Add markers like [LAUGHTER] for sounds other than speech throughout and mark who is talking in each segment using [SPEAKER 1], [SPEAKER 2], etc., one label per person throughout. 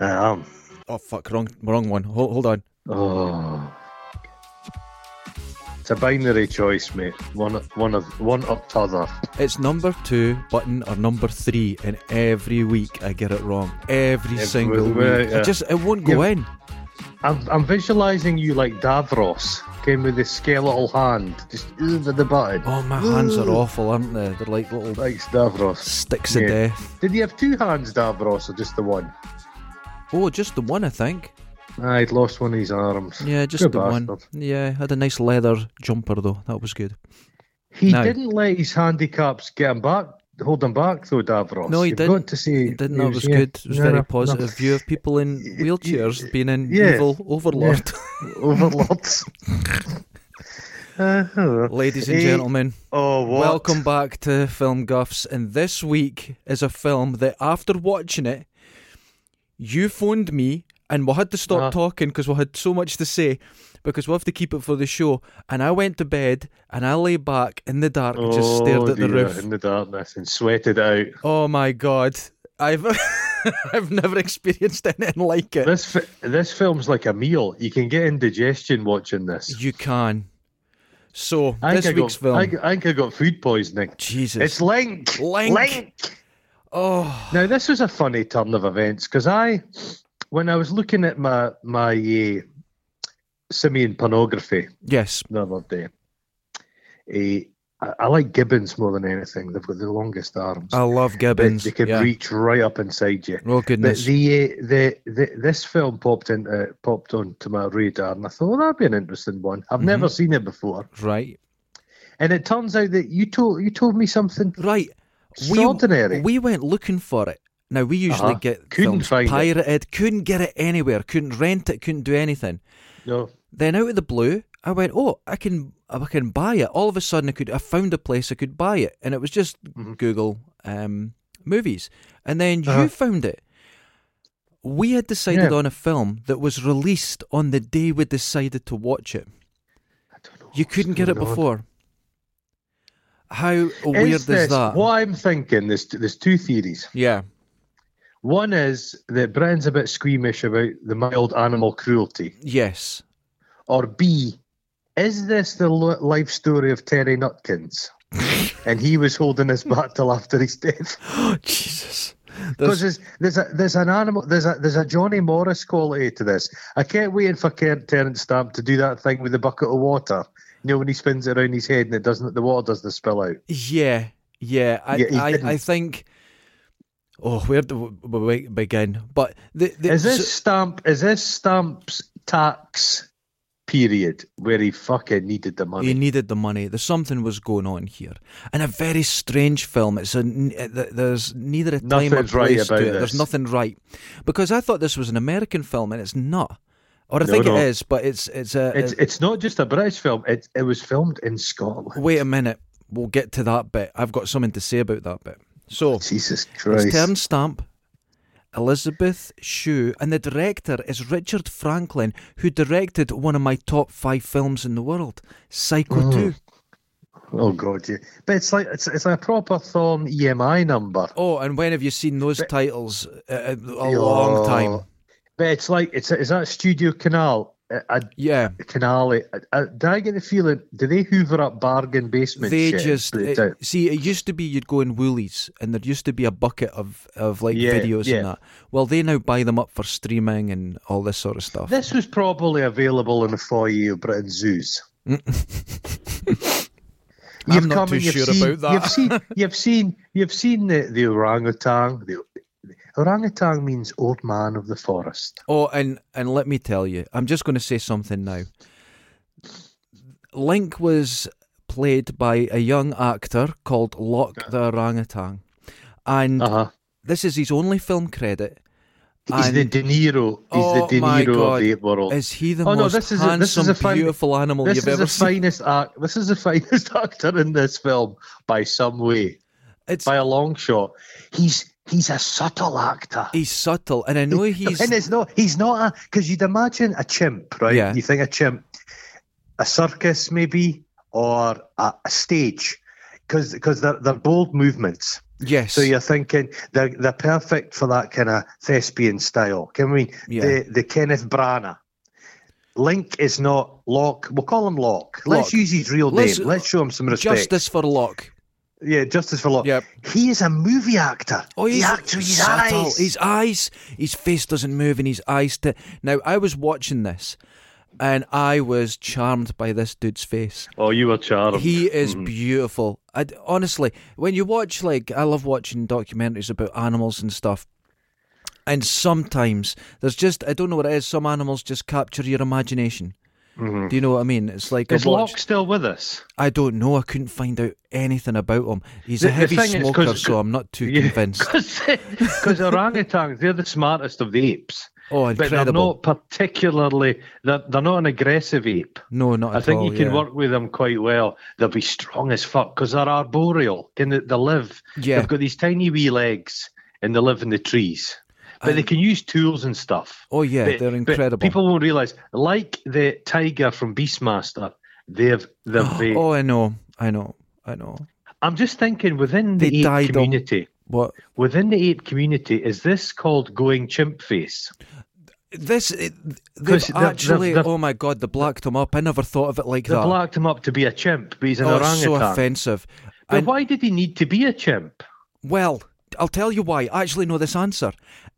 [SPEAKER 1] I am.
[SPEAKER 2] Oh fuck, wrong, wrong one. Hold, hold on.
[SPEAKER 1] Oh. It's a binary choice, mate. One, one of one up to other.
[SPEAKER 2] It's number two button or number three, and every week I get it wrong. Every
[SPEAKER 1] Every
[SPEAKER 2] single
[SPEAKER 1] week,
[SPEAKER 2] week.
[SPEAKER 1] yeah.
[SPEAKER 2] I just it won't go
[SPEAKER 1] Yeah.
[SPEAKER 2] in.
[SPEAKER 1] I'm, I'm visualising you like Davros, came with his skeletal hand, just over the button.
[SPEAKER 2] Oh, my hands are awful, aren't they? They're like little
[SPEAKER 1] Thanks, Davros.
[SPEAKER 2] sticks
[SPEAKER 1] Yeah.
[SPEAKER 2] of death.
[SPEAKER 1] Did he have two hands, Davros, or just the one?
[SPEAKER 2] Oh, just the one, I think.
[SPEAKER 1] Ah, he'd lost one of his arms.
[SPEAKER 2] Yeah, just
[SPEAKER 1] Good
[SPEAKER 2] the one.
[SPEAKER 1] bastard.
[SPEAKER 2] Yeah, had a nice leather jumper though. That was good.
[SPEAKER 1] He
[SPEAKER 2] No.
[SPEAKER 1] didn't let his handicaps get him back, hold him back, though, Davros.
[SPEAKER 2] No, he
[SPEAKER 1] You've
[SPEAKER 2] didn't.
[SPEAKER 1] Got to see
[SPEAKER 2] He didn't.
[SPEAKER 1] he
[SPEAKER 2] That was good. It was
[SPEAKER 1] no,
[SPEAKER 2] very
[SPEAKER 1] no, no.
[SPEAKER 2] positive view of people in
[SPEAKER 1] Y- y-
[SPEAKER 2] wheelchairs being an
[SPEAKER 1] yeah.
[SPEAKER 2] evil overlord.
[SPEAKER 1] [LAUGHS] Overlords. [LAUGHS] Uh,
[SPEAKER 2] [LAUGHS] Ladies and
[SPEAKER 1] Hey,
[SPEAKER 2] gentlemen,
[SPEAKER 1] oh, what?
[SPEAKER 2] welcome back to Film Guffs. And this week is a film that, after watching it, you phoned me and we had to stop
[SPEAKER 1] Uh-huh.
[SPEAKER 2] talking because we had so much to say because we have to keep it for the show. And I went to bed and I lay back in the dark and just stared
[SPEAKER 1] Oh,
[SPEAKER 2] at the
[SPEAKER 1] dear,
[SPEAKER 2] roof.
[SPEAKER 1] in the darkness and sweated out.
[SPEAKER 2] Oh my god. I've [LAUGHS] I've never experienced anything like it.
[SPEAKER 1] This fi- this film's like a meal. You can get indigestion watching this.
[SPEAKER 2] You can. So
[SPEAKER 1] I
[SPEAKER 2] this
[SPEAKER 1] think I
[SPEAKER 2] week's
[SPEAKER 1] got,
[SPEAKER 2] film.
[SPEAKER 1] I, g- I think I got food poisoning.
[SPEAKER 2] Jesus.
[SPEAKER 1] It's Link.
[SPEAKER 2] Link. oh
[SPEAKER 1] Now this was a funny turn of events because I, when I was looking at my my uh, simian pornography
[SPEAKER 2] yes.
[SPEAKER 1] the other day, eh, I, I like gibbons more than anything. They've got the longest arms.
[SPEAKER 2] I love
[SPEAKER 1] They-
[SPEAKER 2] Oh, Gibbons.
[SPEAKER 1] They can
[SPEAKER 2] yeah.
[SPEAKER 1] reach right up inside you.
[SPEAKER 2] oh
[SPEAKER 1] The,
[SPEAKER 2] goodness.
[SPEAKER 1] the, eh, the, the this film popped into popped onto my radar, and I thought well, that'd be an interesting one. I've
[SPEAKER 2] Mm-hmm.
[SPEAKER 1] never seen it before,
[SPEAKER 2] right.
[SPEAKER 1] and it turns out that you told you told me something
[SPEAKER 2] Right.
[SPEAKER 1] extraordinary.
[SPEAKER 2] We went looking for it. Now we usually
[SPEAKER 1] Uh-huh.
[SPEAKER 2] get
[SPEAKER 1] Couldn't
[SPEAKER 2] films
[SPEAKER 1] find it.
[SPEAKER 2] pirated, couldn't get it anywhere, couldn't rent it, couldn't do anything.
[SPEAKER 1] no,
[SPEAKER 2] Then out of the blue, I went, "Oh, I can, I can buy it." All of a sudden, I could, I found a place I could buy it, and it was just Google um, movies. And then
[SPEAKER 1] Mm-hmm. Uh-huh.
[SPEAKER 2] you found it. We had decided
[SPEAKER 1] Yeah.
[SPEAKER 2] on a film that was released on the day we decided to watch it.
[SPEAKER 1] I don't know.
[SPEAKER 2] You
[SPEAKER 1] what's
[SPEAKER 2] couldn't get it
[SPEAKER 1] going on.
[SPEAKER 2] before. How weird is,
[SPEAKER 1] this,
[SPEAKER 2] that?
[SPEAKER 1] What I'm thinking, there's, there's two theories.
[SPEAKER 2] Yeah.
[SPEAKER 1] One is that Britain's a bit squeamish about the mild animal cruelty. [GASPS]
[SPEAKER 2] Yes.
[SPEAKER 1] Or B, is this the lo- life story of Terry
[SPEAKER 2] [LAUGHS]
[SPEAKER 1] Nutkins? and he was holding us back till after his death.
[SPEAKER 2] Oh Jesus.
[SPEAKER 1] Because
[SPEAKER 2] There's-
[SPEAKER 1] there's, there's, a, there's an animal, there's a, there's a Johnny Morris quality to this. I can't wait for Ker- Terence Stamp to do that thing with the bucket of water. You know, when he spins it around his head and it doesn't, the water doesn't spill out.
[SPEAKER 2] Yeah, yeah. I,
[SPEAKER 1] Yeah, he
[SPEAKER 2] I, I
[SPEAKER 1] didn't.
[SPEAKER 2] think. Oh, where do we- we begin? But the, the
[SPEAKER 1] Is
[SPEAKER 2] so-
[SPEAKER 1] this stamp? Is this stamps tax period where he fucking needed the money?
[SPEAKER 2] he needed the money. There's something was going on here, and a very strange film. It's a n- uh, th- there's neither a time or
[SPEAKER 1] Nothing's right
[SPEAKER 2] place
[SPEAKER 1] about
[SPEAKER 2] to it. There's
[SPEAKER 1] this.
[SPEAKER 2] nothing right because I thought this was an American film, and it's not. Or I
[SPEAKER 1] No,
[SPEAKER 2] think
[SPEAKER 1] no.
[SPEAKER 2] it is, but it's it's a.
[SPEAKER 1] it's it's not just a British film. It it was filmed in Scotland.
[SPEAKER 2] wait a minute, we'll get to that bit. I've got something to say about that bit. So
[SPEAKER 1] Jesus
[SPEAKER 2] It's
[SPEAKER 1] Christ!
[SPEAKER 2] Terence Stamp, Elizabeth Shue, and the director is Richard Franklin, who directed one of my top five films in the world, Psycho
[SPEAKER 1] Mm.
[SPEAKER 2] 2.
[SPEAKER 1] oh God, yeah. But it's like it's, it's a proper Thorn EMI number.
[SPEAKER 2] Oh, and when have you seen those titles? Uh, a long time.
[SPEAKER 1] Oh. But it's like it's is that Studio Canal? I, I,
[SPEAKER 2] Yeah.
[SPEAKER 1] Canale. I, I, do I get the feeling? Do they hoover up bargain basement?
[SPEAKER 2] They
[SPEAKER 1] shit and
[SPEAKER 2] just
[SPEAKER 1] put it
[SPEAKER 2] it-
[SPEAKER 1] out?
[SPEAKER 2] see. It used to be you'd go in Woolies, and there used to be a bucket of of like
[SPEAKER 1] Yeah,
[SPEAKER 2] videos
[SPEAKER 1] yeah.
[SPEAKER 2] and that. Well, they now buy them up for streaming and all this sort of stuff.
[SPEAKER 1] This was probably available in the foyer of Britain
[SPEAKER 2] [LAUGHS]
[SPEAKER 1] Zoos.
[SPEAKER 2] I'm not too
[SPEAKER 1] and
[SPEAKER 2] sure
[SPEAKER 1] seen,
[SPEAKER 2] about that.
[SPEAKER 1] You've
[SPEAKER 2] [LAUGHS]
[SPEAKER 1] seen, you've seen, you've seen the, the orangutan. The, orangutan means old man of the forest.
[SPEAKER 2] Oh, and and let me tell you, I'm just going to say something now. Link was played by a young actor called Locke the Orangutan, and
[SPEAKER 1] Uh huh.
[SPEAKER 2] this is his only film credit.
[SPEAKER 1] He's the
[SPEAKER 2] Uh-huh. And-
[SPEAKER 1] De Niro. He's
[SPEAKER 2] oh
[SPEAKER 1] the De
[SPEAKER 2] my
[SPEAKER 1] Niro
[SPEAKER 2] God,
[SPEAKER 1] of the ape world.
[SPEAKER 2] Is he the
[SPEAKER 1] Oh, no,
[SPEAKER 2] most
[SPEAKER 1] this is a-
[SPEAKER 2] handsome,
[SPEAKER 1] this is a fin-
[SPEAKER 2] beautiful animal
[SPEAKER 1] This
[SPEAKER 2] you've
[SPEAKER 1] is
[SPEAKER 2] ever
[SPEAKER 1] the
[SPEAKER 2] seen?
[SPEAKER 1] finest act. This is the finest [LAUGHS] actor in this film by some way,
[SPEAKER 2] It's
[SPEAKER 1] by a long shot. He's he's a subtle actor.
[SPEAKER 2] he's subtle, and I know he's
[SPEAKER 1] and it's not he's not a because you'd imagine a chimp, right?
[SPEAKER 2] Yeah.
[SPEAKER 1] You think a chimp, a circus maybe, or a, a stage, because they're they're bold movements.
[SPEAKER 2] Yes.
[SPEAKER 1] So you're thinking they're they're perfect for that kind of thespian style. Can we
[SPEAKER 2] Yeah.
[SPEAKER 1] the the Kenneth Branagh? Link is not Locke. We'll call him Locke. Let's
[SPEAKER 2] Locke.
[SPEAKER 1] use his real
[SPEAKER 2] Let's-
[SPEAKER 1] name. Let's show him some respect.
[SPEAKER 2] Justice for Locke.
[SPEAKER 1] Yeah, justice for Locke.
[SPEAKER 2] Yep.
[SPEAKER 1] He is a movie actor.
[SPEAKER 2] Oh, he's
[SPEAKER 1] he acts with his
[SPEAKER 2] subtle.
[SPEAKER 1] eyes.
[SPEAKER 2] His eyes, his face doesn't move, and his eyes. T- now I was watching this, and I was charmed by this dude's face.
[SPEAKER 1] oh, Mm-hmm. you were charmed.
[SPEAKER 2] He is beautiful. I d honestly, when you watch, like, I love watching documentaries about animals and stuff. And sometimes there's just I don't know what it is. Some animals just capture your imagination.
[SPEAKER 1] Mm-hmm.
[SPEAKER 2] Do you know what I mean? It's like
[SPEAKER 1] is
[SPEAKER 2] I've watched-
[SPEAKER 1] Locke still with us?
[SPEAKER 2] I don't know. I couldn't find out anything about him. He's
[SPEAKER 1] The-
[SPEAKER 2] a
[SPEAKER 1] the
[SPEAKER 2] heavy
[SPEAKER 1] thing is, 'cause-
[SPEAKER 2] smoker, so I'm not
[SPEAKER 1] [LAUGHS]
[SPEAKER 2] too convinced.
[SPEAKER 1] Because orangutans, they're the smartest of the apes.
[SPEAKER 2] Oh,
[SPEAKER 1] But they're
[SPEAKER 2] incredible!
[SPEAKER 1] not particularly, they're, they're not an aggressive ape.
[SPEAKER 2] no, not
[SPEAKER 1] I
[SPEAKER 2] at
[SPEAKER 1] think
[SPEAKER 2] all.
[SPEAKER 1] you can
[SPEAKER 2] yeah.
[SPEAKER 1] work with them quite well. They'll be strong as fuck because they're arboreal. Can they, they live?
[SPEAKER 2] Yeah.
[SPEAKER 1] They've got these tiny wee legs and they live in the trees. But they can use tools and stuff.
[SPEAKER 2] Oh yeah,
[SPEAKER 1] But-
[SPEAKER 2] they're
[SPEAKER 1] but
[SPEAKER 2] incredible.
[SPEAKER 1] people won't realize, like the tiger from Beastmaster, they've
[SPEAKER 2] [GASPS]
[SPEAKER 1] they're very-
[SPEAKER 2] oh, I know, I know, I know.
[SPEAKER 1] I'm just thinking within the
[SPEAKER 2] They
[SPEAKER 1] ape
[SPEAKER 2] dyed 'em.
[SPEAKER 1] community.
[SPEAKER 2] What
[SPEAKER 1] Within the ape community, is this called going chimp face?
[SPEAKER 2] this? It, they've
[SPEAKER 1] 'Cause they're- they're-
[SPEAKER 2] actually.
[SPEAKER 1] they're-
[SPEAKER 2] oh my god, they blacked him up. I never thought of it like
[SPEAKER 1] They
[SPEAKER 2] that.
[SPEAKER 1] blacked him up to be a chimp, but he's an
[SPEAKER 2] oh, it's so
[SPEAKER 1] orangutan.
[SPEAKER 2] offensive.
[SPEAKER 1] but
[SPEAKER 2] And-
[SPEAKER 1] why did he need to be a chimp?
[SPEAKER 2] Well, I'll tell you why. I actually know this answer.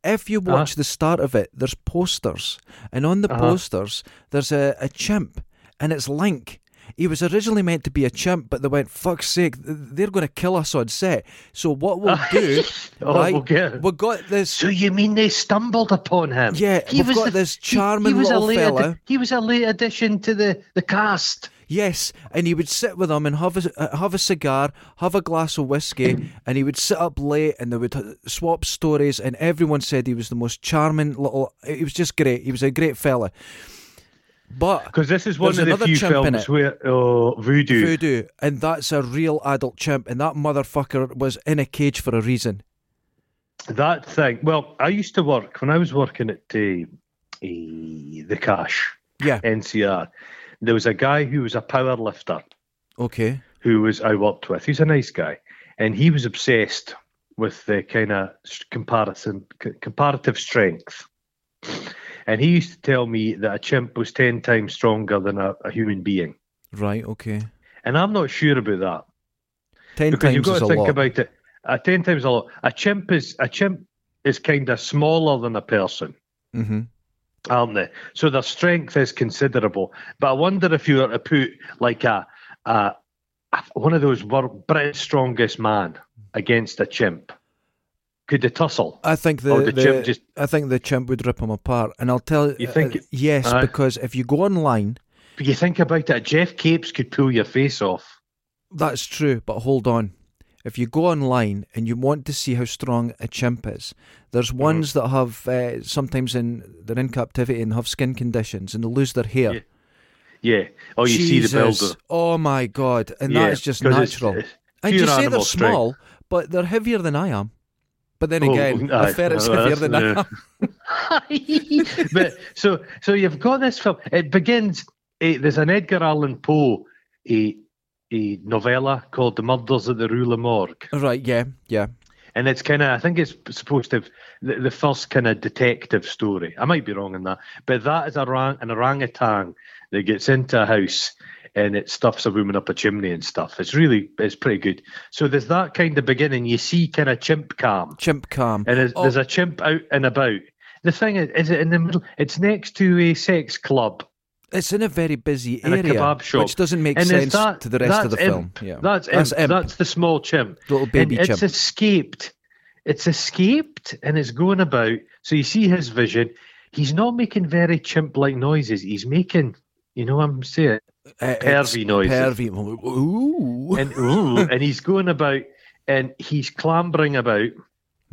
[SPEAKER 2] If you watch the start of it, there's posters, and on the posters, there's a, a chimp, and it's Link. He was originally meant to be a chimp, but they went, fuck's sake, th- they're going to kill us on set. So, what we'll do.
[SPEAKER 1] Oh,
[SPEAKER 2] right,
[SPEAKER 1] we'll get-
[SPEAKER 2] we've got this.
[SPEAKER 1] So you mean they stumbled upon him?
[SPEAKER 2] Yeah, we've got this charming little
[SPEAKER 1] late
[SPEAKER 2] fella.
[SPEAKER 1] addi- he was a late addition to the, the cast.
[SPEAKER 2] Yes, and he would sit with them and have a uh, have a cigar, have a glass of whiskey, and he would sit up late and they would uh, swap stories. And everyone said he was the most charming little. He was just great. He was a great fella. But
[SPEAKER 1] Because this is one
[SPEAKER 2] There's
[SPEAKER 1] of
[SPEAKER 2] another
[SPEAKER 1] the few
[SPEAKER 2] chimp in
[SPEAKER 1] films
[SPEAKER 2] it.
[SPEAKER 1] where oh, voodoo.
[SPEAKER 2] voodoo, and that's a real adult chimp, and that motherfucker was in a cage for a reason.
[SPEAKER 1] That thing. Well, I used to work when I was working at uh, eh, the Cash
[SPEAKER 2] Yeah.
[SPEAKER 1] Eh. NCR. There was a guy who was a power lifter
[SPEAKER 2] Okay.
[SPEAKER 1] who was I worked with. He's a nice guy, and he was obsessed with the kind of comparison c- comparative strength. And he used to tell me that a chimp was ten times stronger than a, a human being,
[SPEAKER 2] Right. Okay.
[SPEAKER 1] and I'm not sure about that
[SPEAKER 2] Ten
[SPEAKER 1] because you've got
[SPEAKER 2] times is
[SPEAKER 1] to
[SPEAKER 2] a
[SPEAKER 1] think
[SPEAKER 2] lot.
[SPEAKER 1] about it. A ten times a lot. A chimp is a chimp is kind of smaller than a person.
[SPEAKER 2] hmm
[SPEAKER 1] aren't they? So their strength is considerable. But I wonder if you were to put like a, a, a one of those wor- Britain's strongest man against a chimp, could they tussle?
[SPEAKER 2] I think the,
[SPEAKER 1] Or Oh, the
[SPEAKER 2] the-
[SPEAKER 1] chimp just-
[SPEAKER 2] I think the chimp would rip him apart, and I'll tell
[SPEAKER 1] You think
[SPEAKER 2] uh,
[SPEAKER 1] it-
[SPEAKER 2] yes,
[SPEAKER 1] Aye.
[SPEAKER 2] because if you go online.
[SPEAKER 1] But you think about it, Jeff Capes could pull your face off.
[SPEAKER 2] That's true, but hold on. If you go online and you want to see how strong a chimp is, there's
[SPEAKER 1] Uh-huh.
[SPEAKER 2] ones that have uh, sometimes in they're in captivity and have skin conditions and they lose their hair.
[SPEAKER 1] Yeah. Yeah. Oh, you see the
[SPEAKER 2] Jesus.
[SPEAKER 1] builder.
[SPEAKER 2] Oh my god! And
[SPEAKER 1] Yeah,
[SPEAKER 2] that is just
[SPEAKER 1] 'cause it's-
[SPEAKER 2] natural.
[SPEAKER 1] it's
[SPEAKER 2] and
[SPEAKER 1] pure
[SPEAKER 2] you say they're
[SPEAKER 1] animal strength.
[SPEAKER 2] small, but they're heavier than I am. But then
[SPEAKER 1] Oh, [LAUGHS]
[SPEAKER 2] again,
[SPEAKER 1] aye.
[SPEAKER 2] a ferret's
[SPEAKER 1] Well,
[SPEAKER 2] heavier
[SPEAKER 1] that's-
[SPEAKER 2] than
[SPEAKER 1] yeah.
[SPEAKER 2] I
[SPEAKER 1] [LAUGHS]
[SPEAKER 2] am.
[SPEAKER 1] but so so you've got this film. It begins. eh, there's an Edgar Allan Poe a, a novella called "The Murders at the Rue La Morgue,"
[SPEAKER 2] [LAUGHS] Right? Yeah, yeah.
[SPEAKER 1] and it's kind of I think it's supposed to the, the first kind of detective story. I might be wrong in that, but that is a orang, an orangutan that gets into a house and it stuffs a woman up a chimney and stuff. It's really it's pretty good. So there's that kind of beginning. You see kind of chimp calm
[SPEAKER 2] Chimp calm.
[SPEAKER 1] and there's,
[SPEAKER 2] Oh,
[SPEAKER 1] there's a chimp out and about. The thing is, is it in the middle? It's next to a sex club
[SPEAKER 2] it's in a very busy
[SPEAKER 1] and
[SPEAKER 2] area,
[SPEAKER 1] a kebab shop,
[SPEAKER 2] which doesn't make
[SPEAKER 1] And there's
[SPEAKER 2] sense
[SPEAKER 1] that-
[SPEAKER 2] to the rest of
[SPEAKER 1] that's
[SPEAKER 2] the film.
[SPEAKER 1] imp.
[SPEAKER 2] Yeah,
[SPEAKER 1] That's imp.
[SPEAKER 2] that's
[SPEAKER 1] that's,
[SPEAKER 2] imp.
[SPEAKER 1] the small chimp.
[SPEAKER 2] Little baby
[SPEAKER 1] and
[SPEAKER 2] chimp.
[SPEAKER 1] It's escaped. It's escaped and it's going about. So you see his vision. He's not making very chimp-like noises. He's making, you know, what I'm saying,
[SPEAKER 2] Uh, it's
[SPEAKER 1] pervy noises.
[SPEAKER 2] Pervy. Ooh.
[SPEAKER 1] and ooh, and he's going about and he's clambering about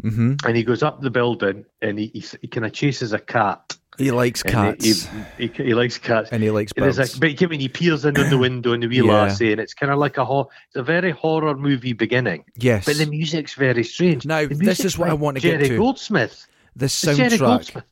[SPEAKER 2] mm-hmm.
[SPEAKER 1] and he goes up the building and he he, he kind of chases a cat.
[SPEAKER 2] He likes
[SPEAKER 1] And
[SPEAKER 2] cats
[SPEAKER 1] he, he, he, he likes cats.
[SPEAKER 2] and he likes
[SPEAKER 1] There's
[SPEAKER 2] birds.
[SPEAKER 1] a, but when he peers in on the window and the wee
[SPEAKER 2] Yeah.
[SPEAKER 1] lassie, and it's kind of like a hor- it's a very horror movie beginning.
[SPEAKER 2] yes,
[SPEAKER 1] But the music's very strange.
[SPEAKER 2] Now,
[SPEAKER 1] The
[SPEAKER 2] this
[SPEAKER 1] music's
[SPEAKER 2] is what I
[SPEAKER 1] like
[SPEAKER 2] want to get
[SPEAKER 1] Jerry
[SPEAKER 2] to.
[SPEAKER 1] Goldsmith.
[SPEAKER 2] the
[SPEAKER 1] It's Jerry
[SPEAKER 2] soundtrack.
[SPEAKER 1] Goldsmith.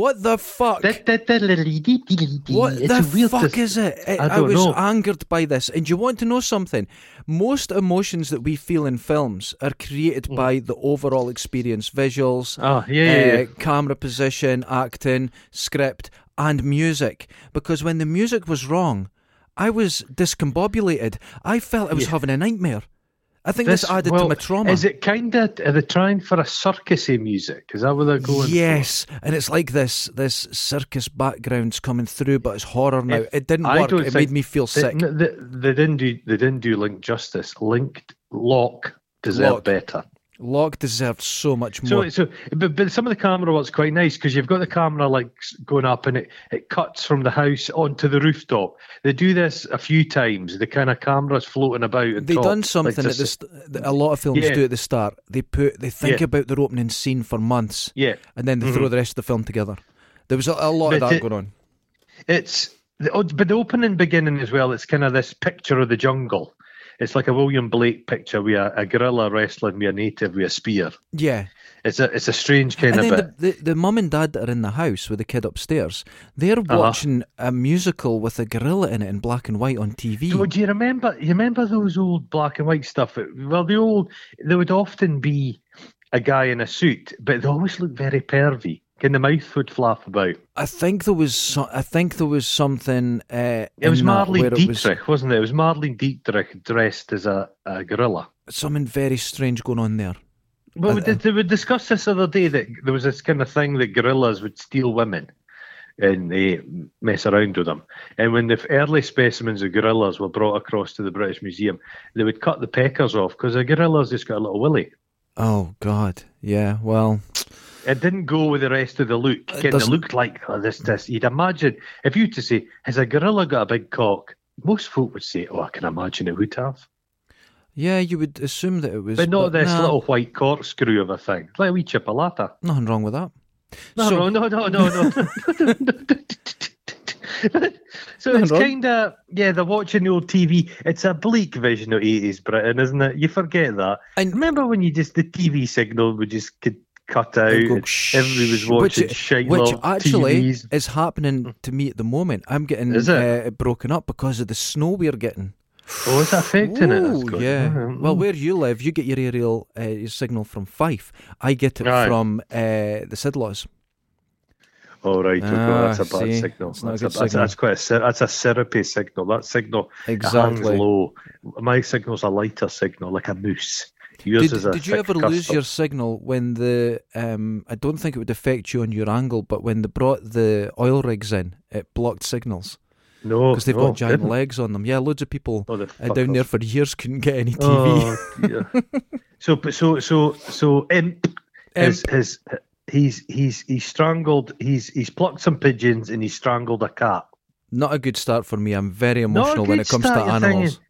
[SPEAKER 2] What the fuck?
[SPEAKER 1] What E
[SPEAKER 2] What
[SPEAKER 1] the
[SPEAKER 2] the fuck is it? I,
[SPEAKER 1] I
[SPEAKER 2] I
[SPEAKER 1] don't
[SPEAKER 2] was
[SPEAKER 1] know.
[SPEAKER 2] angered by this. And you want to know something? Most emotions that we feel in films are created by the overall experience visuals, uh,
[SPEAKER 1] Oh, Hmm. yeah, yeah, yeah.
[SPEAKER 2] camera position, acting, script, and music. Because when the music was wrong, I was discombobulated. I felt I was having a nightmare. I think this, added to
[SPEAKER 1] well,
[SPEAKER 2] my trauma.
[SPEAKER 1] Is it kind of are they trying for a circusy music? Is that where they're going?
[SPEAKER 2] Yes, and it's like this this circus background's coming through, but it's horror now. It didn't
[SPEAKER 1] I
[SPEAKER 2] work.
[SPEAKER 1] don't
[SPEAKER 2] It
[SPEAKER 1] think-
[SPEAKER 2] made me feel
[SPEAKER 1] They,
[SPEAKER 2] sick.
[SPEAKER 1] n- they, they didn't do they didn't do Link justice. Linked Lock deserved
[SPEAKER 2] Locke.
[SPEAKER 1] better.
[SPEAKER 2] Locke deserved so much more.
[SPEAKER 1] So, so but, but some of the camera work's quite nice because you've got the camera like s- going up and it, it cuts from the house onto the rooftop. They do this a few times. The kind of cameras floating about. And
[SPEAKER 2] They've
[SPEAKER 1] top,
[SPEAKER 2] done
[SPEAKER 1] like
[SPEAKER 2] something
[SPEAKER 1] to
[SPEAKER 2] at the
[SPEAKER 1] s-
[SPEAKER 2] st- that a lot of films
[SPEAKER 1] Yeah.
[SPEAKER 2] do at the start. They put they think
[SPEAKER 1] Yeah.
[SPEAKER 2] about their opening scene for months,
[SPEAKER 1] Yeah, Mm-hmm.
[SPEAKER 2] and then they throw the rest of the film together. There was a, a lot of
[SPEAKER 1] But
[SPEAKER 2] that
[SPEAKER 1] it-
[SPEAKER 2] going on.
[SPEAKER 1] it's the oh, but the opening beginning as well. It's kind of this picture of the jungle. It's like a William Blake picture with a, a gorilla wrestling with a native with a spear.
[SPEAKER 2] Yeah,
[SPEAKER 1] It's a it's a strange kind
[SPEAKER 2] and
[SPEAKER 1] of
[SPEAKER 2] then
[SPEAKER 1] bit.
[SPEAKER 2] the, the the mum and dad that are in the house with the kid upstairs, they're
[SPEAKER 1] Uh-huh.
[SPEAKER 2] watching a musical with a gorilla in it in black and white on TV.
[SPEAKER 1] Well, do you remember? You remember those old black and white stuff? Well, the old there would often be a guy in a suit, but they always looked very pervy. And the mouth would flap about.
[SPEAKER 2] I think there was so- I think there was something. Uh,
[SPEAKER 1] It was
[SPEAKER 2] in that
[SPEAKER 1] Marlene
[SPEAKER 2] where it was
[SPEAKER 1] Dietrich, was... not it? It was Marlene Dietrich dressed as a, a gorilla.
[SPEAKER 2] something very strange going on there.
[SPEAKER 1] Well, we,
[SPEAKER 2] And- and-
[SPEAKER 1] did, we discussed this other day that there was this kind of thing that gorillas would steal women and they mess around with them. And when the f- early specimens of gorillas were brought across to the British Museum, they would cut the peckers off because a gorilla's just got a little willy.
[SPEAKER 2] Oh God, yeah. Well,
[SPEAKER 1] It didn't go with the rest of the look. It,
[SPEAKER 2] It
[SPEAKER 1] it
[SPEAKER 2] doesn't-
[SPEAKER 1] looked like oh, this, this. You'd imagine if you to say, "Has a gorilla got a big cock?" Most folk would say, "Oh, I can imagine it would have,"
[SPEAKER 2] yeah, you would assume that it was,
[SPEAKER 1] but not this
[SPEAKER 2] nah,
[SPEAKER 1] little white corkscrew of a thing, like a wee chipolata.
[SPEAKER 2] Nothing wrong with that.
[SPEAKER 1] No,
[SPEAKER 2] So-
[SPEAKER 1] no, no, no, no,
[SPEAKER 2] [LAUGHS]
[SPEAKER 1] no. so
[SPEAKER 2] No,
[SPEAKER 1] it's
[SPEAKER 2] no.
[SPEAKER 1] kind of yeah. They're watching the old TV. It's a bleak vision of eighties Britain, isn't it? You forget that.
[SPEAKER 2] And-
[SPEAKER 1] remember when you just the TV signal would just get cut out.
[SPEAKER 2] Go,
[SPEAKER 1] and Everybody was watching
[SPEAKER 2] which,
[SPEAKER 1] shite
[SPEAKER 2] which
[SPEAKER 1] little
[SPEAKER 2] actually
[SPEAKER 1] TVs.
[SPEAKER 2] is happening to me at the moment. I'm getting
[SPEAKER 1] Hmm. Is it?
[SPEAKER 2] Uh, broken up because of the snow we're getting.
[SPEAKER 1] Oh, it's affecting it. That's
[SPEAKER 2] Ooh,
[SPEAKER 1] good.
[SPEAKER 2] yeah.
[SPEAKER 1] Mm.
[SPEAKER 2] Well, where you live, you get your aerial uh, your signal from Fife. I get it
[SPEAKER 1] Aye.
[SPEAKER 2] from uh, the Sidlaws.
[SPEAKER 1] all right. okay,
[SPEAKER 2] Ah,
[SPEAKER 1] that's a bad
[SPEAKER 2] see,
[SPEAKER 1] signal.
[SPEAKER 2] it's not a
[SPEAKER 1] That's,
[SPEAKER 2] good
[SPEAKER 1] that's,
[SPEAKER 2] signal.
[SPEAKER 1] that's quite a sy- that's a syrupy signal. That signal it hangs
[SPEAKER 2] Exactly.
[SPEAKER 1] low. My signal's a lighter signal, like a moose. Yours
[SPEAKER 2] Did,
[SPEAKER 1] is a
[SPEAKER 2] did you
[SPEAKER 1] thick
[SPEAKER 2] ever lose
[SPEAKER 1] custard.
[SPEAKER 2] your signal when the um, I don't think it would affect you on your angle, but when they brought the oil rigs in, it blocked signals
[SPEAKER 1] No,
[SPEAKER 2] because they've
[SPEAKER 1] no,
[SPEAKER 2] got giant
[SPEAKER 1] didn't.
[SPEAKER 2] legs on them. Yeah, loads of people
[SPEAKER 1] Oh, the
[SPEAKER 2] uh, down
[SPEAKER 1] fuckers.
[SPEAKER 2] there for years couldn't get any TV.
[SPEAKER 1] Oh,
[SPEAKER 2] [LAUGHS]
[SPEAKER 1] dear. so, but so, so, so, imp, Is, is he's he's he's strangled. He's he's plucked some pigeons and he's strangled a cat.
[SPEAKER 2] Not a good start for me. I'm
[SPEAKER 1] Not
[SPEAKER 2] very
[SPEAKER 1] a
[SPEAKER 2] emotional when
[SPEAKER 1] good
[SPEAKER 2] it comes to
[SPEAKER 1] start, you're thinking.
[SPEAKER 2] animals.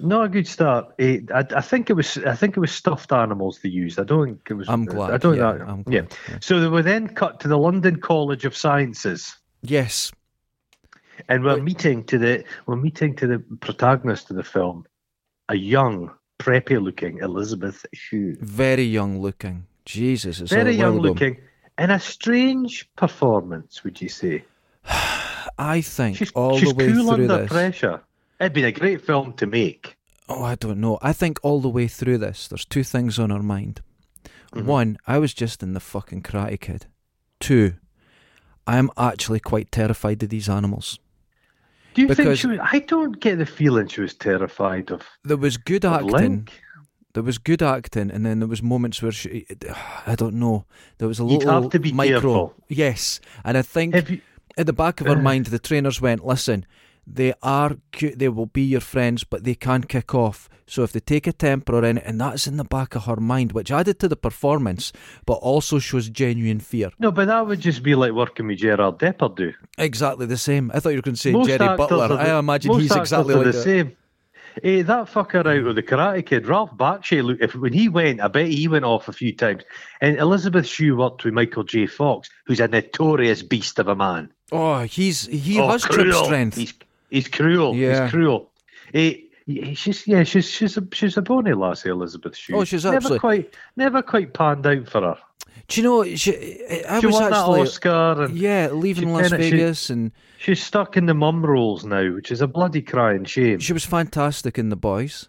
[SPEAKER 1] Not a good start. Eh, I, I think it was. I think it was stuffed animals they used. I don't think it was.
[SPEAKER 2] I'm glad.
[SPEAKER 1] I don't.
[SPEAKER 2] yeah,
[SPEAKER 1] know.
[SPEAKER 2] I'm
[SPEAKER 1] yeah.
[SPEAKER 2] glad. yeah.
[SPEAKER 1] So they were then cut to the London College of Sciences,
[SPEAKER 2] Yes.
[SPEAKER 1] and we're
[SPEAKER 2] Wait.
[SPEAKER 1] meeting to the we're meeting to the protagonist of the film, a young, preppy-looking Elizabeth Shue.
[SPEAKER 2] Very young looking. Jesus, it's
[SPEAKER 1] very
[SPEAKER 2] all a while
[SPEAKER 1] young
[SPEAKER 2] ago.
[SPEAKER 1] looking and a strange performance would you say
[SPEAKER 2] I think
[SPEAKER 1] she's,
[SPEAKER 2] all
[SPEAKER 1] she's
[SPEAKER 2] the way
[SPEAKER 1] cool
[SPEAKER 2] through
[SPEAKER 1] under
[SPEAKER 2] this.
[SPEAKER 1] pressure it'd been a great film to make
[SPEAKER 2] Oh, I don't know. I think all the way through this, there's two things on our mind.
[SPEAKER 1] Mm-hmm.
[SPEAKER 2] One, I was just in the fucking Karate Kid. Two, I am actually quite terrified of these animals.
[SPEAKER 1] do you think
[SPEAKER 2] Because-
[SPEAKER 1] she was, i don't get the feeling she was terrified of,
[SPEAKER 2] There was good
[SPEAKER 1] of
[SPEAKER 2] acting.
[SPEAKER 1] link
[SPEAKER 2] There was good acting, and then there was moments where she, I don't know. There was a
[SPEAKER 1] You'd
[SPEAKER 2] little
[SPEAKER 1] have to be
[SPEAKER 2] micro.
[SPEAKER 1] careful.
[SPEAKER 2] Yes, and I think
[SPEAKER 1] have you Uh.
[SPEAKER 2] at the back of her mind, the trainers went, "Listen, they are cute. They will be your friends, but they can kick off. So if they take a temper in, and that's in the back of her mind, which added to the performance, but also shows genuine fear.
[SPEAKER 1] no, but that would just be like working with Gerard Depardieu.
[SPEAKER 2] Exactly the same. I thought you were going to say
[SPEAKER 1] Most
[SPEAKER 2] Jerry
[SPEAKER 1] actors
[SPEAKER 2] Butler.
[SPEAKER 1] are the-
[SPEAKER 2] I imagine
[SPEAKER 1] most
[SPEAKER 2] he's
[SPEAKER 1] actors
[SPEAKER 2] exactly
[SPEAKER 1] are
[SPEAKER 2] like
[SPEAKER 1] the
[SPEAKER 2] that.
[SPEAKER 1] same. Hey, that fucker out of the Karate Kid, Ralph Bakshi. Look, if when he went, I bet he went off a few times. And Elizabeth Shue worked with Michael J. Fox, who's a notorious beast of a man.
[SPEAKER 2] Oh, he's he
[SPEAKER 1] Oh,
[SPEAKER 2] has trip
[SPEAKER 1] cruel.
[SPEAKER 2] strength.
[SPEAKER 1] He's, he's cruel.
[SPEAKER 2] Yeah.
[SPEAKER 1] He's cruel. Eh, he- she's yeah, she's she's a she's a bony lassie, Elizabeth Shue.
[SPEAKER 2] Oh, she's
[SPEAKER 1] never
[SPEAKER 2] absolute-
[SPEAKER 1] quite never quite panned out for her.
[SPEAKER 2] Do you know? She, I
[SPEAKER 1] she
[SPEAKER 2] was
[SPEAKER 1] won
[SPEAKER 2] actually
[SPEAKER 1] that Oscar. And
[SPEAKER 2] yeah, leaving
[SPEAKER 1] She
[SPEAKER 2] Las
[SPEAKER 1] kinda- she-
[SPEAKER 2] Vegas, and
[SPEAKER 1] She's stuck in the mum roles now, which is a bloody crying shame.
[SPEAKER 2] she was fantastic in The Boys.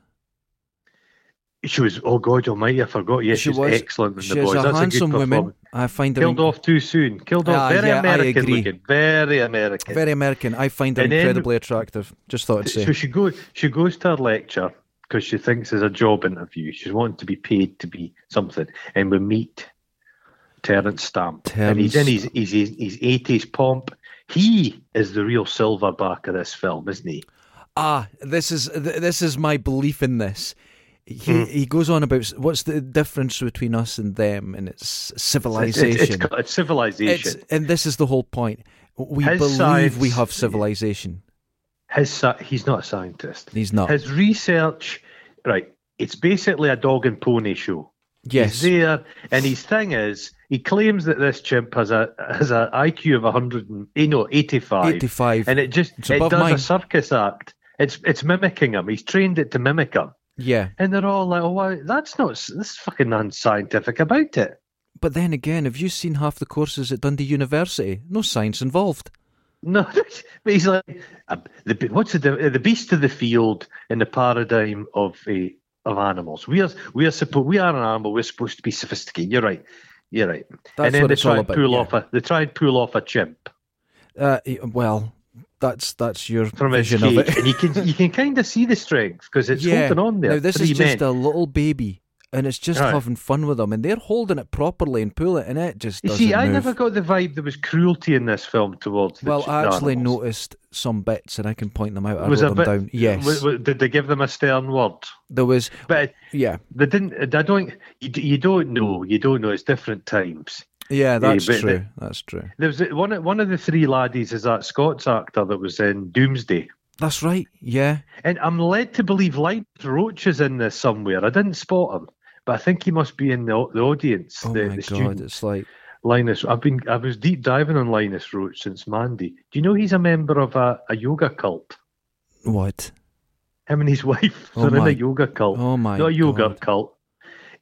[SPEAKER 1] She was, oh God Almighty, I forgot. Yes,
[SPEAKER 2] she
[SPEAKER 1] she's
[SPEAKER 2] was
[SPEAKER 1] excellent in
[SPEAKER 2] She
[SPEAKER 1] the
[SPEAKER 2] is
[SPEAKER 1] boys.
[SPEAKER 2] a
[SPEAKER 1] That's
[SPEAKER 2] handsome
[SPEAKER 1] a good
[SPEAKER 2] woman.
[SPEAKER 1] performance.
[SPEAKER 2] I find her
[SPEAKER 1] Killed
[SPEAKER 2] in-
[SPEAKER 1] off too soon. Killed off.
[SPEAKER 2] Ah,
[SPEAKER 1] very
[SPEAKER 2] yeah, I
[SPEAKER 1] American
[SPEAKER 2] agree.
[SPEAKER 1] looking. Very American.
[SPEAKER 2] very American. I find her
[SPEAKER 1] And then-
[SPEAKER 2] incredibly attractive. Just thought I'd say.
[SPEAKER 1] So she goes. She goes to her lecture because she thinks it's a job interview. She's wanting to be paid to be something, and we meet Terence Stamp, and he's in his his his eighties pomp. He is the real silverback of this film, isn't he?
[SPEAKER 2] ah, this is th- this is my belief in this. He
[SPEAKER 1] Hmm.
[SPEAKER 2] he goes on about s- what's the difference between us and them, and
[SPEAKER 1] It's,
[SPEAKER 2] it's
[SPEAKER 1] it's, it's,
[SPEAKER 2] civilization.
[SPEAKER 1] got- it's civilization.
[SPEAKER 2] It's- and this is the whole point. We
[SPEAKER 1] His
[SPEAKER 2] believe we
[SPEAKER 1] science-
[SPEAKER 2] have civilization.
[SPEAKER 1] his sci- he's not a scientist.
[SPEAKER 2] He's not.
[SPEAKER 1] His research, right? It's basically a dog and pony show.
[SPEAKER 2] yes,
[SPEAKER 1] He's there, and his thing is, he claims that this chimp has a has an IQ of 100, and, you know, 85,
[SPEAKER 2] 85.
[SPEAKER 1] and it just
[SPEAKER 2] It's
[SPEAKER 1] it
[SPEAKER 2] above
[SPEAKER 1] does
[SPEAKER 2] mine.
[SPEAKER 1] a circus act. It's it's mimicking him. He's trained it to mimic him,
[SPEAKER 2] yeah.
[SPEAKER 1] and they're all like, "Oh, wow, that's not s- this is fucking unscientific about it."
[SPEAKER 2] But then again, have you seen half the courses at Dundee University? No science involved.
[SPEAKER 1] No, [LAUGHS] but he's like uh, the be- what's the diff- the beast of the field in the paradigm of a of animals. We are we are supposed we are an animal. We're supposed to be sophisticated. You're right. You're right.
[SPEAKER 2] That's
[SPEAKER 1] and then
[SPEAKER 2] what
[SPEAKER 1] they
[SPEAKER 2] it's all
[SPEAKER 1] try and
[SPEAKER 2] about,
[SPEAKER 1] pull
[SPEAKER 2] yeah.
[SPEAKER 1] off a they try and pull off a chimp
[SPEAKER 2] Uh, y- well, that's that's your
[SPEAKER 1] from its
[SPEAKER 2] vision of
[SPEAKER 1] cage,
[SPEAKER 2] it.
[SPEAKER 1] and you can you can kind of see the strength because [LAUGHS] it's holding on there.
[SPEAKER 2] Now this
[SPEAKER 1] three
[SPEAKER 2] is just
[SPEAKER 1] men.
[SPEAKER 2] a little baby, and it's just
[SPEAKER 1] Right.
[SPEAKER 2] having fun with them, and they're holding it properly and pulling it, and it just
[SPEAKER 1] you
[SPEAKER 2] doesn't
[SPEAKER 1] see, I
[SPEAKER 2] move.
[SPEAKER 1] never got the vibe there was cruelty in this film towards. The
[SPEAKER 2] well,
[SPEAKER 1] ch-
[SPEAKER 2] I actually
[SPEAKER 1] animals.
[SPEAKER 2] noticed some bits, and I can point them out. I
[SPEAKER 1] Was
[SPEAKER 2] wrote
[SPEAKER 1] a
[SPEAKER 2] them
[SPEAKER 1] bit,
[SPEAKER 2] down. Yes,
[SPEAKER 1] w- w- did they give them a stern word?
[SPEAKER 2] there was.
[SPEAKER 1] But
[SPEAKER 2] Yeah,
[SPEAKER 1] They didn't. I don't. You, d- you don't know. You don't know. It's different times.
[SPEAKER 2] yeah, that's
[SPEAKER 1] but the-
[SPEAKER 2] true. that's true.
[SPEAKER 1] There was one. of- One of the three laddies is that Scots actor that was in Doomsday,
[SPEAKER 2] That's right. Yeah,
[SPEAKER 1] and I'm led to believe Light Roach is in this somewhere. I didn't spot him, but I think he must be in the au- the audience.
[SPEAKER 2] Oh
[SPEAKER 1] the,
[SPEAKER 2] my
[SPEAKER 1] the
[SPEAKER 2] god,
[SPEAKER 1] student
[SPEAKER 2] it's like
[SPEAKER 1] Linus. I've been. I was deep diving on Linus Roach since Mandy. Do you know he's a member of a, a yoga cult?
[SPEAKER 2] what?
[SPEAKER 1] Him and his [LAUGHS] wife
[SPEAKER 2] Oh
[SPEAKER 1] are in
[SPEAKER 2] my-
[SPEAKER 1] a yoga cult.
[SPEAKER 2] Oh my
[SPEAKER 1] Not a yoga
[SPEAKER 2] God.
[SPEAKER 1] cult.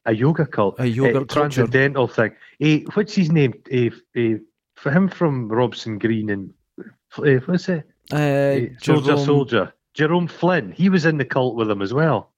[SPEAKER 1] A yoga cult.
[SPEAKER 2] A yoga
[SPEAKER 1] Eh,
[SPEAKER 2] culture.
[SPEAKER 1] transcendental thing. Eh, what's his name? Eh, eh, for him from Robson Green and eh, what's it?
[SPEAKER 2] Uh,
[SPEAKER 1] Eh, Soldier
[SPEAKER 2] Jerome-
[SPEAKER 1] Soldier. Jerome Flynn. He was in the cult with him as well.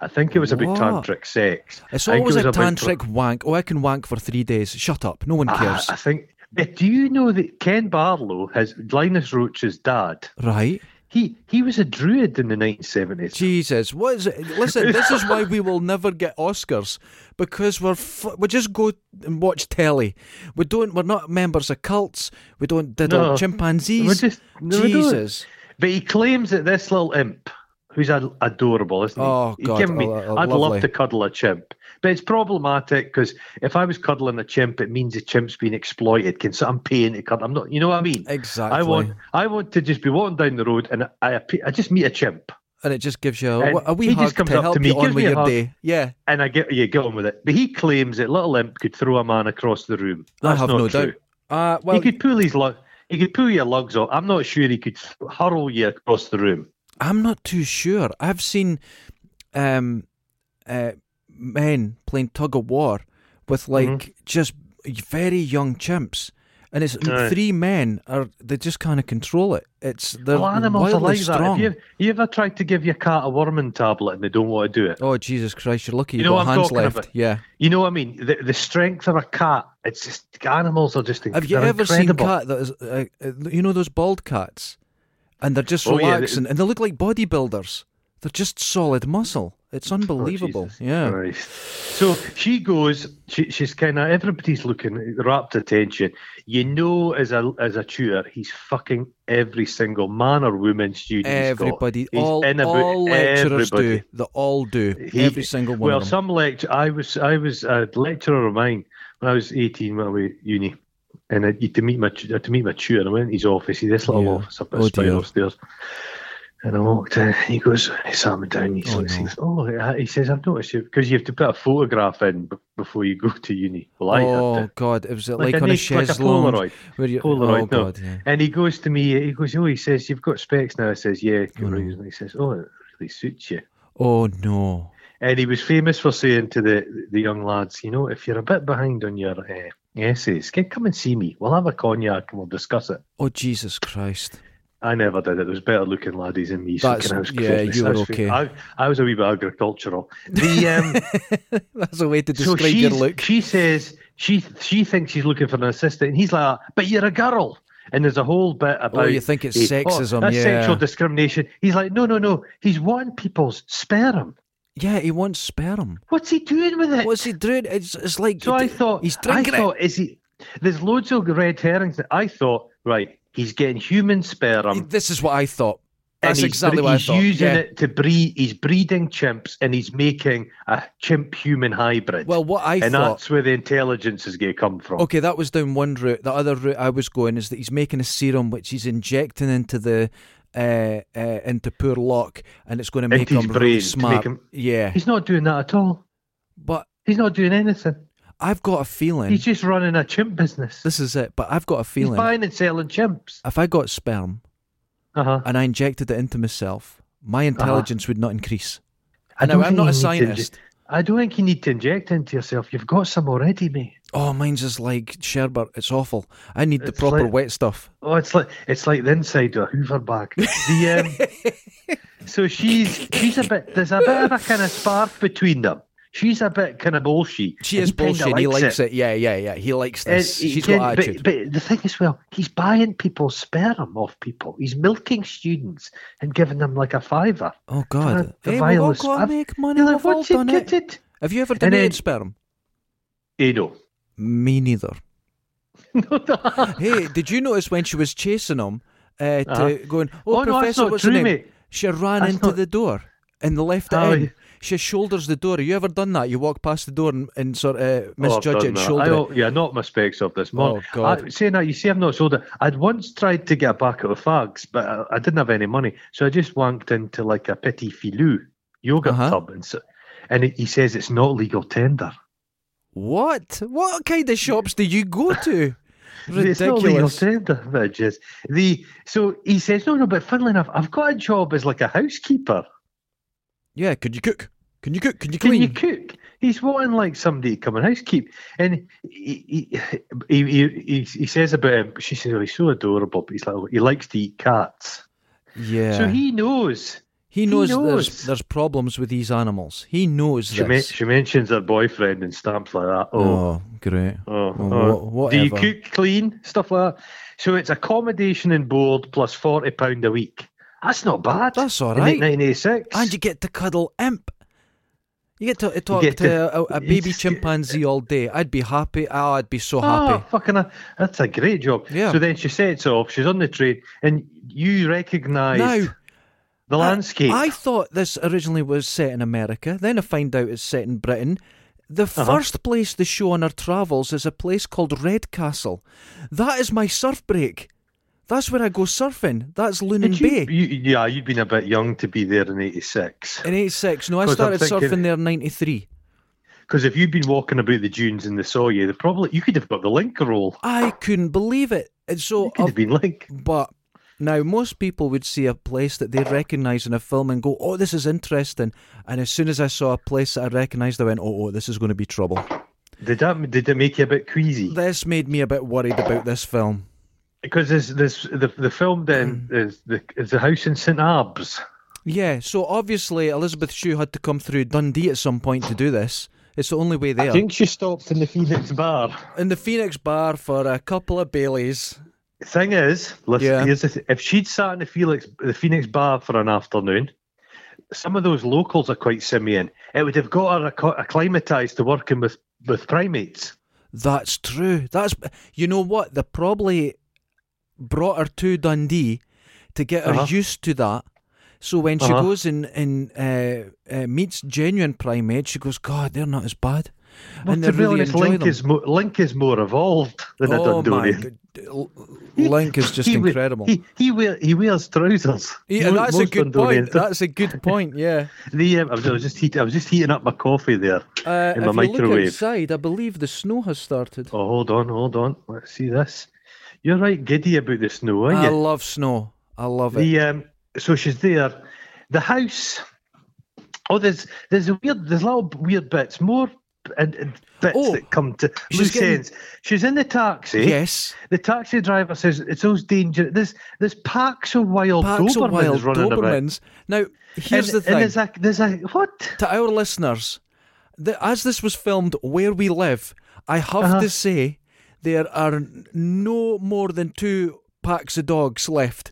[SPEAKER 1] I think it was about
[SPEAKER 2] What?
[SPEAKER 1] tantric sex.
[SPEAKER 2] It's
[SPEAKER 1] I think
[SPEAKER 2] always
[SPEAKER 1] it
[SPEAKER 2] a
[SPEAKER 1] was about-
[SPEAKER 2] tantric wank. Oh, I can wank for three days. Shut up. No one
[SPEAKER 1] Ah,
[SPEAKER 2] cares.
[SPEAKER 1] I, think. eh, Do you know that Ken Barlow, his Linus Roach's dad,
[SPEAKER 2] right?
[SPEAKER 1] he he was a druid in the 1970s.
[SPEAKER 2] Jesus, what is it? Listen, this is why we will never get Oscars because we're f- we just go and watch telly. We don't. We're not members of cults. We don't diddle
[SPEAKER 1] No.
[SPEAKER 2] chimpanzees.
[SPEAKER 1] We're just- no, we don't.
[SPEAKER 2] Jesus.
[SPEAKER 1] But he claims that this little imp, who's ad- adorable, isn't he?
[SPEAKER 2] Oh,
[SPEAKER 1] He
[SPEAKER 2] God,
[SPEAKER 1] given me,
[SPEAKER 2] oh, oh,
[SPEAKER 1] I'd
[SPEAKER 2] lovely.
[SPEAKER 1] love to cuddle a chimp. But it's problematic because if I was cuddling a chimp, it means the chimp's being exploited. Can so I'm paying to cuddle. I'm not. You know what I mean?
[SPEAKER 2] Exactly.
[SPEAKER 1] I want. I want to just be walking down the road and I. appe- I just meet a chimp
[SPEAKER 2] and it just gives you a,
[SPEAKER 1] And
[SPEAKER 2] a wee
[SPEAKER 1] he
[SPEAKER 2] hug
[SPEAKER 1] just comes
[SPEAKER 2] to
[SPEAKER 1] up
[SPEAKER 2] help
[SPEAKER 1] to me,
[SPEAKER 2] you on
[SPEAKER 1] gives
[SPEAKER 2] with
[SPEAKER 1] me a
[SPEAKER 2] your
[SPEAKER 1] hug.
[SPEAKER 2] day. Yeah,
[SPEAKER 1] and I get you get on with it. But he claims that little imp could throw a man across the room.
[SPEAKER 2] I
[SPEAKER 1] That's
[SPEAKER 2] have
[SPEAKER 1] not
[SPEAKER 2] no
[SPEAKER 1] true.
[SPEAKER 2] doubt. Uh, well,
[SPEAKER 1] he could pull his lug. He could pull your lugs off. I'm not sure he could hurl you across the room.
[SPEAKER 2] I'm not too sure. I've seen um, uh, men playing tug of war
[SPEAKER 1] Mm-hmm.
[SPEAKER 2] with like just very young chimps, and it's
[SPEAKER 1] Aye.
[SPEAKER 2] three men are they just kind of control it. It's they're
[SPEAKER 1] Well, animals are
[SPEAKER 2] wildly
[SPEAKER 1] like that. Have
[SPEAKER 2] strong.
[SPEAKER 1] you, you ever tried to give your cat a worming tablet and they don't want to do it?
[SPEAKER 2] Oh Jesus Christ! You're lucky you,
[SPEAKER 1] You know
[SPEAKER 2] got
[SPEAKER 1] what I'm
[SPEAKER 2] hands
[SPEAKER 1] talking
[SPEAKER 2] left.
[SPEAKER 1] about.
[SPEAKER 2] Yeah.
[SPEAKER 1] You know what I mean? The, the strength of a cat, it's just animals are just
[SPEAKER 2] Have you
[SPEAKER 1] they're
[SPEAKER 2] ever
[SPEAKER 1] incredible.
[SPEAKER 2] seen cat that is uh, uh, you know those bald cats, and they're just
[SPEAKER 1] Oh, yeah, they-
[SPEAKER 2] relaxing, and they look like bodybuilders. They're just solid muscle. It's
[SPEAKER 1] Oh,
[SPEAKER 2] unbelievable.
[SPEAKER 1] Jesus
[SPEAKER 2] yeah.
[SPEAKER 1] Christ. So she goes. She, she's kind of everybody's looking rapt attention. You know, as a as a tutor, he's fucking every single man or woman student. he's got.
[SPEAKER 2] Everybody,
[SPEAKER 1] He's
[SPEAKER 2] all,
[SPEAKER 1] in about
[SPEAKER 2] all lecturers
[SPEAKER 1] everybody.
[SPEAKER 2] do. They all do.
[SPEAKER 1] He-
[SPEAKER 2] Every single one
[SPEAKER 1] Well,
[SPEAKER 2] of them.
[SPEAKER 1] some lecture. I was I was a lecturer of mine when I was eighteen when I was at uni, and I, to meet my tu- to meet my tutor, I went to his office. He this little
[SPEAKER 2] Yeah.
[SPEAKER 1] office up at
[SPEAKER 2] Oh,
[SPEAKER 1] the spinal
[SPEAKER 2] dear.
[SPEAKER 1] stairs. And I walked in. He goes, he sat me down. He
[SPEAKER 2] Oh,
[SPEAKER 1] looks,
[SPEAKER 2] no.
[SPEAKER 1] he goes, oh, yeah," he says, I've noticed you because you have to put a photograph in b- before you go to uni. Well, I had
[SPEAKER 2] oh
[SPEAKER 1] to.
[SPEAKER 2] God, it was like,
[SPEAKER 1] Like a
[SPEAKER 2] on a
[SPEAKER 1] niche- like a
[SPEAKER 2] chaise longue
[SPEAKER 1] Polaroid.
[SPEAKER 2] where you-
[SPEAKER 1] Polaroid,
[SPEAKER 2] oh
[SPEAKER 1] no.
[SPEAKER 2] God, yeah.
[SPEAKER 1] And he goes to me. He goes, oh, he says, you've got specs now. I says, yeah.
[SPEAKER 2] Oh, no.
[SPEAKER 1] And he says, oh, it really suits you.
[SPEAKER 2] Oh no.
[SPEAKER 1] And he was famous for saying to the, the young lads, you know, if you're a bit behind on your uh, essays, can come and see me. We'll have a cognac and we'll discuss it.
[SPEAKER 2] Oh Jesus Christ! [LAUGHS]
[SPEAKER 1] I never did it. There was better looking laddies than me.
[SPEAKER 2] That's-
[SPEAKER 1] so can I was
[SPEAKER 2] yeah,
[SPEAKER 1] close.
[SPEAKER 2] you
[SPEAKER 1] I
[SPEAKER 2] were
[SPEAKER 1] was-
[SPEAKER 2] okay.
[SPEAKER 1] I, I was a wee bit agricultural. The
[SPEAKER 2] [LAUGHS]
[SPEAKER 1] um,
[SPEAKER 2] That's a way to
[SPEAKER 1] so
[SPEAKER 2] describe your
[SPEAKER 1] she
[SPEAKER 2] look.
[SPEAKER 1] she says she she thinks he's looking for an assistant, and he's like, "But you're a girl." And there's a whole bit about
[SPEAKER 2] Oh, you think it's
[SPEAKER 1] eh,
[SPEAKER 2] sexism,
[SPEAKER 1] that's
[SPEAKER 2] yeah.
[SPEAKER 1] sexual discrimination. He's like, "No, no, no. He's wanting people's sperm.
[SPEAKER 2] Yeah, he wants sperm.
[SPEAKER 1] What's he doing with it?"
[SPEAKER 2] What's he doing? It's, it's like
[SPEAKER 1] So I thought
[SPEAKER 2] he's
[SPEAKER 1] I
[SPEAKER 2] drinking it.
[SPEAKER 1] thought is he there's loads of red herrings that I thought, right, he's getting human sperm
[SPEAKER 2] This is what I thought. That's
[SPEAKER 1] and he's, bre-
[SPEAKER 2] exactly what I
[SPEAKER 1] he's
[SPEAKER 2] thought.
[SPEAKER 1] using
[SPEAKER 2] yeah.
[SPEAKER 1] it to breed he's breeding chimps and he's making a chimp human hybrid.
[SPEAKER 2] Well, what I
[SPEAKER 1] and
[SPEAKER 2] thought.
[SPEAKER 1] that's where the intelligence is gonna come from.
[SPEAKER 2] Okay, that was down one route. The other route I was going is that he's making a serum which he's injecting into the uh, uh, into poor Locke, and it's going to make
[SPEAKER 1] Into his
[SPEAKER 2] him really
[SPEAKER 1] brain to
[SPEAKER 2] smart.
[SPEAKER 1] make him-
[SPEAKER 2] Yeah,
[SPEAKER 1] He's not doing that at all.
[SPEAKER 2] but
[SPEAKER 1] He's not doing anything.
[SPEAKER 2] I've got a feeling
[SPEAKER 1] He's just running a chimp business.
[SPEAKER 2] this is it. But I've got a
[SPEAKER 1] He's
[SPEAKER 2] feeling
[SPEAKER 1] buying and selling chimps.
[SPEAKER 2] if I got sperm
[SPEAKER 1] Uh huh.
[SPEAKER 2] and I injected it into myself, my
[SPEAKER 1] Uh-huh.
[SPEAKER 2] intelligence would not increase. Now, I'm not a scientist.
[SPEAKER 1] I don't think you need to inject into yourself. You've got some already, mate.
[SPEAKER 2] Oh, mine's just like sherbet. It's awful. I need the
[SPEAKER 1] It's
[SPEAKER 2] proper
[SPEAKER 1] like-
[SPEAKER 2] wet stuff.
[SPEAKER 1] Oh, it's like it's like the inside of a Hoover bag. The,
[SPEAKER 2] [LAUGHS]
[SPEAKER 1] um, so she's she's a bit there's a bit of a kind of spark between them. She's a bit kind of bullshit.
[SPEAKER 2] She
[SPEAKER 1] and
[SPEAKER 2] is
[SPEAKER 1] he kinda
[SPEAKER 2] bullshit. He likes it. Yeah, yeah, yeah. He likes
[SPEAKER 1] And
[SPEAKER 2] this.
[SPEAKER 1] he
[SPEAKER 2] She's
[SPEAKER 1] can-
[SPEAKER 2] got
[SPEAKER 1] but,
[SPEAKER 2] attitude.
[SPEAKER 1] but the thing is, well, he's buying people's sperm off people. He's milking students and giving them like a fiver.
[SPEAKER 2] Oh
[SPEAKER 1] Uh,
[SPEAKER 2] God!
[SPEAKER 1] the
[SPEAKER 2] Hey, we've all
[SPEAKER 1] violence-
[SPEAKER 2] got to
[SPEAKER 1] I've-
[SPEAKER 2] make money.
[SPEAKER 1] You're like,
[SPEAKER 2] We've all
[SPEAKER 1] what's it
[SPEAKER 2] done it.
[SPEAKER 1] kitted?
[SPEAKER 2] Have you ever
[SPEAKER 1] then-
[SPEAKER 2] donated sperm?
[SPEAKER 1] Eh, no. [LAUGHS]
[SPEAKER 2] Me neither.
[SPEAKER 1] No, no.
[SPEAKER 2] hey, did you notice when she was chasing him, uh, to
[SPEAKER 1] Uh-huh.
[SPEAKER 2] going? Oh,
[SPEAKER 1] Oh, no, that's
[SPEAKER 2] professor,
[SPEAKER 1] not
[SPEAKER 2] what's
[SPEAKER 1] true,
[SPEAKER 2] her name?
[SPEAKER 1] mate.
[SPEAKER 2] She ran
[SPEAKER 1] That's
[SPEAKER 2] into
[SPEAKER 1] not-
[SPEAKER 2] the door and the left
[SPEAKER 1] Oh,
[SPEAKER 2] end.
[SPEAKER 1] yeah.
[SPEAKER 2] She shoulders the door. Have you ever done that? You walk past the door and, and sort of uh,
[SPEAKER 1] Oh, I've
[SPEAKER 2] misjudge
[SPEAKER 1] done
[SPEAKER 2] it and
[SPEAKER 1] that.
[SPEAKER 2] shoulder
[SPEAKER 1] I
[SPEAKER 2] it.
[SPEAKER 1] don't- yeah, not my specs of this morning.
[SPEAKER 2] Oh, God.
[SPEAKER 1] I, saying that, you see, I've not sold it. I'd once tried to get a packet of fags, but I, I didn't have any money, so I just wanked into like a petit filou yogurt
[SPEAKER 2] Uh-huh.
[SPEAKER 1] tub, and so, and he- he says it's not legal tender.
[SPEAKER 2] What? What kind of shops do you go to?
[SPEAKER 1] It's not legal
[SPEAKER 2] Ridiculous.
[SPEAKER 1] tender, bitches. The so he says, no, no, but funnily enough, I've got a job as like a housekeeper.
[SPEAKER 2] Yeah, could you cook? Can you cook? Can you
[SPEAKER 1] Can
[SPEAKER 2] clean?
[SPEAKER 1] you cook? He's wanting like somebody to come and housekeep, and he he, he, he- he he says about him. She says, "Oh, he's so adorable, but he's like oh, he likes to eat cats."
[SPEAKER 2] Yeah.
[SPEAKER 1] So he knows.
[SPEAKER 2] he knows, there's
[SPEAKER 1] knows.
[SPEAKER 2] there's problems with these animals. He knows
[SPEAKER 1] She, men-
[SPEAKER 2] this.
[SPEAKER 1] she mentions her boyfriend and stamps like that. Oh,
[SPEAKER 2] Oh, great.
[SPEAKER 1] oh,
[SPEAKER 2] well,
[SPEAKER 1] oh.
[SPEAKER 2] wha-
[SPEAKER 1] do you
[SPEAKER 2] whatever.
[SPEAKER 1] cook, clean stuff like that? So it's accommodation and board plus forty pound a week. That's not bad.
[SPEAKER 2] That's all
[SPEAKER 1] In
[SPEAKER 2] right.
[SPEAKER 1] 1986.
[SPEAKER 2] And you get to cuddle imp. You get to talk
[SPEAKER 1] get
[SPEAKER 2] to,
[SPEAKER 1] to-
[SPEAKER 2] a,
[SPEAKER 1] [LAUGHS]
[SPEAKER 2] a baby
[SPEAKER 1] it's-
[SPEAKER 2] chimpanzee all day. I'd be happy. Oh, I'd be so
[SPEAKER 1] Oh,
[SPEAKER 2] happy.
[SPEAKER 1] fucking, uh, that's a great job.
[SPEAKER 2] Yeah.
[SPEAKER 1] So then she sets off. She's on the train, and you recognise
[SPEAKER 2] Now,
[SPEAKER 1] the Ah, landscape.
[SPEAKER 2] I thought this originally was set in America. Then I find out it's set in Britain. The
[SPEAKER 1] Uh-huh.
[SPEAKER 2] first place they show on our travels is a place called Redcastle. That is my surf break. That's where I go surfing. That's Lunan
[SPEAKER 1] Did you-
[SPEAKER 2] Bay.
[SPEAKER 1] you- yeah, you'd been a bit young to be there in '86.
[SPEAKER 2] In 86. No, I
[SPEAKER 1] 'Cause I'm
[SPEAKER 2] started
[SPEAKER 1] thinking-
[SPEAKER 2] surfing there in 93.
[SPEAKER 1] Because if you'd been walking about the dunes and they saw you, they probably you could have got the link roll.
[SPEAKER 2] I couldn't believe it. And so
[SPEAKER 1] You could
[SPEAKER 2] of
[SPEAKER 1] have been like,
[SPEAKER 2] But now, most people would see a place that they recognise in a film and go, "Oh, this is interesting." And as soon as I saw a place that I recognised, I went, "Oh, oh, this is going to be trouble."
[SPEAKER 1] did that? Did it make you a bit queasy?
[SPEAKER 2] This made me a bit worried about this film.
[SPEAKER 1] Because there's there's the the film
[SPEAKER 2] Hmm.
[SPEAKER 1] then is the is the house in St Arbs.
[SPEAKER 2] Yeah, so obviously Elizabeth Shue had to come through Dundee at some point to do this. It's the only way there.
[SPEAKER 1] I think she stopped in the Phoenix Bar.
[SPEAKER 2] in the Phoenix Bar for a couple of Baileys.
[SPEAKER 1] Thing is, listen,
[SPEAKER 2] Yeah.
[SPEAKER 1] here's the th- if she'd sat in the Felix the Phoenix Bar for an afternoon, some of those locals are quite simian. It would have got her acco- acclimatized to working with with primates.
[SPEAKER 2] That's true. That's you know what they probably brought her to Dundee to get her
[SPEAKER 1] Uh-huh.
[SPEAKER 2] used to that. So when she
[SPEAKER 1] Uh-huh.
[SPEAKER 2] goes and and uh, uh, meets genuine primates, she goes, "God, they're not as bad,"
[SPEAKER 1] But
[SPEAKER 2] and they
[SPEAKER 1] to be
[SPEAKER 2] really
[SPEAKER 1] honest,
[SPEAKER 2] enjoy
[SPEAKER 1] Link
[SPEAKER 2] them.
[SPEAKER 1] is mo- Link is more evolved than a
[SPEAKER 2] oh my,
[SPEAKER 1] Dundonian. [LAUGHS]
[SPEAKER 2] good. L- Link is just
[SPEAKER 1] He we-
[SPEAKER 2] incredible.
[SPEAKER 1] He he, wear, he wears trousers.
[SPEAKER 2] yeah,
[SPEAKER 1] Mo-
[SPEAKER 2] that's a
[SPEAKER 1] most
[SPEAKER 2] good
[SPEAKER 1] Dundonians
[SPEAKER 2] point.
[SPEAKER 1] don't.
[SPEAKER 2] That's a good point. Yeah.
[SPEAKER 1] [LAUGHS] the, um, I was I was just heat, I was just heating up my coffee there. Oh,
[SPEAKER 2] Uh,
[SPEAKER 1] In
[SPEAKER 2] if
[SPEAKER 1] my
[SPEAKER 2] you look
[SPEAKER 1] microwave.
[SPEAKER 2] outside, I believe the snow has started.
[SPEAKER 1] Oh, hold on, hold on. Let's see this. You're right giddy about the snow, aren't
[SPEAKER 2] I
[SPEAKER 1] you?
[SPEAKER 2] love snow. I love it.
[SPEAKER 1] The um, so she's there. The house Oh, there's there's a weird there's little weird bits more and, and bits
[SPEAKER 2] Oh,
[SPEAKER 1] that come to
[SPEAKER 2] she's
[SPEAKER 1] loose
[SPEAKER 2] getting-
[SPEAKER 1] ends. She's in the taxi.
[SPEAKER 2] Yes.
[SPEAKER 1] The taxi driver says it's those dangerous. This this packs of wild
[SPEAKER 2] Packs
[SPEAKER 1] Dobermans
[SPEAKER 2] of wild
[SPEAKER 1] running about.
[SPEAKER 2] Dobermans. Now, here's
[SPEAKER 1] and,
[SPEAKER 2] the
[SPEAKER 1] And
[SPEAKER 2] thing
[SPEAKER 1] there's a there's a what?
[SPEAKER 2] to our listeners, the, as this was filmed where we live, I have
[SPEAKER 1] Uh-huh.
[SPEAKER 2] to say there are no more than two packs of dogs left.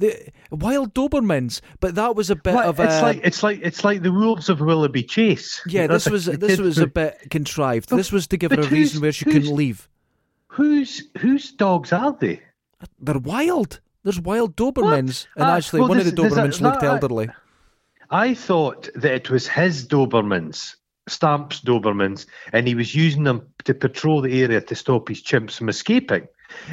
[SPEAKER 2] The wild Dobermans, but that was a bit
[SPEAKER 1] What?
[SPEAKER 2] of a
[SPEAKER 1] it's like it's like it's like the wolves of Willoughby Chase.
[SPEAKER 2] yeah.
[SPEAKER 1] That's [LAUGHS]
[SPEAKER 2] This was
[SPEAKER 1] the
[SPEAKER 2] this
[SPEAKER 1] kids
[SPEAKER 2] was
[SPEAKER 1] who-
[SPEAKER 2] a bit contrived. This was to give
[SPEAKER 1] but
[SPEAKER 2] her a
[SPEAKER 1] who's-
[SPEAKER 2] reason where she
[SPEAKER 1] who's-
[SPEAKER 2] couldn't leave.
[SPEAKER 1] whose whose dogs are they?
[SPEAKER 2] They're wild. There's wild Dobermans, and
[SPEAKER 1] Ah,
[SPEAKER 2] actually,
[SPEAKER 1] well,
[SPEAKER 2] one
[SPEAKER 1] this-
[SPEAKER 2] of the
[SPEAKER 1] there's a-
[SPEAKER 2] Dobermans looked
[SPEAKER 1] that-
[SPEAKER 2] elderly.
[SPEAKER 1] I thought that it was his Dobermans, Stamp's Dobermans, and he was using them to patrol the area to stop his chimps from escaping.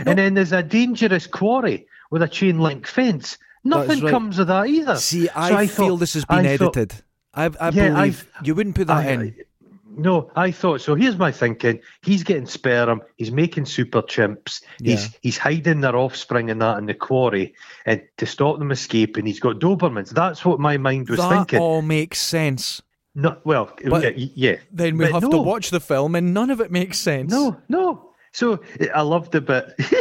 [SPEAKER 1] And then there's a dangerous quarry with a chain link fence. Nothing
[SPEAKER 2] right.
[SPEAKER 1] comes of that either.
[SPEAKER 2] See,
[SPEAKER 1] So
[SPEAKER 2] I, feel
[SPEAKER 1] thought-
[SPEAKER 2] this has been
[SPEAKER 1] I thought-
[SPEAKER 2] edited. I, I
[SPEAKER 1] Yeah, I-
[SPEAKER 2] believe you wouldn't put that
[SPEAKER 1] I-
[SPEAKER 2] in.
[SPEAKER 1] I- no, I thought so. Here's my thinking: he's getting sperm, he's making super chimps, he's he's hiding their offspring and that in the quarry, and to stop them escaping, he's got Dobermans. That's what my mind was
[SPEAKER 2] that
[SPEAKER 1] thinking.
[SPEAKER 2] all makes sense.
[SPEAKER 1] No, well,
[SPEAKER 2] But
[SPEAKER 1] yeah, yeah.
[SPEAKER 2] Then we
[SPEAKER 1] But
[SPEAKER 2] have to
[SPEAKER 1] no,
[SPEAKER 2] watch the film, and none of it makes sense.
[SPEAKER 1] No, no. So I loved the bit. [LAUGHS]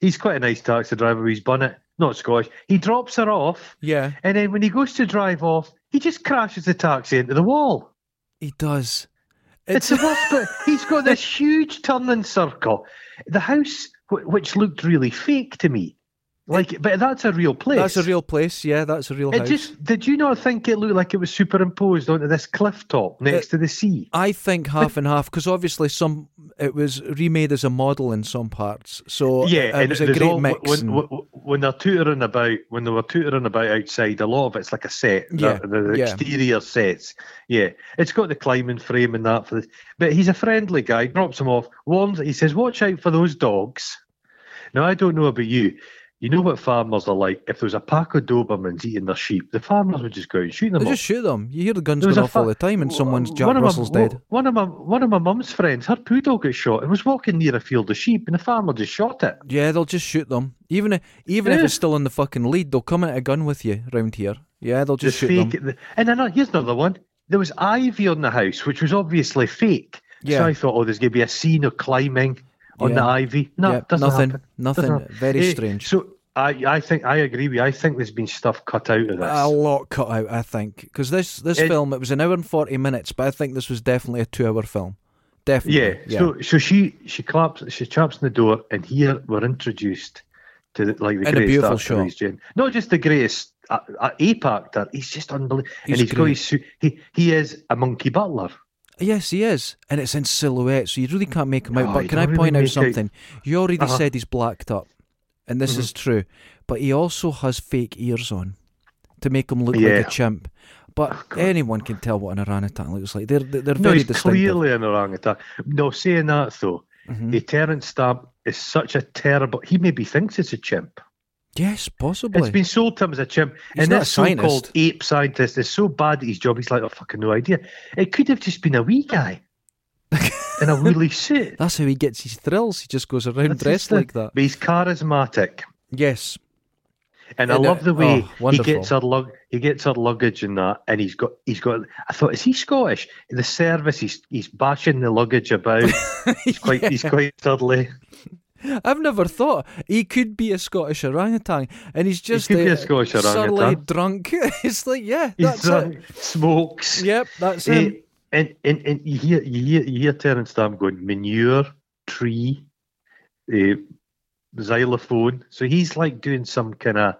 [SPEAKER 1] he's quite a nice taxi driver. with His bonnet, not Scottish. He drops her off,
[SPEAKER 2] Yeah,
[SPEAKER 1] and then when he goes to drive off, he just crashes the taxi into the wall.
[SPEAKER 2] he does.
[SPEAKER 1] It's a rough bit. He's got
[SPEAKER 2] [LAUGHS]
[SPEAKER 1] this huge turning circle. The house, wh- which looked really fake to me, like, but that's a real place.
[SPEAKER 2] That's a real place. Yeah, that's a real
[SPEAKER 1] It
[SPEAKER 2] house.
[SPEAKER 1] just did you not think it looked like it was superimposed onto this cliff top next
[SPEAKER 2] It-
[SPEAKER 1] to the sea?
[SPEAKER 2] I think half and half because obviously some it was remade as a model in some parts. So
[SPEAKER 1] yeah,
[SPEAKER 2] it,
[SPEAKER 1] and
[SPEAKER 2] was a
[SPEAKER 1] there's
[SPEAKER 2] great
[SPEAKER 1] all-
[SPEAKER 2] mix.
[SPEAKER 1] When,
[SPEAKER 2] and-
[SPEAKER 1] when, when they're tutoring about, when they were tutoring about outside, a lot of it's like a set.
[SPEAKER 2] Yeah,
[SPEAKER 1] the, the
[SPEAKER 2] yeah.
[SPEAKER 1] exterior sets. Yeah, it's got the climbing frame and that for this. But he's a friendly guy. Drops him off. Warns. He says, "Watch out for those dogs." Now I don't know about you. You know what farmers are like. If there was a pack of Dobermans eating their sheep, the farmers would just go out and shoot them.
[SPEAKER 2] they
[SPEAKER 1] all.
[SPEAKER 2] just shoot them. You hear the guns
[SPEAKER 1] There was
[SPEAKER 2] going
[SPEAKER 1] a
[SPEAKER 2] off all
[SPEAKER 1] fa-
[SPEAKER 2] the time, and
[SPEAKER 1] w-
[SPEAKER 2] someone's Jack
[SPEAKER 1] one of my-
[SPEAKER 2] Russell's
[SPEAKER 1] w-
[SPEAKER 2] dead.
[SPEAKER 1] One of my one of my mum's friends, her poodle got shot. It was walking near a field of sheep, and the farmer just shot it.
[SPEAKER 2] Yeah, they'll just shoot them. Even if, even if
[SPEAKER 1] Yeah.
[SPEAKER 2] it's still on the fucking lead, they'll come at a gun with you round here. Yeah, they'll just
[SPEAKER 1] the
[SPEAKER 2] shoot them.
[SPEAKER 1] fake. the- and then uh, here's another one. There was ivy on the house, which was obviously fake.
[SPEAKER 2] Yeah.
[SPEAKER 1] So I thought, oh, there's going to be a scene of climbing on the
[SPEAKER 2] Yeah.
[SPEAKER 1] ivy. No,
[SPEAKER 2] Yeah,
[SPEAKER 1] doesn't
[SPEAKER 2] nothing,
[SPEAKER 1] happen.
[SPEAKER 2] nothing.
[SPEAKER 1] Doesn't happen.
[SPEAKER 2] Very
[SPEAKER 1] Eh,
[SPEAKER 2] strange.
[SPEAKER 1] So I, I think I agree with you. I think there's been stuff cut out of this.
[SPEAKER 2] a lot cut out, I think, because this this
[SPEAKER 1] It-
[SPEAKER 2] film it was an hour and forty minutes, but I think this was definitely a two hour film. Definitely,
[SPEAKER 1] yeah. So so she she claps she chaps on the door, and here we're introduced to the, like the
[SPEAKER 2] a
[SPEAKER 1] greatest
[SPEAKER 2] beautiful
[SPEAKER 1] actor
[SPEAKER 2] shot.
[SPEAKER 1] he's doing. Not just the greatest. Uh, uh, ape actor, he's just unbelievable,
[SPEAKER 2] He's
[SPEAKER 1] and he's got
[SPEAKER 2] great.
[SPEAKER 1] his suit. He he is a monkey butler.
[SPEAKER 2] yes, he is, and it's in silhouette, so you really can't make him out.
[SPEAKER 1] Oh,
[SPEAKER 2] but
[SPEAKER 1] you
[SPEAKER 2] can I
[SPEAKER 1] don't really
[SPEAKER 2] point out
[SPEAKER 1] make out-
[SPEAKER 2] something? You already
[SPEAKER 1] Uh-huh. Mm-hmm.
[SPEAKER 2] said he's blacked up, and this is true, but he also has fake ears on to make him look like
[SPEAKER 1] Yeah. Oh,
[SPEAKER 2] a chimp. But anyone can tell what an orangutan looks like. They're they're, they're
[SPEAKER 1] No,
[SPEAKER 2] very
[SPEAKER 1] he's
[SPEAKER 2] distinctive.
[SPEAKER 1] clearly an orangutan. No, saying that though,
[SPEAKER 2] Mm-hmm.
[SPEAKER 1] the Terence Stamp is such a terrible. He maybe thinks it's a chimp.
[SPEAKER 2] Yes, possibly.
[SPEAKER 1] It's been sold to him as a chimp,
[SPEAKER 2] He's
[SPEAKER 1] and
[SPEAKER 2] not
[SPEAKER 1] this
[SPEAKER 2] a scientist.
[SPEAKER 1] so-called ape scientist is so bad at his job. He's like, I fucking no idea. It could have just been a wee
[SPEAKER 2] [LAUGHS]
[SPEAKER 1] guy in a woolly suit.
[SPEAKER 2] That's how he gets his thrills. He just goes around
[SPEAKER 1] That's
[SPEAKER 2] dressed
[SPEAKER 1] just the-
[SPEAKER 2] like that.
[SPEAKER 1] But he's charismatic,
[SPEAKER 2] Yes.
[SPEAKER 1] and I
[SPEAKER 2] And, uh,
[SPEAKER 1] love the way
[SPEAKER 2] oh,
[SPEAKER 1] he
[SPEAKER 2] wonderful.
[SPEAKER 1] gets her lug. He gets her luggage and that, and he's got he's got. I thought, is he Scottish? The service, he's he's bashing the luggage
[SPEAKER 2] [LAUGHS]
[SPEAKER 1] about. he's quite he's quite surly.
[SPEAKER 2] I've never thought he could be a Scottish orangutan, and he's just
[SPEAKER 1] could be a Scottish
[SPEAKER 2] surly
[SPEAKER 1] orangutan.
[SPEAKER 2] drunk. [LAUGHS] it's like, yeah,
[SPEAKER 1] He's
[SPEAKER 2] that's
[SPEAKER 1] drunk,
[SPEAKER 2] it.
[SPEAKER 1] [LAUGHS]
[SPEAKER 2] um,
[SPEAKER 1] smokes.
[SPEAKER 2] Yep, that's
[SPEAKER 1] Eh,
[SPEAKER 2] him.
[SPEAKER 1] and, and and you hear you hear you hear Terence Stamp going manure tree, uh, xylophone. So he's like doing some kind of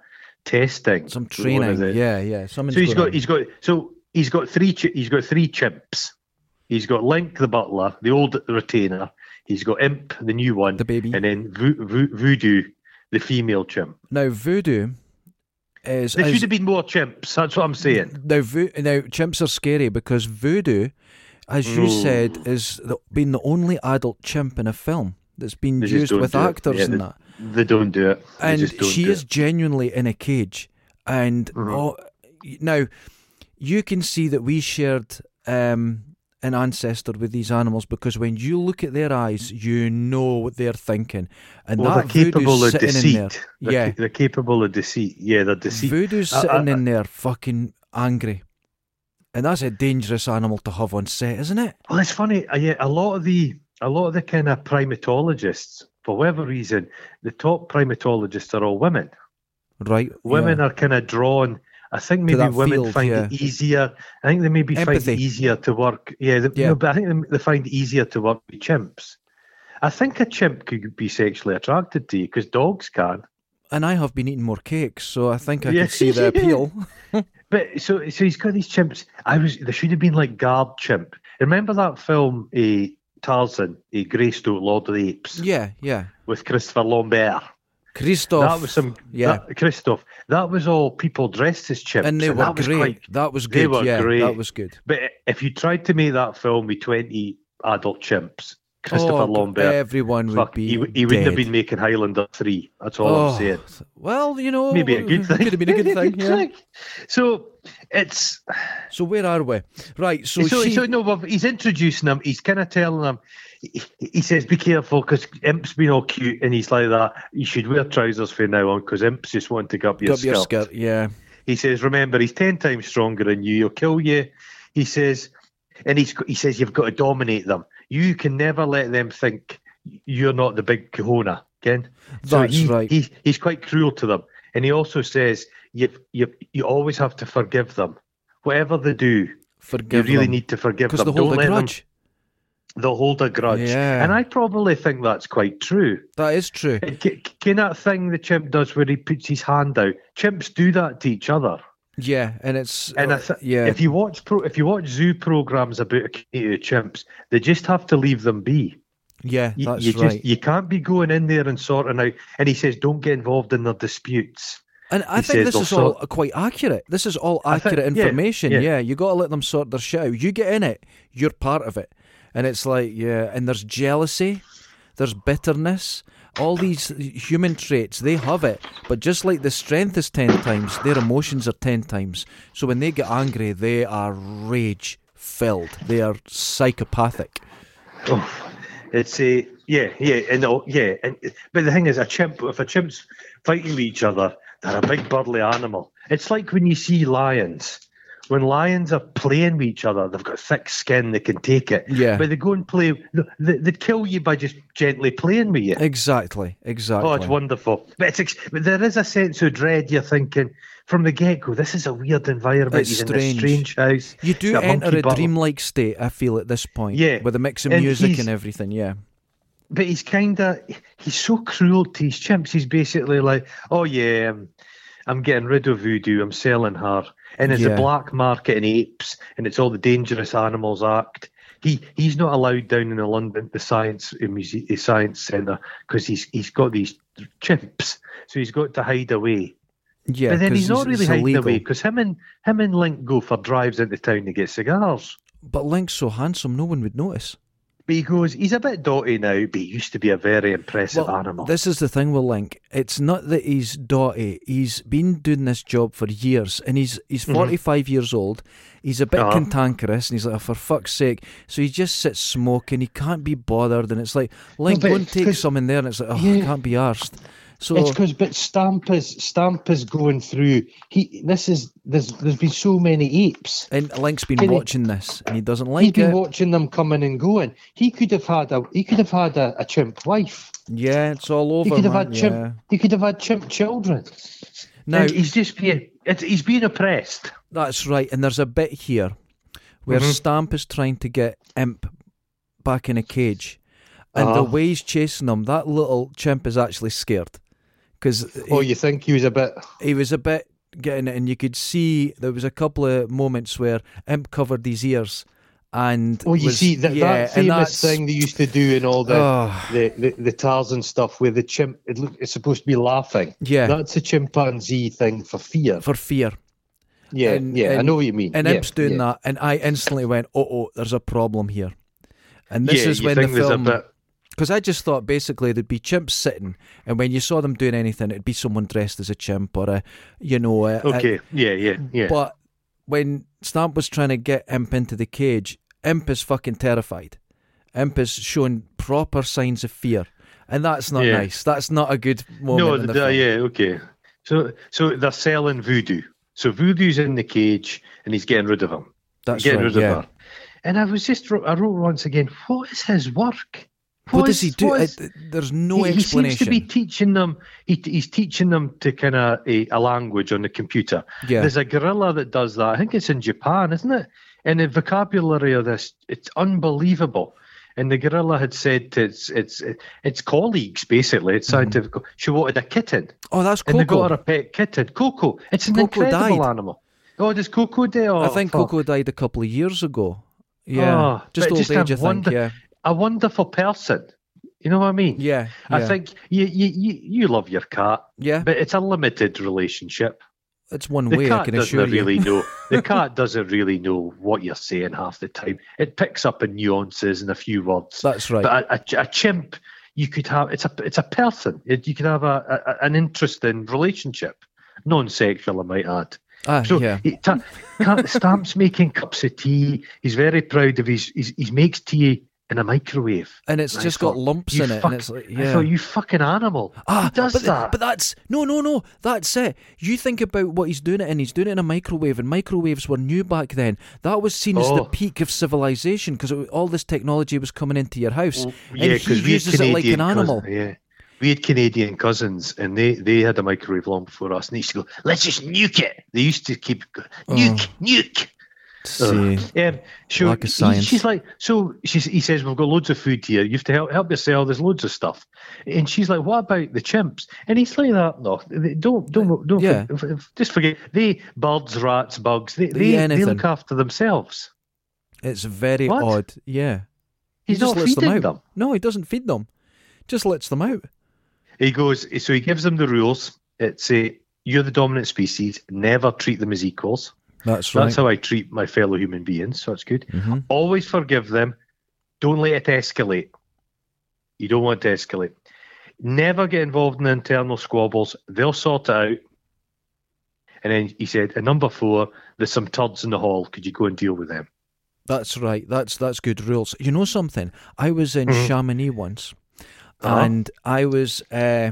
[SPEAKER 1] testing,
[SPEAKER 2] Some
[SPEAKER 1] with one of
[SPEAKER 2] training,
[SPEAKER 1] the-
[SPEAKER 2] yeah, yeah. Someone's
[SPEAKER 1] So he's
[SPEAKER 2] going
[SPEAKER 1] got he's got so he's got three chi- he's got three chimps. He's got Link the butler, the old retainer. He's got Imp the new one,
[SPEAKER 2] The baby.
[SPEAKER 1] and then Vo- Vo- Voodoo the female chimp.
[SPEAKER 2] on. now voodoo is,
[SPEAKER 1] There
[SPEAKER 2] is
[SPEAKER 1] should have been more chimps. That's what I'm saying.
[SPEAKER 2] now vo- now chimps are scary because voodoo, as you said, is the, been the only adult chimp in a film that's been
[SPEAKER 1] They just
[SPEAKER 2] used
[SPEAKER 1] don't
[SPEAKER 2] with
[SPEAKER 1] do it.
[SPEAKER 2] actors
[SPEAKER 1] Yeah,
[SPEAKER 2] and
[SPEAKER 1] they-
[SPEAKER 2] that.
[SPEAKER 1] They don't do it. They
[SPEAKER 2] and
[SPEAKER 1] just don't
[SPEAKER 2] she
[SPEAKER 1] do
[SPEAKER 2] is
[SPEAKER 1] it. Mm-hmm.
[SPEAKER 2] genuinely in a cage. And oh, now you can see that we shared um, an ancestor with these animals because when you look at their eyes, you know what they're thinking, and
[SPEAKER 1] Well, they're
[SPEAKER 2] that voodoo's
[SPEAKER 1] capable of
[SPEAKER 2] sitting in
[SPEAKER 1] deceit.
[SPEAKER 2] there.
[SPEAKER 1] They're,
[SPEAKER 2] Yeah,
[SPEAKER 1] ca- they're capable of deceit. Yeah, they're deceit.
[SPEAKER 2] voodoo's
[SPEAKER 1] I- I-
[SPEAKER 2] sitting in there, fucking angry. And that's a dangerous animal to have on set, isn't it?
[SPEAKER 1] Well, it's funny. uh, Yeah, a lot of the a lot of the kind of primatologists, for whatever reason, the top primatologists are all women.
[SPEAKER 2] Right.
[SPEAKER 1] Women
[SPEAKER 2] yeah.
[SPEAKER 1] are kind of drawn. I think maybe
[SPEAKER 2] that
[SPEAKER 1] women
[SPEAKER 2] field,
[SPEAKER 1] find it easier. I think they maybe
[SPEAKER 2] Empathy.
[SPEAKER 1] find it easier to work. Yeah, they,
[SPEAKER 2] Yeah.
[SPEAKER 1] No, but I think they, they find it easier to work with chimps. I think a chimp could be sexually attracted to you because dogs can.
[SPEAKER 2] And I have been eating more cakes, so I think I
[SPEAKER 1] Yeah.
[SPEAKER 2] can
[SPEAKER 1] [LAUGHS]
[SPEAKER 2] see the appeal.
[SPEAKER 1] But so so he's got these chimps. I was there should have been like guard chimp. Remember that film, a Tarzan, a Greystoke, Lord of the Apes,
[SPEAKER 2] yeah, yeah.
[SPEAKER 1] with Christopher Lambert.
[SPEAKER 2] Christoph.
[SPEAKER 1] That was some
[SPEAKER 2] Yeah.
[SPEAKER 1] that, Christoph. That was all people dressed as chimps,
[SPEAKER 2] and they were
[SPEAKER 1] that was
[SPEAKER 2] great.
[SPEAKER 1] quite-
[SPEAKER 2] that was
[SPEAKER 1] they
[SPEAKER 2] good.
[SPEAKER 1] were
[SPEAKER 2] yeah,
[SPEAKER 1] great.
[SPEAKER 2] that was good.
[SPEAKER 1] but if you tried to make that film with twenty adult chimps, Christopher
[SPEAKER 2] Oh,
[SPEAKER 1] Lambert,
[SPEAKER 2] Everyone would
[SPEAKER 1] fuck,
[SPEAKER 2] be.
[SPEAKER 1] he, he wouldn't have
[SPEAKER 2] dead. Oh,
[SPEAKER 1] been making Highlander three. That's all I'm saying.
[SPEAKER 2] Well, you know,
[SPEAKER 1] Maybe a good thing.
[SPEAKER 2] Could have Oh, been
[SPEAKER 1] [LAUGHS]
[SPEAKER 2] a good
[SPEAKER 1] Maybe
[SPEAKER 2] thing. yeah.
[SPEAKER 1] thing. So it's
[SPEAKER 2] So where are we? Right. So,
[SPEAKER 1] So, so,
[SPEAKER 2] she,
[SPEAKER 1] no, but he's introducing him. He's kind of telling him. He, he says, "Be careful, because Imp's been all cute, and he's like that. You should wear trousers from now on, because Imp's just want to go up your,
[SPEAKER 2] up your
[SPEAKER 1] skirt.
[SPEAKER 2] skirt. Yeah.
[SPEAKER 1] He says, "Remember, he's ten times stronger than you. He'll kill you." He says, and he's he says, "You've got to dominate them. You can never let them think you're not the big Kahuna." Ken.
[SPEAKER 2] That's
[SPEAKER 1] he,
[SPEAKER 2] right.
[SPEAKER 1] He, he's quite cruel to them, and he also says, "You you you always have to forgive them." Whatever they do,
[SPEAKER 2] Forgive
[SPEAKER 1] you really
[SPEAKER 2] them.
[SPEAKER 1] need to forgive
[SPEAKER 2] because
[SPEAKER 1] them.
[SPEAKER 2] they hold
[SPEAKER 1] Don't
[SPEAKER 2] a
[SPEAKER 1] let them
[SPEAKER 2] grudge.
[SPEAKER 1] they'll hold a grudge.
[SPEAKER 2] Yeah.
[SPEAKER 1] And I probably think that's quite true.
[SPEAKER 2] That is true.
[SPEAKER 1] C- Can that thing the chimp does where he puts his hand out? Chimps do that to each other.
[SPEAKER 2] Yeah, and it's
[SPEAKER 1] And I
[SPEAKER 2] uh,
[SPEAKER 1] th-
[SPEAKER 2] yeah,
[SPEAKER 1] if you watch pro- if you watch zoo programs about a community of chimps, they just have to leave them be.
[SPEAKER 2] yeah,
[SPEAKER 1] You,
[SPEAKER 2] that's
[SPEAKER 1] you
[SPEAKER 2] right.
[SPEAKER 1] just you can't be going in there and sorting out. And he says, don't get involved in their disputes.
[SPEAKER 2] and I
[SPEAKER 1] he
[SPEAKER 2] think
[SPEAKER 1] says
[SPEAKER 2] this is all
[SPEAKER 1] also-
[SPEAKER 2] quite accurate. This is all
[SPEAKER 1] I think-
[SPEAKER 2] accurate
[SPEAKER 1] yeah,
[SPEAKER 2] information.
[SPEAKER 1] yeah.
[SPEAKER 2] Yeah, you got to let them sort their shit out. You get in it, you're part of it, and it's like yeah, and there's jealousy, there's bitterness, all these human traits. They have it, but just like the strength is ten times, their emotions are ten times. So when they get angry, they are rage filled. They are psychopathic.
[SPEAKER 1] Oh, it's a yeah, yeah, and all, yeah, and but the thing is, a chimp if a chimp's fighting with each other, they're a big burly animal. It's like when you see lions. When lions are playing with each other, they've got thick skin; they can take it.
[SPEAKER 2] Yeah.
[SPEAKER 1] But they go and play. They, they kill you by just gently playing with you.
[SPEAKER 2] Exactly. Exactly.
[SPEAKER 1] Oh, it's wonderful. But it's ex- but there is a sense of dread. You're thinking from the get go, this is a weird environment.
[SPEAKER 2] It's
[SPEAKER 1] He's in
[SPEAKER 2] strange.
[SPEAKER 1] this strange house.
[SPEAKER 2] You do
[SPEAKER 1] Got
[SPEAKER 2] enter
[SPEAKER 1] monkey
[SPEAKER 2] a
[SPEAKER 1] butler.
[SPEAKER 2] dreamlike state, I feel, at this point.
[SPEAKER 1] Yeah,
[SPEAKER 2] With a mix of
[SPEAKER 1] and
[SPEAKER 2] music
[SPEAKER 1] he's-
[SPEAKER 2] and everything, yeah.
[SPEAKER 1] but he's kind of he's so cruel to his chimps. He's basically like, oh yeah, um, I'm getting rid of voodoo. I'm selling her, and it's a
[SPEAKER 2] Yeah.
[SPEAKER 1] black market in apes, and it's all the Dangerous Animals Act. He he's not allowed down in the London the science uh, muse- the science centre because he's he's got these chimps, so he's got to hide away.
[SPEAKER 2] Yeah,
[SPEAKER 1] but then
[SPEAKER 2] 'cause
[SPEAKER 1] he's not
[SPEAKER 2] it's
[SPEAKER 1] really hiding
[SPEAKER 2] illegal.
[SPEAKER 1] away because him and him and Link go for drives into town to get cigars.
[SPEAKER 2] But Link's so handsome, no one would notice.
[SPEAKER 1] But he goes, he's a bit dotty now, but he used to be a very impressive animal.
[SPEAKER 2] This is the thing with Link. It's not that he's dotty. He's been doing this job for years, and he's he's 45 years old. He's a bit
[SPEAKER 1] Mm-hmm. Uh-huh.
[SPEAKER 2] cantankerous, and he's like, oh, for fuck's sake. So he just sits smoking. He can't be bothered, and it's like, Link,
[SPEAKER 1] but
[SPEAKER 2] go and
[SPEAKER 1] it's
[SPEAKER 2] take
[SPEAKER 1] 'cause-
[SPEAKER 2] some in there, and it's like, oh, I
[SPEAKER 1] Yeah.
[SPEAKER 2] can't be arsed. So
[SPEAKER 1] It's because but Stamp is Stamp is going through. He this is there's there's been so many apes.
[SPEAKER 2] and Link's been
[SPEAKER 1] Can he-
[SPEAKER 2] watching this, and he doesn't
[SPEAKER 1] He's
[SPEAKER 2] like
[SPEAKER 1] been
[SPEAKER 2] it.
[SPEAKER 1] watching them coming and going. He could have had a he could have had a, a chimp wife.
[SPEAKER 2] Yeah, it's all
[SPEAKER 1] He
[SPEAKER 2] over.
[SPEAKER 1] could have
[SPEAKER 2] man,
[SPEAKER 1] had chimp.
[SPEAKER 2] yeah.
[SPEAKER 1] He could have had chimp children.
[SPEAKER 2] Now
[SPEAKER 1] and he's just being it's, he's being oppressed.
[SPEAKER 2] that's right, and there's a bit here where
[SPEAKER 1] Mm-hmm.
[SPEAKER 2] Stamp is trying to get Imp back in a cage, and
[SPEAKER 1] Uh-huh.
[SPEAKER 2] the way he's chasing him, that little chimp is actually scared because he,
[SPEAKER 1] Oh, you think he was a bit?
[SPEAKER 2] he was a bit getting it, and you could see there was a couple of moments where Imp covered his ears, and
[SPEAKER 1] Oh, you
[SPEAKER 2] was-
[SPEAKER 1] see that,
[SPEAKER 2] yeah,
[SPEAKER 1] that
[SPEAKER 2] and
[SPEAKER 1] famous
[SPEAKER 2] that's-
[SPEAKER 1] thing they used to do in all the,
[SPEAKER 2] Ah.
[SPEAKER 1] the, the the Tarzan stuff where the chimp it look, it's supposed to be laughing.
[SPEAKER 2] Yeah.
[SPEAKER 1] that's a chimpanzee thing for fear.
[SPEAKER 2] for fear.
[SPEAKER 1] Yeah,
[SPEAKER 2] And-
[SPEAKER 1] yeah, I
[SPEAKER 2] and-
[SPEAKER 1] know what you mean.
[SPEAKER 2] And
[SPEAKER 1] yeah,
[SPEAKER 2] Imp's doing
[SPEAKER 1] yeah.
[SPEAKER 2] that, and I instantly went, "Oh, oh, there's a problem here." And this
[SPEAKER 1] Yeah,
[SPEAKER 2] is
[SPEAKER 1] you
[SPEAKER 2] when
[SPEAKER 1] think
[SPEAKER 2] the
[SPEAKER 1] there's a
[SPEAKER 2] film,
[SPEAKER 1] bit-
[SPEAKER 2] because I just thought basically there'd be chimps sitting, and when you saw them doing anything, it'd be someone dressed as a chimp or a, you know, a, a-
[SPEAKER 1] Okay. yeah, yeah, yeah.
[SPEAKER 2] but when Stamp was trying to get Imp into the cage, Imp is fucking terrified. Imp is showing proper signs of fear, and that's not
[SPEAKER 1] Yeah.
[SPEAKER 2] nice. That's not a good moment.
[SPEAKER 1] no,
[SPEAKER 2] in the
[SPEAKER 1] the-
[SPEAKER 2] film.
[SPEAKER 1] yeah, okay. So, so they're selling voodoo. So voodoo's in the cage, and he's getting rid of him.
[SPEAKER 2] That's
[SPEAKER 1] getting
[SPEAKER 2] right.
[SPEAKER 1] rid of
[SPEAKER 2] Yeah.
[SPEAKER 1] her. And I was just wrote- I wrote once again, what is his work?
[SPEAKER 2] What, does he
[SPEAKER 1] is-
[SPEAKER 2] do?
[SPEAKER 1] what
[SPEAKER 2] I-
[SPEAKER 1] is-
[SPEAKER 2] there's no
[SPEAKER 1] he, he
[SPEAKER 2] explanation.
[SPEAKER 1] seems to be teaching them. He, he's teaching them to kind of a, a language on the computer.
[SPEAKER 2] Yeah.
[SPEAKER 1] There's a gorilla that does that. I think it's in Japan, isn't it? And the vocabulary of this, it's unbelievable. And the gorilla had said to its its its colleagues basically, its scientific. She wanted a kitten,
[SPEAKER 2] oh, that's
[SPEAKER 1] and they got her
[SPEAKER 2] Mm-hmm. Coco.
[SPEAKER 1] a pet kitten, Coco. It's an
[SPEAKER 2] Coco
[SPEAKER 1] incredible
[SPEAKER 2] died.
[SPEAKER 1] animal. Oh, does Coco die? Oh,
[SPEAKER 2] I think
[SPEAKER 1] fuck.
[SPEAKER 2] Coco died a couple of years ago. Yeah,
[SPEAKER 1] Oh,
[SPEAKER 2] just
[SPEAKER 1] but
[SPEAKER 2] old
[SPEAKER 1] a
[SPEAKER 2] age. I think.
[SPEAKER 1] wonder-
[SPEAKER 2] Yeah,
[SPEAKER 1] a wonderful person. You know what I mean?
[SPEAKER 2] yeah,
[SPEAKER 1] I
[SPEAKER 2] yeah.
[SPEAKER 1] think you, you you you love your cat,
[SPEAKER 2] yeah.
[SPEAKER 1] but it's a limited relationship.
[SPEAKER 2] It's one
[SPEAKER 1] The
[SPEAKER 2] way I
[SPEAKER 1] cat
[SPEAKER 2] can
[SPEAKER 1] doesn't
[SPEAKER 2] assure you. [LAUGHS]
[SPEAKER 1] really know. The cat doesn't really know what you're saying half the time. It picks up in nuances and a few words.
[SPEAKER 2] That's right.
[SPEAKER 1] But a, a ch- a chimp, you could have. It's a it's a person. It, you could have a, a- a an interesting relationship, non-sexual, I might add.
[SPEAKER 2] ah,
[SPEAKER 1] So
[SPEAKER 2] yeah.
[SPEAKER 1] he, ta- Cat- Stamp's making cups of tea. He's very proud of his. He's, he makes tea in a microwave.
[SPEAKER 2] And it's
[SPEAKER 1] I
[SPEAKER 2] just
[SPEAKER 1] thought,
[SPEAKER 2] got lumps
[SPEAKER 1] you
[SPEAKER 2] in it,
[SPEAKER 1] fuck-
[SPEAKER 2] and it's like,
[SPEAKER 1] I
[SPEAKER 2] yeah.
[SPEAKER 1] thought, you fucking animal.
[SPEAKER 2] Ah,
[SPEAKER 1] Who does
[SPEAKER 2] but, th-
[SPEAKER 1] that?
[SPEAKER 2] but that's no, no, no. That's it. You think about what he's doing it in. He's doing it in a microwave, and microwaves were new back then. That was seen as the
[SPEAKER 1] Oh.
[SPEAKER 2] peak of civilization because all this technology was coming into your house,
[SPEAKER 1] Well,
[SPEAKER 2] and he
[SPEAKER 1] Oh, we had
[SPEAKER 2] uses it like an
[SPEAKER 1] Canadian
[SPEAKER 2] animal.
[SPEAKER 1] cousin- yeah. We had Canadian cousins, and they, they had a microwave long before us, and they used to go, "Let's just nuke it." They used to keep go, nuke, nuke.
[SPEAKER 2] Oh. See,
[SPEAKER 1] Um, so
[SPEAKER 2] Lack of
[SPEAKER 1] he-
[SPEAKER 2] science.
[SPEAKER 1] she's like, so she's, he says, "We've got loads of food here. You have to help help yourself. There's loads of stuff." And she's like, "What about the chimps?" And he's like, "That no, they- don't don't don't
[SPEAKER 2] Yeah.
[SPEAKER 1] f- f- just forget. They birds, rats, bugs. They they, they
[SPEAKER 2] anything.
[SPEAKER 1] look after themselves.
[SPEAKER 2] it's very
[SPEAKER 1] What?
[SPEAKER 2] odd. Yeah,
[SPEAKER 1] He
[SPEAKER 2] he
[SPEAKER 1] not
[SPEAKER 2] just lets them
[SPEAKER 1] feeding
[SPEAKER 2] out.
[SPEAKER 1] them.
[SPEAKER 2] No, he doesn't feed them. Just lets them out.
[SPEAKER 1] He goes, so he gives them the rules. It's a, you're the dominant species, never treat them as equals.
[SPEAKER 2] That's
[SPEAKER 1] So
[SPEAKER 2] right.
[SPEAKER 1] That's how I treat my fellow human beings, so it's good.
[SPEAKER 2] Mhm.
[SPEAKER 1] Always forgive them. Don't let it escalate. You don't want to escalate. Never get involved in internal squabbles. They'll sort it out. And then he said, and number four, there's some turds in the hall. Could you go and deal with them?
[SPEAKER 2] That's right. That's that's good rules. You know something? I was in
[SPEAKER 1] Mhm.
[SPEAKER 2] Chamonix once,
[SPEAKER 1] Uh-huh.
[SPEAKER 2] and I was uh,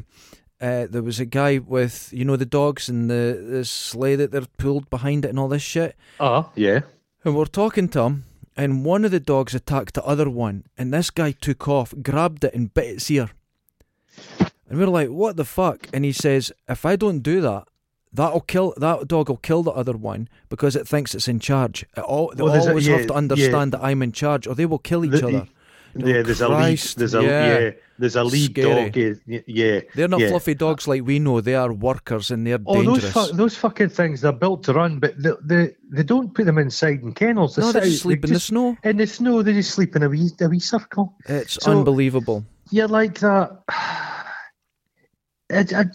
[SPEAKER 2] uh, there was a guy with you know the dogs and the, the sleigh that they're pulled behind it and all this shit.
[SPEAKER 1] Uh, yeah.
[SPEAKER 2] And we're talking to him, and one of the dogs attacked the other one, and this guy took off, grabbed it, and bit its ear. And we're like, "What the fuck?" And he says, "If I don't do that." That'll kill that dog. Will kill the other one because it thinks it's in charge. It all, they
[SPEAKER 1] Well, there's a-
[SPEAKER 2] always
[SPEAKER 1] yeah,
[SPEAKER 2] have to
[SPEAKER 1] yeah.
[SPEAKER 2] understand that I'm in charge, or they will kill each
[SPEAKER 1] The-
[SPEAKER 2] other.
[SPEAKER 1] Yeah, there's a lead.
[SPEAKER 2] Christ,
[SPEAKER 1] There's a
[SPEAKER 2] yeah.
[SPEAKER 1] yeah. There's a lead
[SPEAKER 2] Scary.
[SPEAKER 1] dog. Yeah, yeah.
[SPEAKER 2] They're not
[SPEAKER 1] yeah.
[SPEAKER 2] fluffy dogs like we know. They are workers and they're
[SPEAKER 1] Oh,
[SPEAKER 2] dangerous.
[SPEAKER 1] those fu- those fucking things they're built to run, but they they, they don't put them inside in kennels.
[SPEAKER 2] no,
[SPEAKER 1] sit
[SPEAKER 2] they
[SPEAKER 1] out-
[SPEAKER 2] just sleep in the
[SPEAKER 1] just-
[SPEAKER 2] snow.
[SPEAKER 1] In the snow, they just sleep in a wee a wee circle.
[SPEAKER 2] It's
[SPEAKER 1] So-
[SPEAKER 2] unbelievable.
[SPEAKER 1] Yeah, like that. [SIGHS] It, it,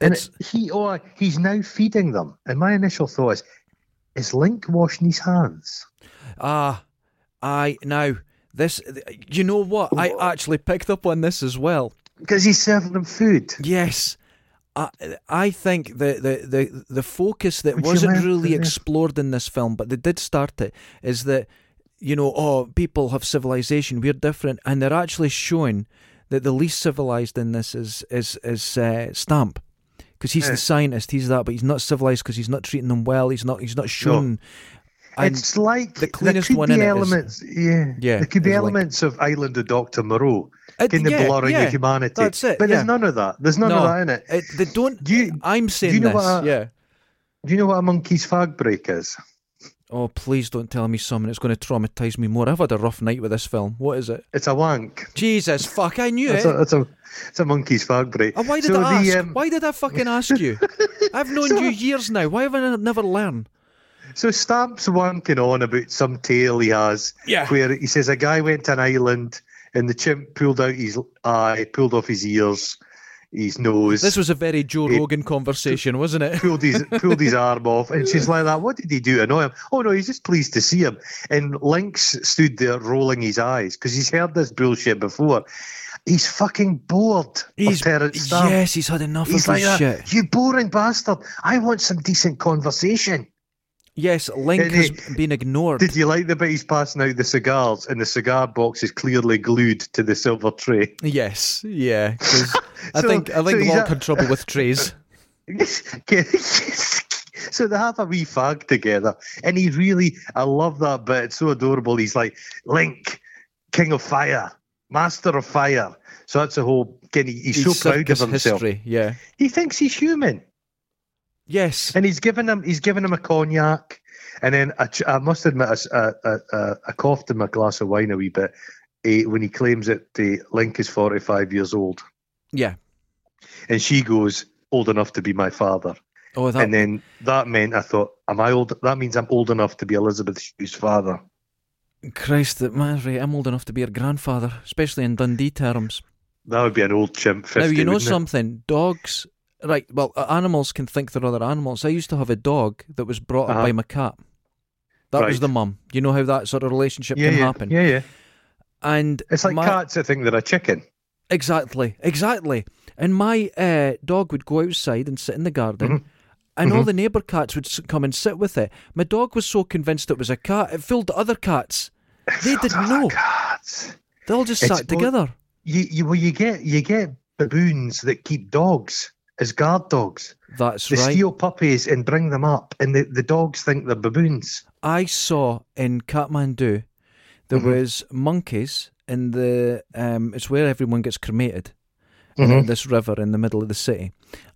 [SPEAKER 1] and
[SPEAKER 2] It's-
[SPEAKER 1] he or he's now feeding them. And my initial thought is, is Link washing his hands?
[SPEAKER 2] Ah, I now this. You know what? I actually picked up on this as well.
[SPEAKER 1] Because he's serving them food.
[SPEAKER 2] Yes. I, I think the, the, the, the focus that
[SPEAKER 1] Would you uh,
[SPEAKER 2] wasn't
[SPEAKER 1] like
[SPEAKER 2] really
[SPEAKER 1] to-
[SPEAKER 2] explored in this film, but they did start it, is that, you know, oh, people have civilization, we're different. And they're actually showing that the least civilized in this is, is, is uh, Stamp. Because he's
[SPEAKER 1] Yeah.
[SPEAKER 2] the scientist, he's that, but he's not civilized because he's not treating them well. He's not. He's not shown. And
[SPEAKER 1] it's like
[SPEAKER 2] the cleanest
[SPEAKER 1] there could
[SPEAKER 2] one
[SPEAKER 1] be
[SPEAKER 2] in it is-
[SPEAKER 1] elements, yeah,
[SPEAKER 2] Yeah,
[SPEAKER 1] There could be
[SPEAKER 2] is Link.
[SPEAKER 1] elements of Island of Doctor Moreau
[SPEAKER 2] It-
[SPEAKER 1] in the
[SPEAKER 2] yeah,
[SPEAKER 1] blurring
[SPEAKER 2] yeah,
[SPEAKER 1] of humanity.
[SPEAKER 2] that's it,
[SPEAKER 1] But
[SPEAKER 2] yeah.
[SPEAKER 1] there's none of that. There's none of that in it.
[SPEAKER 2] it- Uh, they don't.
[SPEAKER 1] Do you-
[SPEAKER 2] I'm saying
[SPEAKER 1] know
[SPEAKER 2] this.
[SPEAKER 1] what I-
[SPEAKER 2] yeah.
[SPEAKER 1] Do you know what a monkey's fag break is?
[SPEAKER 2] Oh, please don't tell me something that's going to traumatize me more. I've had a rough night with this film. What is it?
[SPEAKER 1] It's a wank.
[SPEAKER 2] Jesus fuck! I knew
[SPEAKER 1] It's
[SPEAKER 2] it.
[SPEAKER 1] a, it's a, it's a monkey's fag break.
[SPEAKER 2] And Eh? Uh, why did
[SPEAKER 1] So
[SPEAKER 2] I
[SPEAKER 1] the,
[SPEAKER 2] ask?
[SPEAKER 1] um,
[SPEAKER 2] why did I fucking ask
[SPEAKER 1] [LAUGHS]
[SPEAKER 2] you? I've known you years now. Why have I never learned?
[SPEAKER 1] So Stamp's wanking on about some tale he has,
[SPEAKER 2] Yeah.
[SPEAKER 1] where he says a guy went to an island and the chimp pulled out his eye, pulled off his ears, his nose,
[SPEAKER 2] This was a very Joe Rogan conversation, wasn't it?
[SPEAKER 1] pulled
[SPEAKER 2] [LAUGHS]
[SPEAKER 1] his pulled his arm off, and she's like that. What did he do to annoy him? Oh no, he's just pleased to see him. And Lynx stood there rolling his eyes because he's heard this bullshit before. He's fucking bored
[SPEAKER 2] He's
[SPEAKER 1] of Terrence Stamp.
[SPEAKER 2] yes, he's had enough
[SPEAKER 1] He's
[SPEAKER 2] of
[SPEAKER 1] like,
[SPEAKER 2] this
[SPEAKER 1] that,
[SPEAKER 2] shit.
[SPEAKER 1] you boring bastard. I want some decent conversation.
[SPEAKER 2] Yes, Link
[SPEAKER 1] And
[SPEAKER 2] has
[SPEAKER 1] he-
[SPEAKER 2] been ignored.
[SPEAKER 1] Did you like the bit he's passing out the cigars and the cigar box is clearly glued to the silver tray? [LAUGHS]
[SPEAKER 2] Yes, yeah. 'cause I
[SPEAKER 1] So-
[SPEAKER 2] think I
[SPEAKER 1] so
[SPEAKER 2] think we've
[SPEAKER 1] he's
[SPEAKER 2] all
[SPEAKER 1] a-
[SPEAKER 2] had trouble with trays.
[SPEAKER 1] Ken So they have a wee fag together, and he really, I love that bit. It's so adorable. He's like Link, King of Fire, Master of Fire. So that's a whole. Again, he, he's,
[SPEAKER 2] His
[SPEAKER 1] so proud of
[SPEAKER 2] circus
[SPEAKER 1] himself.
[SPEAKER 2] History. Yeah.
[SPEAKER 1] He thinks he's human,
[SPEAKER 2] Yes.
[SPEAKER 1] and he's given him he's given him a cognac, and then a ch- I must admit, I, s- I- I- I- I coughed in my glass of wine a wee bit eh, when he claims that eh, Link is forty five years old,
[SPEAKER 2] Yeah.
[SPEAKER 1] and she goes old enough to be my father.
[SPEAKER 2] Oh, that.
[SPEAKER 1] And then that meant I thought, am I old? That means I'm old enough to be Elizabeth Shue's father.
[SPEAKER 2] Christ, that Mary, I'm old enough to be her grandfather, especially in Dundee terms.
[SPEAKER 1] That would be an old chimp. 50,
[SPEAKER 2] now you know
[SPEAKER 1] wouldn't it?
[SPEAKER 2] something. Dogs, right? Well, uh, animals can think they're other animals. I used to have a dog that was brought up
[SPEAKER 1] Uh-huh.
[SPEAKER 2] by my cat. That was
[SPEAKER 1] Right.
[SPEAKER 2] the mum. You know how that sort of relationship
[SPEAKER 1] Yeah,
[SPEAKER 2] can
[SPEAKER 1] yeah,
[SPEAKER 2] happen.
[SPEAKER 1] yeah, yeah.
[SPEAKER 2] And
[SPEAKER 1] It's like
[SPEAKER 2] my,
[SPEAKER 1] cats that think they're a chicken.
[SPEAKER 2] Exactly, exactly. And my uh, dog would go outside and sit in the garden,
[SPEAKER 1] Mm-hmm.
[SPEAKER 2] and all the neighbour cats would s- come and sit with it. My dog was so convinced it was a cat, it fooled the other cats.
[SPEAKER 1] [LAUGHS]
[SPEAKER 2] They didn't know.
[SPEAKER 1] Ah, Cats.
[SPEAKER 2] They all just
[SPEAKER 1] It's
[SPEAKER 2] sat
[SPEAKER 1] all-
[SPEAKER 2] together.
[SPEAKER 1] You, you, well, you get you get baboons that keep dogs as guard dogs.
[SPEAKER 2] That's
[SPEAKER 1] They
[SPEAKER 2] right.
[SPEAKER 1] steal puppies and bring them up, and the, the dogs think they're baboons.
[SPEAKER 2] I saw in Kathmandu there was monkeys in the um it's where everyone gets cremated in this river in the middle of the city.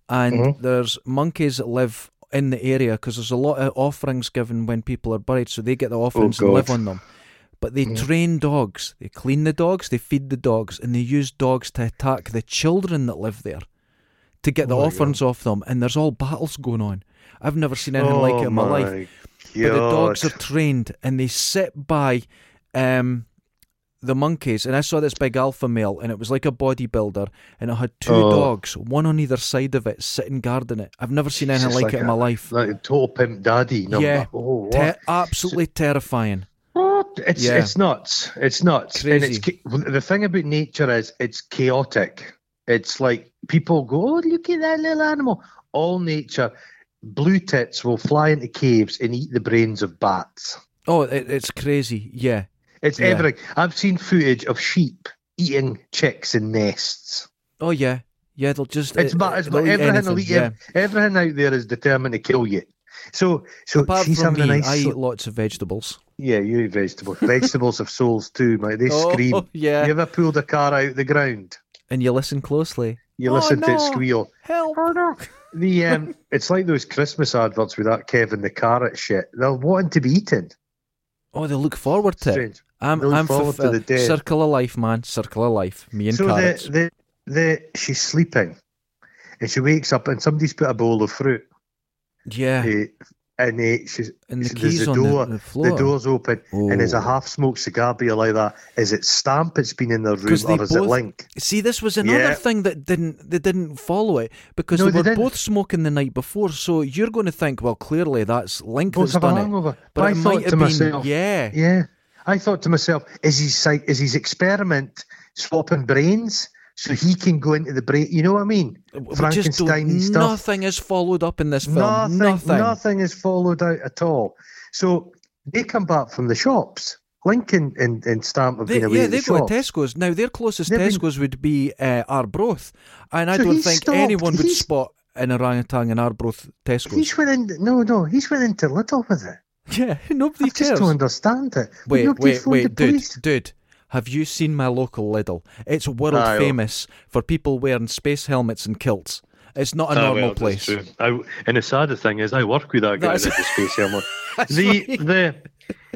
[SPEAKER 2] And there's monkeys that live in the area because there's a lot of offerings given when people are buried, so they get the offerings and
[SPEAKER 1] God.
[SPEAKER 2] live on them. But they train dogs. They clean the dogs, they feed the dogs, and they use dogs to attack the children that live there to get the offerings off them. And there's all battles going on. I've never seen anything like it in my life but the dogs are
[SPEAKER 1] Oh God.
[SPEAKER 2] trained and they sit by um, the monkeys. And I saw this big alpha male, and it was like a bodybuilder, and it had two
[SPEAKER 1] Oh.
[SPEAKER 2] dogs, one on either side of it, sitting guarding it. I've never seen anything
[SPEAKER 1] It's
[SPEAKER 2] like,
[SPEAKER 1] like
[SPEAKER 2] it in my
[SPEAKER 1] a-
[SPEAKER 2] life.
[SPEAKER 1] like a total pimp daddy. number.
[SPEAKER 2] Yeah.
[SPEAKER 1] Oh, what?
[SPEAKER 2] Ter- absolutely terrifying.
[SPEAKER 1] What? It's
[SPEAKER 2] Yeah.
[SPEAKER 1] it's nuts. It's nuts. And it's
[SPEAKER 2] Crazy.
[SPEAKER 1] cha- the thing about nature is it's chaotic. It's like people go, oh, look at that little animal. All nature, blue tits will fly into caves and eat the brains of bats.
[SPEAKER 2] Oh, it, it's crazy. Yeah.
[SPEAKER 1] It's
[SPEAKER 2] Yeah.
[SPEAKER 1] everything. I've seen footage of sheep eating chicks in nests.
[SPEAKER 2] Oh, yeah. Yeah, they'll just.
[SPEAKER 1] It's
[SPEAKER 2] it-
[SPEAKER 1] bad. It's
[SPEAKER 2] they'll
[SPEAKER 1] bad.
[SPEAKER 2] eat
[SPEAKER 1] Everything, will
[SPEAKER 2] anything,
[SPEAKER 1] eat,
[SPEAKER 2] yeah.
[SPEAKER 1] ev- everything out there is determined to kill you. So, so
[SPEAKER 2] Apart
[SPEAKER 1] she's
[SPEAKER 2] from
[SPEAKER 1] having a
[SPEAKER 2] me,
[SPEAKER 1] nice.
[SPEAKER 2] I
[SPEAKER 1] sl-
[SPEAKER 2] eat lots of vegetables.
[SPEAKER 1] Yeah, you eat vegetables. vegetables have souls too, mate. They
[SPEAKER 2] Oh,
[SPEAKER 1] scream.
[SPEAKER 2] [LAUGHS] yeah.
[SPEAKER 1] You ever pulled a car out the ground?
[SPEAKER 2] And you listen closely.
[SPEAKER 1] You
[SPEAKER 2] Oh,
[SPEAKER 1] listen to it Oh,
[SPEAKER 2] no.
[SPEAKER 1] squeal.
[SPEAKER 2] Help. [LAUGHS]
[SPEAKER 1] The um, it's like those Christmas adverts with that Kevin the carrot shit. They're wanting to be eaten.
[SPEAKER 2] Oh, they look forward to it.
[SPEAKER 1] Strange.
[SPEAKER 2] I'm,
[SPEAKER 1] They look
[SPEAKER 2] I'm
[SPEAKER 1] forward to the
[SPEAKER 2] fulfilled.
[SPEAKER 1] day.
[SPEAKER 2] Circle of life, man. Circle of life. Me and
[SPEAKER 1] So
[SPEAKER 2] carrots.
[SPEAKER 1] the, the the she's sleeping, and she wakes up and somebody's put a bowl of fruit.
[SPEAKER 2] yeah,
[SPEAKER 1] eh, and eh, she's
[SPEAKER 2] and the
[SPEAKER 1] there's
[SPEAKER 2] keys
[SPEAKER 1] a
[SPEAKER 2] on the-
[SPEAKER 1] door-
[SPEAKER 2] the, floor.
[SPEAKER 1] the door's open, and there's
[SPEAKER 2] Oh.
[SPEAKER 1] a half smoked cigar beer like that. Is it Stamp? It's been in their room,
[SPEAKER 2] 'Cause they
[SPEAKER 1] or is it
[SPEAKER 2] both-
[SPEAKER 1] Link?
[SPEAKER 2] See, this was another
[SPEAKER 1] Yeah.
[SPEAKER 2] thing that didn't they didn't follow it because
[SPEAKER 1] No,
[SPEAKER 2] they
[SPEAKER 1] they
[SPEAKER 2] were
[SPEAKER 1] didn't.
[SPEAKER 2] both smoking the night before. So you're going to think, well, clearly that's Link
[SPEAKER 1] Both
[SPEAKER 2] that's
[SPEAKER 1] have a
[SPEAKER 2] done it.
[SPEAKER 1] hangover.
[SPEAKER 2] But
[SPEAKER 1] I
[SPEAKER 2] it
[SPEAKER 1] thought
[SPEAKER 2] might
[SPEAKER 1] to
[SPEAKER 2] have been,
[SPEAKER 1] myself,
[SPEAKER 2] yeah,
[SPEAKER 1] Yeah, I thought to myself, is his psych- is his experiment swapping brains so he can go into the brain? You know what I mean?
[SPEAKER 2] We just
[SPEAKER 1] Frankenstein
[SPEAKER 2] don't,
[SPEAKER 1] stuff.
[SPEAKER 2] nothing is followed up in this film.
[SPEAKER 1] Nothing, nothing, is followed out at all. So they come back from the shops. Lincoln and, and Stamp have
[SPEAKER 2] They,
[SPEAKER 1] been away
[SPEAKER 2] yeah,
[SPEAKER 1] at the
[SPEAKER 2] they go
[SPEAKER 1] shops.
[SPEAKER 2] to Tesco's now. Their closest
[SPEAKER 1] They've been-
[SPEAKER 2] Tesco's would be uh, Arbroath, and I
[SPEAKER 1] So
[SPEAKER 2] don't
[SPEAKER 1] he's
[SPEAKER 2] think
[SPEAKER 1] stopped.
[SPEAKER 2] anyone would
[SPEAKER 1] He's-
[SPEAKER 2] spot an orangutan in Arbroath Tesco's.
[SPEAKER 1] He's went in, no, no, he's went into little with it.
[SPEAKER 2] [LAUGHS] Yeah, nobody
[SPEAKER 1] I
[SPEAKER 2] cares.
[SPEAKER 1] just don't understand it. But
[SPEAKER 2] Wait,
[SPEAKER 1] nobody
[SPEAKER 2] wait,
[SPEAKER 1] phoned the
[SPEAKER 2] wait, dude,
[SPEAKER 1] police.
[SPEAKER 2] dude. Have you seen my local Lidl? It's world
[SPEAKER 1] Aye, oh. well.
[SPEAKER 2] famous for people wearing space helmets and kilts. It's
[SPEAKER 1] Ah,
[SPEAKER 2] not a normal place.
[SPEAKER 1] I, and the saddest thing is, I work with that guy
[SPEAKER 2] That's-
[SPEAKER 1] that's,
[SPEAKER 2] [LAUGHS]
[SPEAKER 1] the space helmet. the the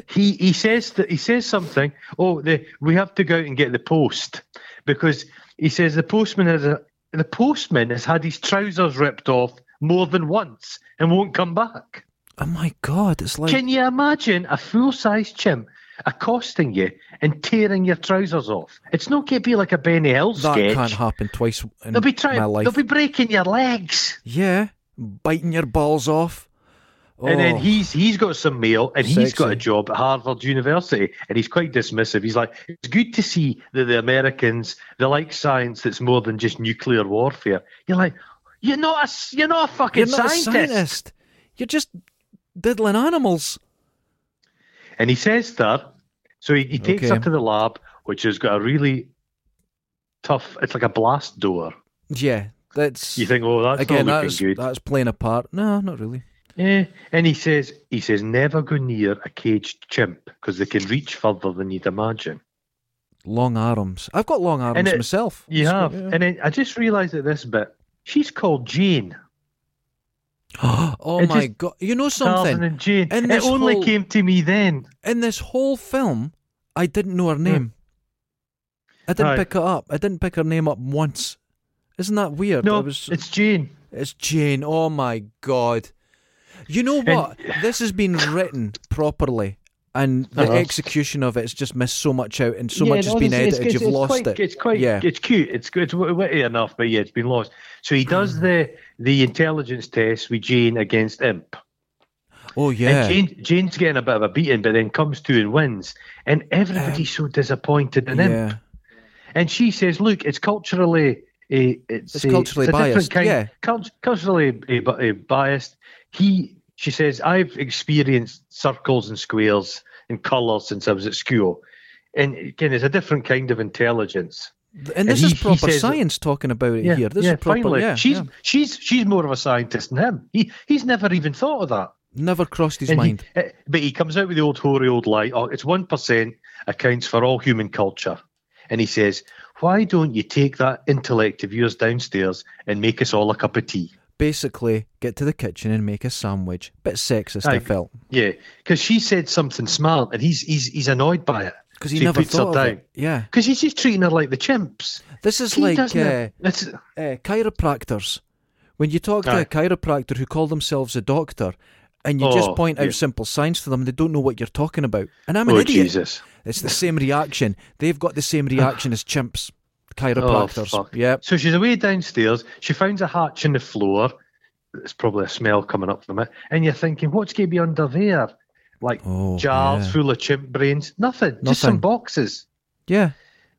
[SPEAKER 1] he he says that he says something. Oh, the we have to go out and get the post because he says the postman has a the postman has had his trousers ripped off more than once and won't come back.
[SPEAKER 2] Oh my god, it's like
[SPEAKER 1] Can you imagine a full size chimp accosting you and tearing your trousers off? It's not going to be like a Benny Hill
[SPEAKER 2] that
[SPEAKER 1] sketch.
[SPEAKER 2] can't happen twice in
[SPEAKER 1] They'll be trying.
[SPEAKER 2] my life.
[SPEAKER 1] They'll be breaking your legs.
[SPEAKER 2] Yeah, biting your balls off.
[SPEAKER 1] And then
[SPEAKER 2] Oh,
[SPEAKER 1] he's he's got some mail, and he's got
[SPEAKER 2] Sexy.
[SPEAKER 1] a job at Harvard University, and he's quite dismissive. He's like, "It's good to see that the Americans they like science that's more than just nuclear warfare." You're like, "You're not a s- you're not a fucking
[SPEAKER 2] you're not
[SPEAKER 1] scientist.
[SPEAKER 2] a scientist. You're just diddling animals.
[SPEAKER 1] And he says that, so he, he takes
[SPEAKER 2] Okay.
[SPEAKER 1] her to the lab, which has got a really tough. It's like a blast door.
[SPEAKER 2] Yeah, that's
[SPEAKER 1] You think, "Oh, that's
[SPEAKER 2] again
[SPEAKER 1] not looking
[SPEAKER 2] that's
[SPEAKER 1] good."
[SPEAKER 2] that's playing a part. No, not really.
[SPEAKER 1] Yeah, and he says he says never go near a caged chimp because they can reach further than you'd imagine.
[SPEAKER 2] Long arms. I've got long arms
[SPEAKER 1] it-
[SPEAKER 2] myself.
[SPEAKER 1] You
[SPEAKER 2] It's
[SPEAKER 1] have,
[SPEAKER 2] got-
[SPEAKER 1] and then I just realised at this bit, she's called Jane.
[SPEAKER 2] [GASPS] oh
[SPEAKER 1] it
[SPEAKER 2] my
[SPEAKER 1] just-
[SPEAKER 2] god! You know
[SPEAKER 1] Calvin
[SPEAKER 2] something?
[SPEAKER 1] and Jane.
[SPEAKER 2] in
[SPEAKER 1] it
[SPEAKER 2] this
[SPEAKER 1] only
[SPEAKER 2] whole-
[SPEAKER 1] came to me then.
[SPEAKER 2] In this whole film, I didn't know her
[SPEAKER 1] Hmm.
[SPEAKER 2] name. I didn't
[SPEAKER 1] Aye.
[SPEAKER 2] pick it up. I didn't pick her name up once. Isn't that weird? I
[SPEAKER 1] No,
[SPEAKER 2] was-
[SPEAKER 1] it's Jane.
[SPEAKER 2] It's Jane. Oh my god. You know what? this has been written properly. And the
[SPEAKER 1] Uh-huh.
[SPEAKER 2] execution of it's just missed so much out, and so
[SPEAKER 1] Yeah,
[SPEAKER 2] much
[SPEAKER 1] no,
[SPEAKER 2] has been
[SPEAKER 1] it's-
[SPEAKER 2] edited.
[SPEAKER 1] it's- it's-
[SPEAKER 2] You've
[SPEAKER 1] it's
[SPEAKER 2] lost
[SPEAKER 1] quite,
[SPEAKER 2] it.
[SPEAKER 1] It's quite,
[SPEAKER 2] yeah.
[SPEAKER 1] it's cute. It's good. It's wit- witty enough, but yeah, it's been lost. So he
[SPEAKER 2] Hmm.
[SPEAKER 1] does the the intelligence test with Jane against Imp,
[SPEAKER 2] Oh yeah.
[SPEAKER 1] and Jane, Jane's getting a bit of a beating, but then comes to and wins, and everybody's so disappointed in Imp.
[SPEAKER 2] Uh, yeah.
[SPEAKER 1] And she says, "Look, it's culturally, uh, it's,
[SPEAKER 2] It's
[SPEAKER 1] uh,
[SPEAKER 2] culturally
[SPEAKER 1] a different
[SPEAKER 2] biased,
[SPEAKER 1] kind-
[SPEAKER 2] yeah.
[SPEAKER 1] cult- culturally uh, bi- uh, biased." He, she says, "I've experienced circles and squares and colours since I was at school." And again, it's a different kind of intelligence.
[SPEAKER 2] And this
[SPEAKER 1] he-
[SPEAKER 2] is
[SPEAKER 1] he
[SPEAKER 2] proper
[SPEAKER 1] says-
[SPEAKER 2] science talking about it here. This is proper.
[SPEAKER 1] finally,
[SPEAKER 2] yeah,
[SPEAKER 1] she's
[SPEAKER 2] yeah.
[SPEAKER 1] she's she's more of a scientist than him. He he's never even thought of that.
[SPEAKER 2] never crossed his
[SPEAKER 1] And he-
[SPEAKER 2] mind.
[SPEAKER 1] eh, but he comes out with the old hoary old lie. Oh, it's one percent accounts for all human culture, and he says, "Why don't you take that intellect of yours downstairs and make us all a cup of tea?"
[SPEAKER 2] Basically, get to the kitchen and make a sandwich. Bit sexist, I
[SPEAKER 1] Aye.
[SPEAKER 2] felt,
[SPEAKER 1] Yeah, because she said something smart, and he's he's he's annoyed by it
[SPEAKER 2] because he
[SPEAKER 1] So he
[SPEAKER 2] never
[SPEAKER 1] puts her
[SPEAKER 2] thought of
[SPEAKER 1] down.
[SPEAKER 2] it. Yeah,
[SPEAKER 1] because he's just treating her like the chimps.
[SPEAKER 2] this is
[SPEAKER 1] he
[SPEAKER 2] like
[SPEAKER 1] doesn't.
[SPEAKER 2] uh,
[SPEAKER 1] have- it's-
[SPEAKER 2] uh, chiropractors. When you talk to
[SPEAKER 1] Aye.
[SPEAKER 2] a chiropractor who call themselves a doctor, and you
[SPEAKER 1] Oh,
[SPEAKER 2] just point out
[SPEAKER 1] yeah.
[SPEAKER 2] simple science to them, they don't know what you're talking about. And I'm an
[SPEAKER 1] oh
[SPEAKER 2] idiot.
[SPEAKER 1] Jesus.
[SPEAKER 2] It's the same reaction. They've got the same reaction as chimps, chiropractors.
[SPEAKER 1] Oh, fuck.
[SPEAKER 2] yep.
[SPEAKER 1] So she's away downstairs. She finds a hatch in the floor. It's probably a smell coming up from it. And you're thinking, what's going to be under there? Like
[SPEAKER 2] Oh,
[SPEAKER 1] jars
[SPEAKER 2] yeah.
[SPEAKER 1] full of chimp brains. Nothing. Just some
[SPEAKER 2] Nothing.
[SPEAKER 1] boxes.
[SPEAKER 2] Yeah.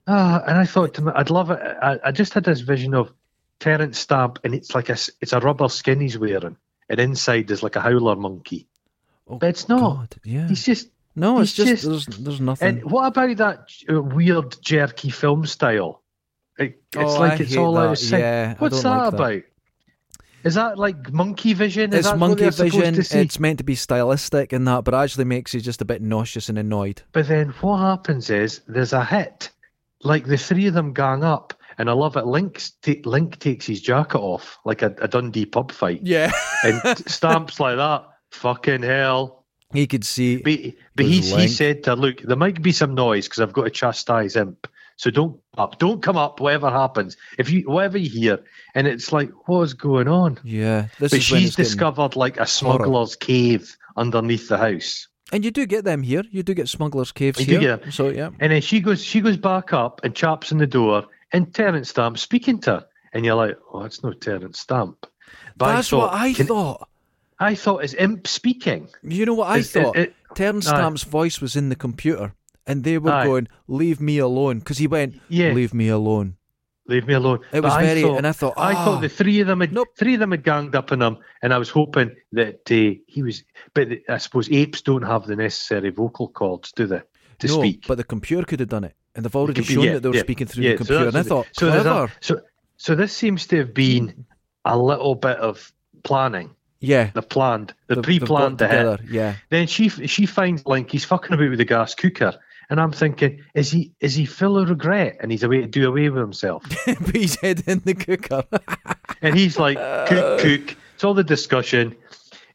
[SPEAKER 1] Ah, and I thought to my- I'd love it. I, I just had this vision of Terence Stamp, and it's like a s- it's a rubber skin he's wearing, and inside there's like a howler monkey.
[SPEAKER 2] Oh,
[SPEAKER 1] But it's not.
[SPEAKER 2] God. Yeah.
[SPEAKER 1] He's just
[SPEAKER 2] no, it's
[SPEAKER 1] he's
[SPEAKER 2] just,
[SPEAKER 1] just-
[SPEAKER 2] there's there's nothing.
[SPEAKER 1] and what about that uh, weird jerky film style? It, it's
[SPEAKER 2] Oh,
[SPEAKER 1] like
[SPEAKER 2] I
[SPEAKER 1] it's
[SPEAKER 2] hate
[SPEAKER 1] all
[SPEAKER 2] that.
[SPEAKER 1] out of sync.
[SPEAKER 2] Yeah, I
[SPEAKER 1] What's
[SPEAKER 2] don't
[SPEAKER 1] that
[SPEAKER 2] like that.
[SPEAKER 1] about? Is that like monkey vision? Is
[SPEAKER 2] it's
[SPEAKER 1] that
[SPEAKER 2] monkey
[SPEAKER 1] what they're supposed
[SPEAKER 2] vision.
[SPEAKER 1] To see?
[SPEAKER 2] It's meant to be stylistic and that, but actually makes you just a bit nauseous and annoyed.
[SPEAKER 1] But then what happens is there's a hit. Like the three of them gang up, and I love it. Link Link takes his jacket off like a, a Dundee pub fight,
[SPEAKER 2] [LAUGHS] Yeah.
[SPEAKER 1] and [LAUGHS] stamps like that. Fucking hell!
[SPEAKER 2] he could see.
[SPEAKER 1] But, but
[SPEAKER 2] Those
[SPEAKER 1] he's, he
[SPEAKER 2] length.
[SPEAKER 1] said to her, look, there might be some noise because I've got to chastise Imp. So don't up, don't come up, whatever happens. If you whatever you hear, and it's like, what is going on?
[SPEAKER 2] yeah. This
[SPEAKER 1] But
[SPEAKER 2] is when
[SPEAKER 1] she's
[SPEAKER 2] it's getting-
[SPEAKER 1] discovered like a smuggler's cave underneath the house.
[SPEAKER 2] And you do get them here. You do get smugglers' caves
[SPEAKER 1] You do
[SPEAKER 2] here.
[SPEAKER 1] get them.
[SPEAKER 2] So yeah.
[SPEAKER 1] And then she goes she goes back up and chaps on the door and Terence Stamp speaking to her. And you're like, Oh, it's no Terence Stamp. But
[SPEAKER 2] That's what I
[SPEAKER 1] can-
[SPEAKER 2] thought.
[SPEAKER 1] I thought is Imp speaking.
[SPEAKER 2] You know what I
[SPEAKER 1] It's- it-
[SPEAKER 2] thought?
[SPEAKER 1] it-
[SPEAKER 2] Terence
[SPEAKER 1] aye.
[SPEAKER 2] Stamp's voice was in the computer, and they were
[SPEAKER 1] Aye.
[SPEAKER 2] going, "Leave me alone," because he went,
[SPEAKER 1] Yeah.
[SPEAKER 2] "Leave me alone."
[SPEAKER 1] Leave me alone.
[SPEAKER 2] It
[SPEAKER 1] But
[SPEAKER 2] was
[SPEAKER 1] I
[SPEAKER 2] very-
[SPEAKER 1] thought-
[SPEAKER 2] and I thought,
[SPEAKER 1] I
[SPEAKER 2] ah.
[SPEAKER 1] thought the three of them had
[SPEAKER 2] Nope.
[SPEAKER 1] three of them had ganged up on him, and I was hoping that uh, he was. But the- I suppose apes don't have the necessary vocal cords, do they, to
[SPEAKER 2] no,
[SPEAKER 1] speak?
[SPEAKER 2] but the computer could have done it, and they've already
[SPEAKER 1] It could be-
[SPEAKER 2] shown
[SPEAKER 1] yeah,
[SPEAKER 2] that they were
[SPEAKER 1] yeah,
[SPEAKER 2] speaking through
[SPEAKER 1] yeah,
[SPEAKER 2] the
[SPEAKER 1] so
[SPEAKER 2] computer. and I
[SPEAKER 1] that's what
[SPEAKER 2] thought,
[SPEAKER 1] they- so there's
[SPEAKER 2] clever.
[SPEAKER 1] a- so so this seems to have been a little bit of planning.
[SPEAKER 2] yeah.
[SPEAKER 1] They've planned, they've,
[SPEAKER 2] they've- they've got
[SPEAKER 1] pre-planned the hit.
[SPEAKER 2] together. Yeah. [LAUGHS]
[SPEAKER 1] Then she she finds Link. He's fucking about with the gas cooker, and I'm thinking, is he is he full of regret? And he's away to do away with himself.
[SPEAKER 2] Put his head in the cooker.
[SPEAKER 1] and he's like cook cook it's all the discussion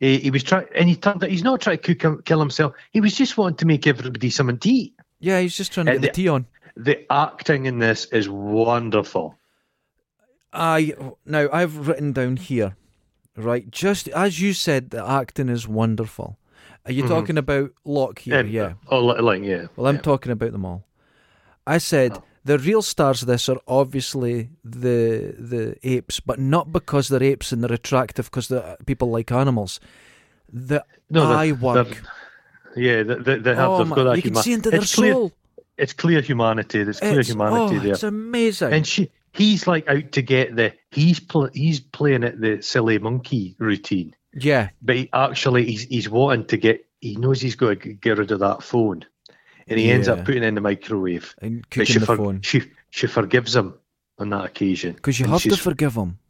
[SPEAKER 1] he, he was trying and he turned out he's not trying to cook him, kill himself he was just wanting to make everybody something to eat
[SPEAKER 2] yeah, he's just trying to
[SPEAKER 1] And
[SPEAKER 2] get the tea on.
[SPEAKER 1] Uh, the acting in this is wonderful
[SPEAKER 2] I now I've written down here, right? Just as you said, the acting is wonderful. Are you talking about Locke here?
[SPEAKER 1] And-
[SPEAKER 2] yeah.
[SPEAKER 1] oh li- like Mm-hmm. yeah Oh.
[SPEAKER 2] Well, I'm talking about them all. I said the real stars of this are obviously the the apes, but not because they're apes and they're attractive because they're uh, people like animals. The
[SPEAKER 1] No, they're-
[SPEAKER 2] eye
[SPEAKER 1] they're-
[SPEAKER 2] work.
[SPEAKER 1] yeah they, they, they have
[SPEAKER 2] Oh
[SPEAKER 1] they've
[SPEAKER 2] my,
[SPEAKER 1] got that
[SPEAKER 2] you can
[SPEAKER 1] huma-
[SPEAKER 2] see into their
[SPEAKER 1] it's clear,
[SPEAKER 2] soul.
[SPEAKER 1] it's clear humanity there's clear
[SPEAKER 2] It's,
[SPEAKER 1] humanity
[SPEAKER 2] oh,
[SPEAKER 1] there
[SPEAKER 2] it's amazing.
[SPEAKER 1] and she he's like out to get the he's pl- he's playing at the silly monkey routine
[SPEAKER 2] yeah,
[SPEAKER 1] but he actually he's he's wanting to get he knows he's going to get rid of that phone and he ends
[SPEAKER 2] Yeah.
[SPEAKER 1] up putting it in the microwave
[SPEAKER 2] and
[SPEAKER 1] But she,
[SPEAKER 2] cooking the
[SPEAKER 1] for-
[SPEAKER 2] phone
[SPEAKER 1] she she forgives him on that occasion
[SPEAKER 2] because you have to forgive them.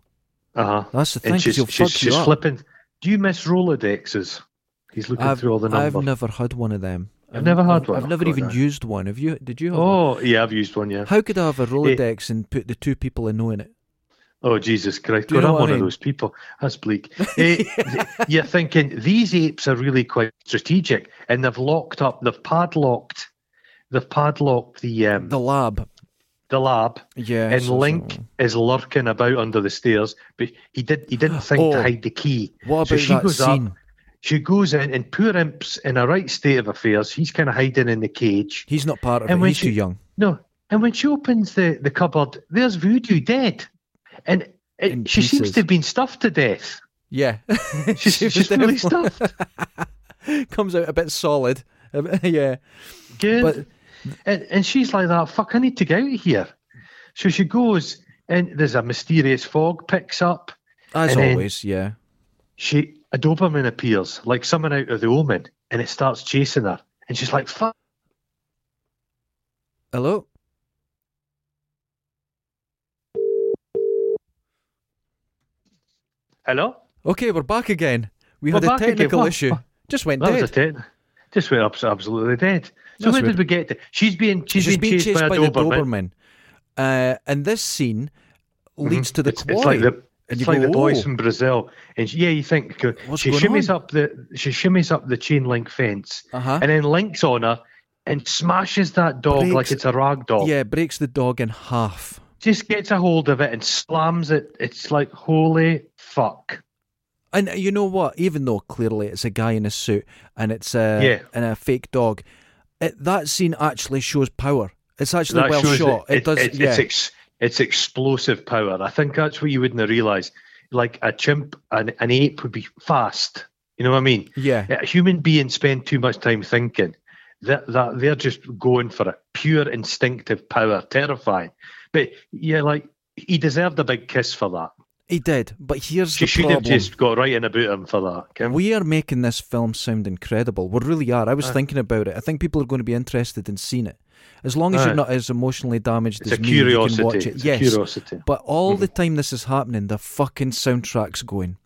[SPEAKER 1] uh huh
[SPEAKER 2] That's the thing.
[SPEAKER 1] and
[SPEAKER 2] 'cause
[SPEAKER 1] she's
[SPEAKER 2] you'll
[SPEAKER 1] she's,
[SPEAKER 2] fuck you
[SPEAKER 1] she's
[SPEAKER 2] up.
[SPEAKER 1] flipping Do you miss Rolodexes? He's looking
[SPEAKER 2] I've,
[SPEAKER 1] through all the numbers.
[SPEAKER 2] I've never had one of them.
[SPEAKER 1] You've never had one?
[SPEAKER 2] I've
[SPEAKER 1] Oh,
[SPEAKER 2] never
[SPEAKER 1] God,
[SPEAKER 2] even
[SPEAKER 1] no.
[SPEAKER 2] used one. Have you? Did you? Have one?
[SPEAKER 1] Oh, yeah, I've used one, yeah.
[SPEAKER 2] How could I have a Rolodex and put the two people I know in it?
[SPEAKER 1] Oh, Jesus Christ.
[SPEAKER 2] Do you
[SPEAKER 1] God,
[SPEAKER 2] know
[SPEAKER 1] I'm
[SPEAKER 2] what I
[SPEAKER 1] one of
[SPEAKER 2] mean?
[SPEAKER 1] those people. That's
[SPEAKER 2] [LAUGHS]
[SPEAKER 1] bleak. Eh, You're thinking, these apes are really quite strategic, and they've locked up, they've padlocked, they've padlocked the, um,
[SPEAKER 2] The
[SPEAKER 1] the,
[SPEAKER 2] lab.
[SPEAKER 1] lab,
[SPEAKER 2] Yeah.
[SPEAKER 1] and
[SPEAKER 2] so-
[SPEAKER 1] Link
[SPEAKER 2] so-
[SPEAKER 1] is lurking about under the stairs, but he, did, he didn't think
[SPEAKER 2] Oh.
[SPEAKER 1] to hide the key.
[SPEAKER 2] What
[SPEAKER 1] so
[SPEAKER 2] about
[SPEAKER 1] she
[SPEAKER 2] that
[SPEAKER 1] goes
[SPEAKER 2] scene?
[SPEAKER 1] up, she goes in, and poor Imp's in a right state of affairs. He's kind of hiding in the cage.
[SPEAKER 2] He's not part of
[SPEAKER 1] And
[SPEAKER 2] it.
[SPEAKER 1] when
[SPEAKER 2] He's
[SPEAKER 1] she-
[SPEAKER 2] too young.
[SPEAKER 1] No, and when she opens the, the cupboard, there's Voodoo dead, and it,
[SPEAKER 2] In
[SPEAKER 1] she seems
[SPEAKER 2] pieces.
[SPEAKER 1] to have been stuffed to death. [LAUGHS]
[SPEAKER 2] Yeah. [LAUGHS]
[SPEAKER 1] She's,
[SPEAKER 2] She was
[SPEAKER 1] she's
[SPEAKER 2] [LAUGHS]
[SPEAKER 1] really
[SPEAKER 2] definitely-
[SPEAKER 1] stuffed.
[SPEAKER 2] Comes out a bit solid. [LAUGHS] A bit- yeah.
[SPEAKER 1] Good.
[SPEAKER 2] But
[SPEAKER 1] and, and she's like that. Fuck! I need to get out of here. So she goes, and there's a mysterious fog picks up.
[SPEAKER 2] as
[SPEAKER 1] And then-
[SPEAKER 2] always, yeah.
[SPEAKER 1] She a Doberman appears, like someone out of the Omen, and it starts chasing her. And she's like, "Fuck!"
[SPEAKER 2] Hello?
[SPEAKER 1] Hello.
[SPEAKER 2] Okay, we're back again. We
[SPEAKER 1] We're
[SPEAKER 2] had a
[SPEAKER 1] back again.
[SPEAKER 2] technical
[SPEAKER 1] What-
[SPEAKER 2] issue.
[SPEAKER 1] what-
[SPEAKER 2] Just went
[SPEAKER 1] That
[SPEAKER 2] dead.
[SPEAKER 1] was a dead. Just went abs- absolutely dead. So
[SPEAKER 2] That's
[SPEAKER 1] where
[SPEAKER 2] weird.
[SPEAKER 1] did we get to? She's being she's,
[SPEAKER 2] She's
[SPEAKER 1] being chased, by, a
[SPEAKER 2] the
[SPEAKER 1] Doberman.
[SPEAKER 2] Doberman. Uh, and this scene leads to the
[SPEAKER 1] it's,
[SPEAKER 2] quarry.
[SPEAKER 1] it's like the it's
[SPEAKER 2] and you
[SPEAKER 1] like
[SPEAKER 2] go,
[SPEAKER 1] the boys
[SPEAKER 2] "Oh."
[SPEAKER 1] from Brazil, and she- yeah, you think uh,
[SPEAKER 2] What's
[SPEAKER 1] she
[SPEAKER 2] going
[SPEAKER 1] shimmies
[SPEAKER 2] on?
[SPEAKER 1] up the she shimmies up the chain link fence,
[SPEAKER 2] Uh-huh.
[SPEAKER 1] and then links on her and smashes that dog
[SPEAKER 2] Breaks-
[SPEAKER 1] like it's a rag doll.
[SPEAKER 2] Yeah, breaks the dog in half.
[SPEAKER 1] Just gets a hold of it and slams it. It's like holy fuck.
[SPEAKER 2] And uh, you know what? Even though clearly it's a guy in a suit and it's a
[SPEAKER 1] Yeah.
[SPEAKER 2] and a fake dog, it, that scene actually shows power. It's actually
[SPEAKER 1] That
[SPEAKER 2] well
[SPEAKER 1] shows
[SPEAKER 2] shot.
[SPEAKER 1] that
[SPEAKER 2] It, does.
[SPEAKER 1] It's,
[SPEAKER 2] yeah.
[SPEAKER 1] it's, ex, it's explosive power. I think that's what you wouldn't realize. Like a chimp, an, an ape would be fast. You know what I mean?
[SPEAKER 2] yeah.
[SPEAKER 1] Yeah, human beings spend too much time thinking. That that they're just going for it. Pure instinctive power, terrifying. But yeah, like he deserved a big kiss for that.
[SPEAKER 2] He did. But here's
[SPEAKER 1] She
[SPEAKER 2] the
[SPEAKER 1] should
[SPEAKER 2] problem.
[SPEAKER 1] have just got right in about him for that. Kim.
[SPEAKER 2] We are making this film sound incredible. We really are. I was thinking about it. I think people are going to be interested in seeing it. As long as
[SPEAKER 1] Aye.
[SPEAKER 2] you're not as emotionally damaged
[SPEAKER 1] It's
[SPEAKER 2] as
[SPEAKER 1] a
[SPEAKER 2] me, you
[SPEAKER 1] curiosity.
[SPEAKER 2] can watch it.
[SPEAKER 1] It's a
[SPEAKER 2] yes.
[SPEAKER 1] curiosity. Mm-hmm.
[SPEAKER 2] But all the time this is happening, the fucking soundtrack's going.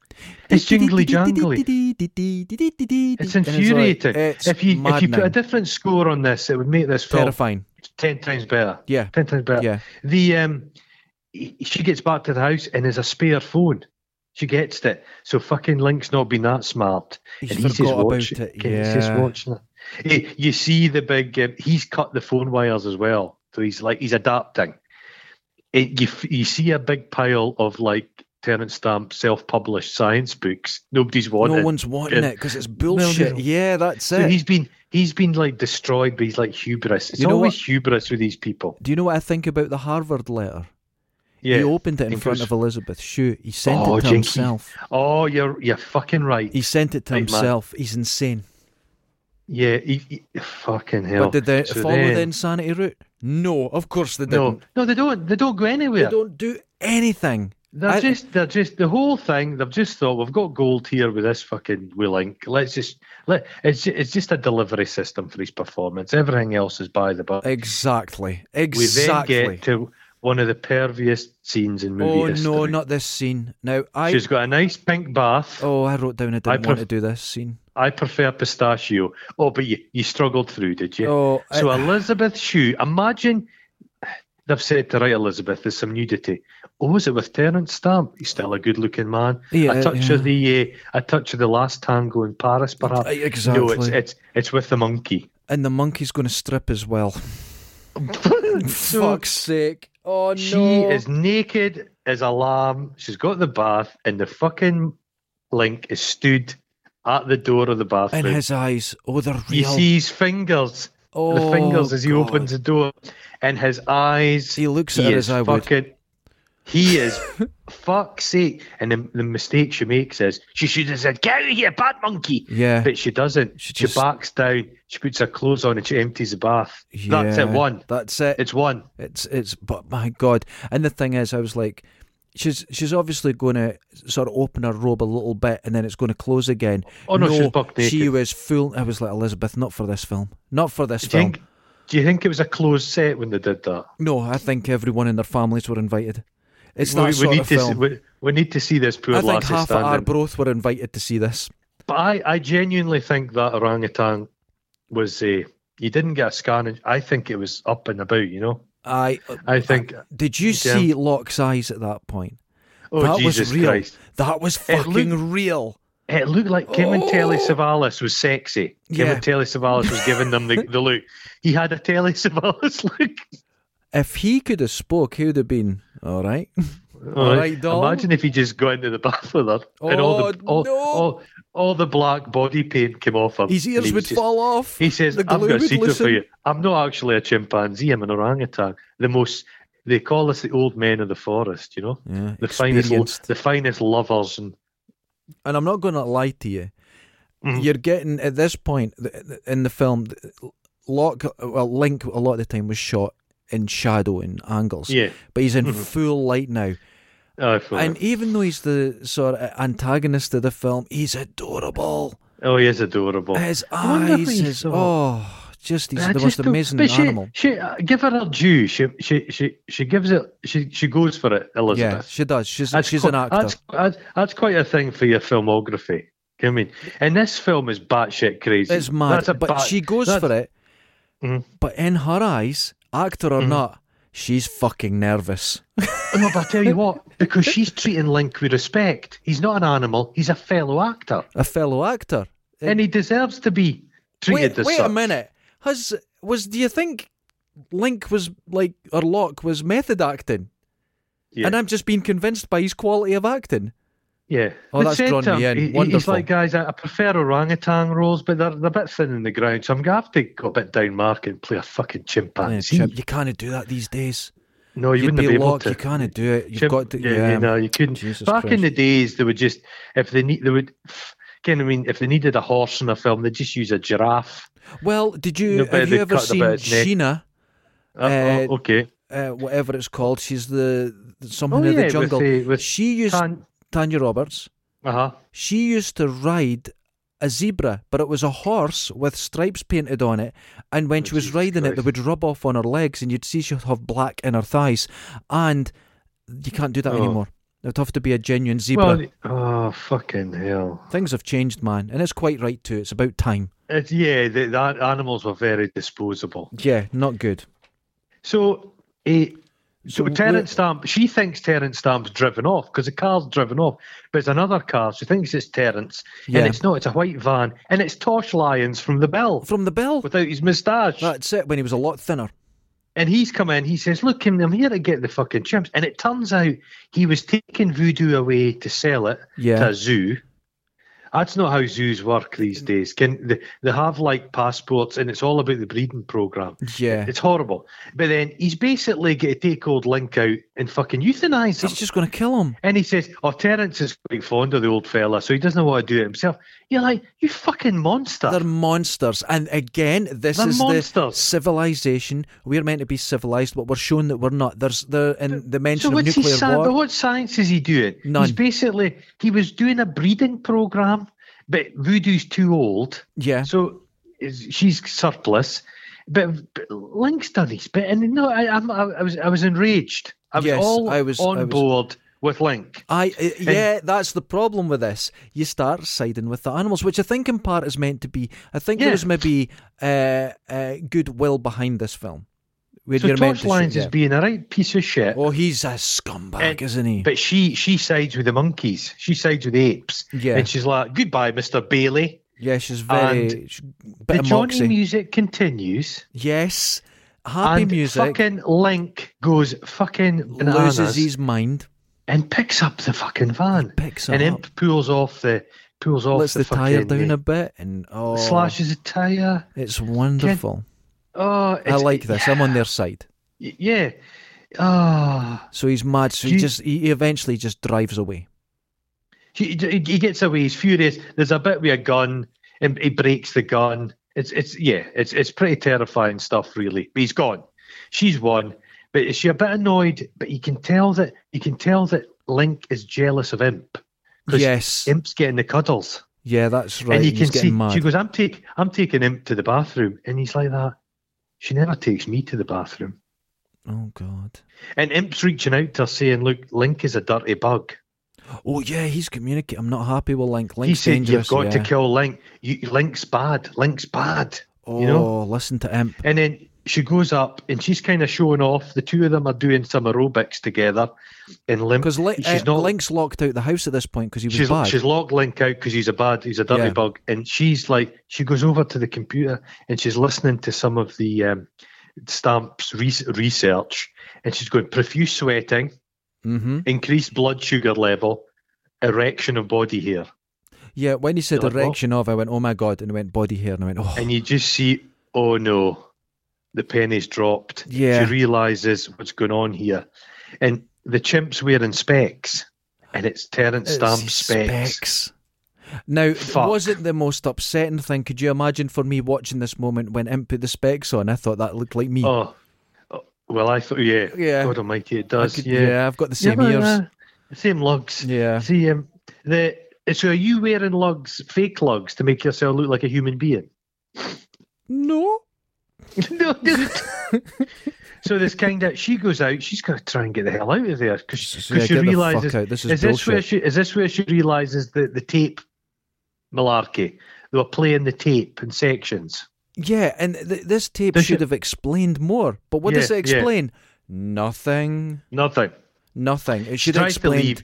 [SPEAKER 1] It's jingly jangly. It's
[SPEAKER 2] It's
[SPEAKER 1] infuriating.
[SPEAKER 2] like- it's
[SPEAKER 1] if you if you put a
[SPEAKER 2] maddening.
[SPEAKER 1] different score on this, it would make this film
[SPEAKER 2] terrifying.
[SPEAKER 1] ten times better.
[SPEAKER 2] Yeah.
[SPEAKER 1] Ten times better.
[SPEAKER 2] Yeah.
[SPEAKER 1] The um, he- she gets back to the house and there's a spare phone. She gets it. So fucking Link's not been that smart.
[SPEAKER 2] He's
[SPEAKER 1] and he's just
[SPEAKER 2] forgot about
[SPEAKER 1] watching.
[SPEAKER 2] it,
[SPEAKER 1] He's just
[SPEAKER 2] yeah.
[SPEAKER 1] watching it. Eh, You see the big. Um, he's cut the phone wires as well. So he's like he's adapting. It, you f- you see a big pile of like Terence Stamp self-published science books. Nobody's wanted.
[SPEAKER 2] No one's wanting it because it's bullshit.
[SPEAKER 1] no.
[SPEAKER 2] Yeah, that's
[SPEAKER 1] So
[SPEAKER 2] it.
[SPEAKER 1] he's been he's been like destroyed, but he's like hubris. It's
[SPEAKER 2] You know
[SPEAKER 1] always
[SPEAKER 2] what?
[SPEAKER 1] hubris with these people.
[SPEAKER 2] Do you know what I think about the Harvard letter?
[SPEAKER 1] Yeah.
[SPEAKER 2] He opened it in
[SPEAKER 1] Think
[SPEAKER 2] front
[SPEAKER 1] it's-
[SPEAKER 2] of Elizabeth Shue. He sent
[SPEAKER 1] Oh,
[SPEAKER 2] it to
[SPEAKER 1] Jinky.
[SPEAKER 2] himself.
[SPEAKER 1] Oh, you're you're fucking right.
[SPEAKER 2] He sent it to
[SPEAKER 1] Right, man.
[SPEAKER 2] himself. He's insane.
[SPEAKER 1] yeah, he, he- fucking hell.
[SPEAKER 2] But did they
[SPEAKER 1] So
[SPEAKER 2] follow
[SPEAKER 1] then-
[SPEAKER 2] the insanity route? No, of course they
[SPEAKER 1] No,
[SPEAKER 2] didn't.
[SPEAKER 1] no, they don't. They don't go
[SPEAKER 2] They
[SPEAKER 1] anywhere. They
[SPEAKER 2] don't do anything.
[SPEAKER 1] are
[SPEAKER 2] I-
[SPEAKER 1] just, they're just the whole thing. They've just thought we've got gold here with this fucking we link. Let's just let it's it's just a delivery system for his performance. Everything else is by the by.
[SPEAKER 2] Exactly.
[SPEAKER 1] We then
[SPEAKER 2] Exactly.
[SPEAKER 1] get to one of the perviest scenes in movie
[SPEAKER 2] oh
[SPEAKER 1] history.
[SPEAKER 2] no, not this scene. Now I
[SPEAKER 1] She's got a nice pink bath.
[SPEAKER 2] oh I wrote down I didn't
[SPEAKER 1] I
[SPEAKER 2] want
[SPEAKER 1] pref-
[SPEAKER 2] to do this scene.
[SPEAKER 1] I prefer pistachio. Oh, but you, you struggled through, did you?
[SPEAKER 2] Oh, I-
[SPEAKER 1] so Elizabeth Shue, imagine they've said to right Elizabeth, there's some nudity. Oh, is it with Terence Stamp? He's still a good-looking man.
[SPEAKER 2] Yeah,
[SPEAKER 1] a touch
[SPEAKER 2] yeah.
[SPEAKER 1] of the uh, a touch of the last tango in Paris, perhaps.
[SPEAKER 2] Uh, exactly.
[SPEAKER 1] No, it's it's it's with the
[SPEAKER 2] [LAUGHS]
[SPEAKER 1] monkey.
[SPEAKER 2] And the monkey's going to strip as well. [LAUGHS]
[SPEAKER 1] So
[SPEAKER 2] Fuck's sake! Oh no.
[SPEAKER 1] She is naked as a lamb. She's got the bath, and the fucking link is stood at the door of the bathroom.
[SPEAKER 2] in his eyes. Oh, they're real.
[SPEAKER 1] you see his fingers. the
[SPEAKER 2] Oh,
[SPEAKER 1] fingers as he
[SPEAKER 2] God.
[SPEAKER 1] opens the door, and his eyes.
[SPEAKER 2] He looks at her as
[SPEAKER 1] is
[SPEAKER 2] I would.
[SPEAKER 1] fucking, He
[SPEAKER 2] [LAUGHS]
[SPEAKER 1] is fuck's sake. And the, the mistake she makes is she should have said, "Get out of here, bad monkey."
[SPEAKER 2] Yeah.
[SPEAKER 1] But she doesn't.
[SPEAKER 2] She
[SPEAKER 1] She,
[SPEAKER 2] just-
[SPEAKER 1] backs down. She puts her clothes on and she empties the bath. That's it.
[SPEAKER 2] Yeah,
[SPEAKER 1] One.
[SPEAKER 2] That's it.
[SPEAKER 1] It's one.
[SPEAKER 2] It's it's but my god. And the thing is I was like she's she's obviously going to sort of open her robe a little bit and then it's going to close again.
[SPEAKER 1] Oh, no, she's buck naked.
[SPEAKER 2] She was full I was like Elizabeth, not for this film. Not for this
[SPEAKER 1] Do you
[SPEAKER 2] film.
[SPEAKER 1] think? Do you think it was a closed set when they did that?
[SPEAKER 2] No, I think everyone and their families were invited. It's that
[SPEAKER 1] we,
[SPEAKER 2] sort
[SPEAKER 1] we need
[SPEAKER 2] of
[SPEAKER 1] to
[SPEAKER 2] film.
[SPEAKER 1] see, we, we need to see this poor
[SPEAKER 2] I think
[SPEAKER 1] lassie
[SPEAKER 2] half of our
[SPEAKER 1] standing.
[SPEAKER 2] broth were invited to see this.
[SPEAKER 1] But I, I genuinely think that orangutan was a. You didn't get a scan. and- I think it was up and about. You know.
[SPEAKER 2] I
[SPEAKER 1] I think.
[SPEAKER 2] did you
[SPEAKER 1] Yeah.
[SPEAKER 2] see Locke's eyes at that point?
[SPEAKER 1] Oh
[SPEAKER 2] that
[SPEAKER 1] Jesus
[SPEAKER 2] was real.
[SPEAKER 1] Christ!
[SPEAKER 2] That was
[SPEAKER 1] It
[SPEAKER 2] fucking real.
[SPEAKER 1] It looked like Kim and Telly
[SPEAKER 2] Oh.
[SPEAKER 1] Savalas was sexy. Kim
[SPEAKER 2] Yeah.
[SPEAKER 1] and Telly Savalas was giving them the, the look. He had a Telly Savalas [LAUGHS] look.
[SPEAKER 2] If he could have spoke, he would have been
[SPEAKER 1] [LAUGHS]
[SPEAKER 2] all right. All right, doll.
[SPEAKER 1] Imagine if he just got into the bath with her and all the
[SPEAKER 2] Oh,
[SPEAKER 1] all,
[SPEAKER 2] no.
[SPEAKER 1] all, all the black body paint came off him.
[SPEAKER 2] His
[SPEAKER 1] and
[SPEAKER 2] ears
[SPEAKER 1] he was
[SPEAKER 2] would
[SPEAKER 1] just-
[SPEAKER 2] fall off.
[SPEAKER 1] He says,
[SPEAKER 2] The
[SPEAKER 1] "I've
[SPEAKER 2] glue
[SPEAKER 1] got a
[SPEAKER 2] would
[SPEAKER 1] secret for
[SPEAKER 2] loosen."
[SPEAKER 1] you. I'm not actually a chimpanzee. I'm an orangutan. The most they call us the old men of the forest. You know,
[SPEAKER 2] Yeah,
[SPEAKER 1] the finest, lo-
[SPEAKER 2] experienced.
[SPEAKER 1] the finest lovers." And
[SPEAKER 2] and I'm not going to lie to you.
[SPEAKER 1] Mhm.
[SPEAKER 2] You're getting at this point th- th- in the film, th- Locke, well, Link, a lot of the time was shot in shadow and angles.
[SPEAKER 1] yeah,
[SPEAKER 2] but he's in
[SPEAKER 1] Mhm.
[SPEAKER 2] full light now.
[SPEAKER 1] oh, I feel
[SPEAKER 2] And
[SPEAKER 1] it.
[SPEAKER 2] even though he's the sort of antagonist of the film, he's adorable.
[SPEAKER 1] oh, he is adorable.
[SPEAKER 2] His
[SPEAKER 1] I wonder
[SPEAKER 2] eyes
[SPEAKER 1] if he
[SPEAKER 2] is
[SPEAKER 1] saw-
[SPEAKER 2] oh, just he's
[SPEAKER 1] I
[SPEAKER 2] the
[SPEAKER 1] just
[SPEAKER 2] most
[SPEAKER 1] don't-
[SPEAKER 2] amazing
[SPEAKER 1] but she,
[SPEAKER 2] animal.
[SPEAKER 1] She, uh, give her her due. She, she, she, she gives it. She, she goes for it, Elizabeth.
[SPEAKER 2] Yeah, she does. She's
[SPEAKER 1] That's
[SPEAKER 2] she's
[SPEAKER 1] qui-
[SPEAKER 2] an actor.
[SPEAKER 1] That's, that's, that's quite a thing for your filmography. I mean, and this film is batshit crazy.
[SPEAKER 2] It's mad,
[SPEAKER 1] That's a
[SPEAKER 2] but
[SPEAKER 1] bat-
[SPEAKER 2] she goes
[SPEAKER 1] that's- Mm-hmm.
[SPEAKER 2] for it.
[SPEAKER 1] Mhm.
[SPEAKER 2] But in her eyes, actor or not, she's fucking nervous.
[SPEAKER 1] No, but I tell you
[SPEAKER 2] [LAUGHS]
[SPEAKER 1] what, because she's treating Link with respect. He's not an animal. He's a fellow actor,
[SPEAKER 2] A fellow actor.
[SPEAKER 1] and he deserves to be treated
[SPEAKER 2] Wait,
[SPEAKER 1] as
[SPEAKER 2] wait
[SPEAKER 1] such.
[SPEAKER 2] a minute. Has was do you think Link was like or Locke was method acting?
[SPEAKER 1] Yeah.
[SPEAKER 2] And I'm just being convinced by his quality of acting.
[SPEAKER 1] Yeah.
[SPEAKER 2] Oh,
[SPEAKER 1] They
[SPEAKER 2] that's
[SPEAKER 1] said
[SPEAKER 2] drawn
[SPEAKER 1] to him,
[SPEAKER 2] me in.
[SPEAKER 1] he- he- He's
[SPEAKER 2] Wonderful.
[SPEAKER 1] like, guys, I I prefer orangutan roles, but they're, they're a bit thin in the ground, so I'm going to have to go a bit down mark and play a fucking
[SPEAKER 2] Yeah,
[SPEAKER 1] chimpanzee.
[SPEAKER 2] Chip, you can't do that these days.
[SPEAKER 1] no, you
[SPEAKER 2] You'd
[SPEAKER 1] wouldn't
[SPEAKER 2] be
[SPEAKER 1] be able
[SPEAKER 2] Locke,
[SPEAKER 1] to.
[SPEAKER 2] you can't do it. You've
[SPEAKER 1] Chim-
[SPEAKER 2] got to.
[SPEAKER 1] yeah,
[SPEAKER 2] Yeah,
[SPEAKER 1] you know, you couldn't.
[SPEAKER 2] Jesus
[SPEAKER 1] Back in
[SPEAKER 2] Christ.
[SPEAKER 1] the days, they would just, if they need, they would, again, I mean, if they needed a horse in a film, they'd just use a giraffe.
[SPEAKER 2] Well, did you
[SPEAKER 1] No, but
[SPEAKER 2] have
[SPEAKER 1] they
[SPEAKER 2] you ever
[SPEAKER 1] cut the
[SPEAKER 2] seen
[SPEAKER 1] bit at neck.
[SPEAKER 2] Sheena?
[SPEAKER 1] Uh,
[SPEAKER 2] Uh,
[SPEAKER 1] oh, okay.
[SPEAKER 2] Uh, whatever it's called, she's the something
[SPEAKER 1] Oh,
[SPEAKER 2] in
[SPEAKER 1] yeah,
[SPEAKER 2] the
[SPEAKER 1] with
[SPEAKER 2] jungle.
[SPEAKER 1] the- with
[SPEAKER 2] she used
[SPEAKER 1] Tan-
[SPEAKER 2] Tanya Roberts.
[SPEAKER 1] uh-huh.
[SPEAKER 2] She used to ride a zebra, but it was a horse with stripes painted on it. And when
[SPEAKER 1] Oh,
[SPEAKER 2] she was
[SPEAKER 1] Jesus
[SPEAKER 2] riding it, they
[SPEAKER 1] Christ.
[SPEAKER 2] would rub off on her legs, and you'd see she'd have black in her thighs. And you can't do that
[SPEAKER 1] Oh.
[SPEAKER 2] anymore. It'd have to be a genuine zebra.
[SPEAKER 1] Well, oh, fucking hell.
[SPEAKER 2] Things have changed, man, and it's quite right too. It's about time.
[SPEAKER 1] It's, yeah, the, the animals were very disposable.
[SPEAKER 2] Yeah, not good.
[SPEAKER 1] So, eh, so,
[SPEAKER 2] So we're-
[SPEAKER 1] Terence Stamp, she thinks Terence Stamp's driven off because the car's driven off, but it's another car. She thinks it's Terence,
[SPEAKER 2] Yeah.
[SPEAKER 1] and it's not. It's a white van, and it's Tosh Lyons from The Bell
[SPEAKER 2] From the bell.
[SPEAKER 1] without his moustache.
[SPEAKER 2] That's it. When he was a lot thinner.
[SPEAKER 1] And he's come in. He says, "Look, Kim, I'm here to get the fucking chimps." And it turns out he was taking voodoo away to sell it to
[SPEAKER 2] Yeah.
[SPEAKER 1] a zoo. That's not how zoos work these days. Can they, they have like passports, and it's all about the breeding program.
[SPEAKER 2] Yeah.
[SPEAKER 1] It's horrible. But then he's basically going to take old Link out and fucking euthanize him.
[SPEAKER 2] He's just going to kill him.
[SPEAKER 1] and he says, Oh, Terence is quite fond of the old fella, so he doesn't want to do it himself. You're like, You fucking monster.
[SPEAKER 2] They're monsters. And again, this
[SPEAKER 1] They're
[SPEAKER 2] is the
[SPEAKER 1] monsters.
[SPEAKER 2] civilization. We're meant to be civilized, but we're shown that we're not. There's the in the mention
[SPEAKER 1] so
[SPEAKER 2] of
[SPEAKER 1] what's he
[SPEAKER 2] nuclear
[SPEAKER 1] sci-
[SPEAKER 2] war.
[SPEAKER 1] what science is he doing?
[SPEAKER 2] None.
[SPEAKER 1] He's basically he was doing a breeding program, but voodoo's too old.
[SPEAKER 2] yeah.
[SPEAKER 1] So is, she's surplus, but, but Link's done his bit, and no, I, I'm, I, I was I was enraged. I was
[SPEAKER 2] Yes,
[SPEAKER 1] all
[SPEAKER 2] I was-
[SPEAKER 1] on
[SPEAKER 2] I was-
[SPEAKER 1] board with Link.
[SPEAKER 2] I uh, yeah, that's the problem with this. You start siding with the animals, which I think in part is meant to be. I think there
[SPEAKER 1] Yeah.
[SPEAKER 2] was maybe uh, uh, goodwill behind this film. Where
[SPEAKER 1] So
[SPEAKER 2] you're meant
[SPEAKER 1] Tosh
[SPEAKER 2] to
[SPEAKER 1] Lyons
[SPEAKER 2] yeah.
[SPEAKER 1] is being a right piece of shit,
[SPEAKER 2] Oh, he's a scumbag,
[SPEAKER 1] And-
[SPEAKER 2] isn't he?
[SPEAKER 1] but she she sides with the monkeys. She sides with the apes,
[SPEAKER 2] Yeah.
[SPEAKER 1] and she's like, "Goodbye, Mister Bailey."
[SPEAKER 2] yeah, she's very
[SPEAKER 1] and
[SPEAKER 2] she,
[SPEAKER 1] The
[SPEAKER 2] bit of
[SPEAKER 1] Johnny
[SPEAKER 2] moxie.
[SPEAKER 1] music continues.
[SPEAKER 2] yes, happy
[SPEAKER 1] and
[SPEAKER 2] music
[SPEAKER 1] Fucking Link goes fucking bananas
[SPEAKER 2] loses his mind.
[SPEAKER 1] and picks up the fucking van.
[SPEAKER 2] Picks
[SPEAKER 1] and
[SPEAKER 2] it
[SPEAKER 1] Imp pulls off the pulls off
[SPEAKER 2] Lets
[SPEAKER 1] the,
[SPEAKER 2] the, tire
[SPEAKER 1] fucking,
[SPEAKER 2] down
[SPEAKER 1] uh,
[SPEAKER 2] a bit, and oh,
[SPEAKER 1] slashes the tire.
[SPEAKER 2] it's wonderful.
[SPEAKER 1] Oh,
[SPEAKER 2] I
[SPEAKER 1] it's-
[SPEAKER 2] like this. I'm on their side.
[SPEAKER 1] Yeah. Ah,
[SPEAKER 2] So he's mad. So
[SPEAKER 1] Do
[SPEAKER 2] he
[SPEAKER 1] you-
[SPEAKER 2] just he eventually just drives away.
[SPEAKER 1] he, he he gets away. He's furious. There's a bit with a gun, and he breaks the gun. It's it's yeah. It's it's pretty terrifying stuff, really. But he's gone. She's won. But is she a bit annoyed? But you can tell that you can tell that Link is jealous of Imp. 'Cause
[SPEAKER 2] Yes,
[SPEAKER 1] Imp's getting the cuddles,
[SPEAKER 2] yeah, that's right.
[SPEAKER 1] and you
[SPEAKER 2] he's
[SPEAKER 1] can
[SPEAKER 2] getting
[SPEAKER 1] see
[SPEAKER 2] mad.
[SPEAKER 1] she goes, "I'm take, I'm taking Imp to the bathroom," and he's like that. She never takes me to the bathroom.
[SPEAKER 2] Oh God.
[SPEAKER 1] And Imp's reaching out to her saying, Look, Link is a dirty bug.
[SPEAKER 2] Oh yeah, he's communicating. I'm not happy with Link.
[SPEAKER 1] he
[SPEAKER 2] Link's
[SPEAKER 1] said,
[SPEAKER 2] dangerous.
[SPEAKER 1] You've got to
[SPEAKER 2] yeah.
[SPEAKER 1] kill Link. You, Link's bad. Link's bad.
[SPEAKER 2] Oh,
[SPEAKER 1] you know?
[SPEAKER 2] listen to Imp.
[SPEAKER 1] And then she goes up and she's kind of showing off. The two of them are doing some aerobics together. And Limp,
[SPEAKER 2] Because Li-
[SPEAKER 1] she's
[SPEAKER 2] uh,
[SPEAKER 1] not
[SPEAKER 2] Link's locked out the house at this point because he was
[SPEAKER 1] she's,
[SPEAKER 2] bad.
[SPEAKER 1] she's locked Link out because he's a bad, he's a dirty
[SPEAKER 2] Yeah.
[SPEAKER 1] bug, and she's like, she goes over to the computer and she's listening to some of the um, stamps re- research, and she's going profuse sweating,
[SPEAKER 2] hmm
[SPEAKER 1] increased blood sugar level, erection of body hair,
[SPEAKER 2] Yeah, when he said
[SPEAKER 1] You're like, what?
[SPEAKER 2] erection of, I went, oh my god, and I went body hair, and I went, oh,
[SPEAKER 1] and you just see, oh no, the penny's dropped.
[SPEAKER 2] Yeah.
[SPEAKER 1] she realizes what's going on here, and the chimp's wearing specs, and it's Terrence
[SPEAKER 2] it's
[SPEAKER 1] Stamp
[SPEAKER 2] his
[SPEAKER 1] specs.
[SPEAKER 2] Now,
[SPEAKER 1] Fuck.
[SPEAKER 2] was it the most upsetting thing? Could you imagine for me watching this moment when Imp put the specs on? I thought that looked like me.
[SPEAKER 1] Oh, oh, well, I thought, yeah,
[SPEAKER 2] Yeah.
[SPEAKER 1] God Almighty, it
[SPEAKER 2] I
[SPEAKER 1] does.
[SPEAKER 2] could-
[SPEAKER 1] yeah.
[SPEAKER 2] I've got the same
[SPEAKER 1] Yeah,
[SPEAKER 2] ears.
[SPEAKER 1] man, uh, Same lugs.
[SPEAKER 2] Yeah.
[SPEAKER 1] See, um, the so are you wearing lugs, fake lugs, to make yourself look like a human being? [LAUGHS]
[SPEAKER 2] No.
[SPEAKER 1] no, dude.
[SPEAKER 2] [LAUGHS]
[SPEAKER 1] so this kind of she goes out. She's going to try and get the hell out of there because
[SPEAKER 2] Jesus,
[SPEAKER 1] she,
[SPEAKER 2] yeah, get the
[SPEAKER 1] realizes
[SPEAKER 2] fuck out. This is
[SPEAKER 1] this where
[SPEAKER 2] bullshit.
[SPEAKER 1] she is this where she realizes that the tape malarkey they were playing the tape in sections.
[SPEAKER 2] Yeah, and th- this tape
[SPEAKER 1] Does
[SPEAKER 2] should
[SPEAKER 1] it-
[SPEAKER 2] have explained more. But what does
[SPEAKER 1] Yeah,
[SPEAKER 2] it
[SPEAKER 1] yeah.
[SPEAKER 2] explain? Nothing.
[SPEAKER 1] Nothing.
[SPEAKER 2] Nothing. It
[SPEAKER 1] She
[SPEAKER 2] should have
[SPEAKER 1] tries to
[SPEAKER 2] explained
[SPEAKER 1] leave,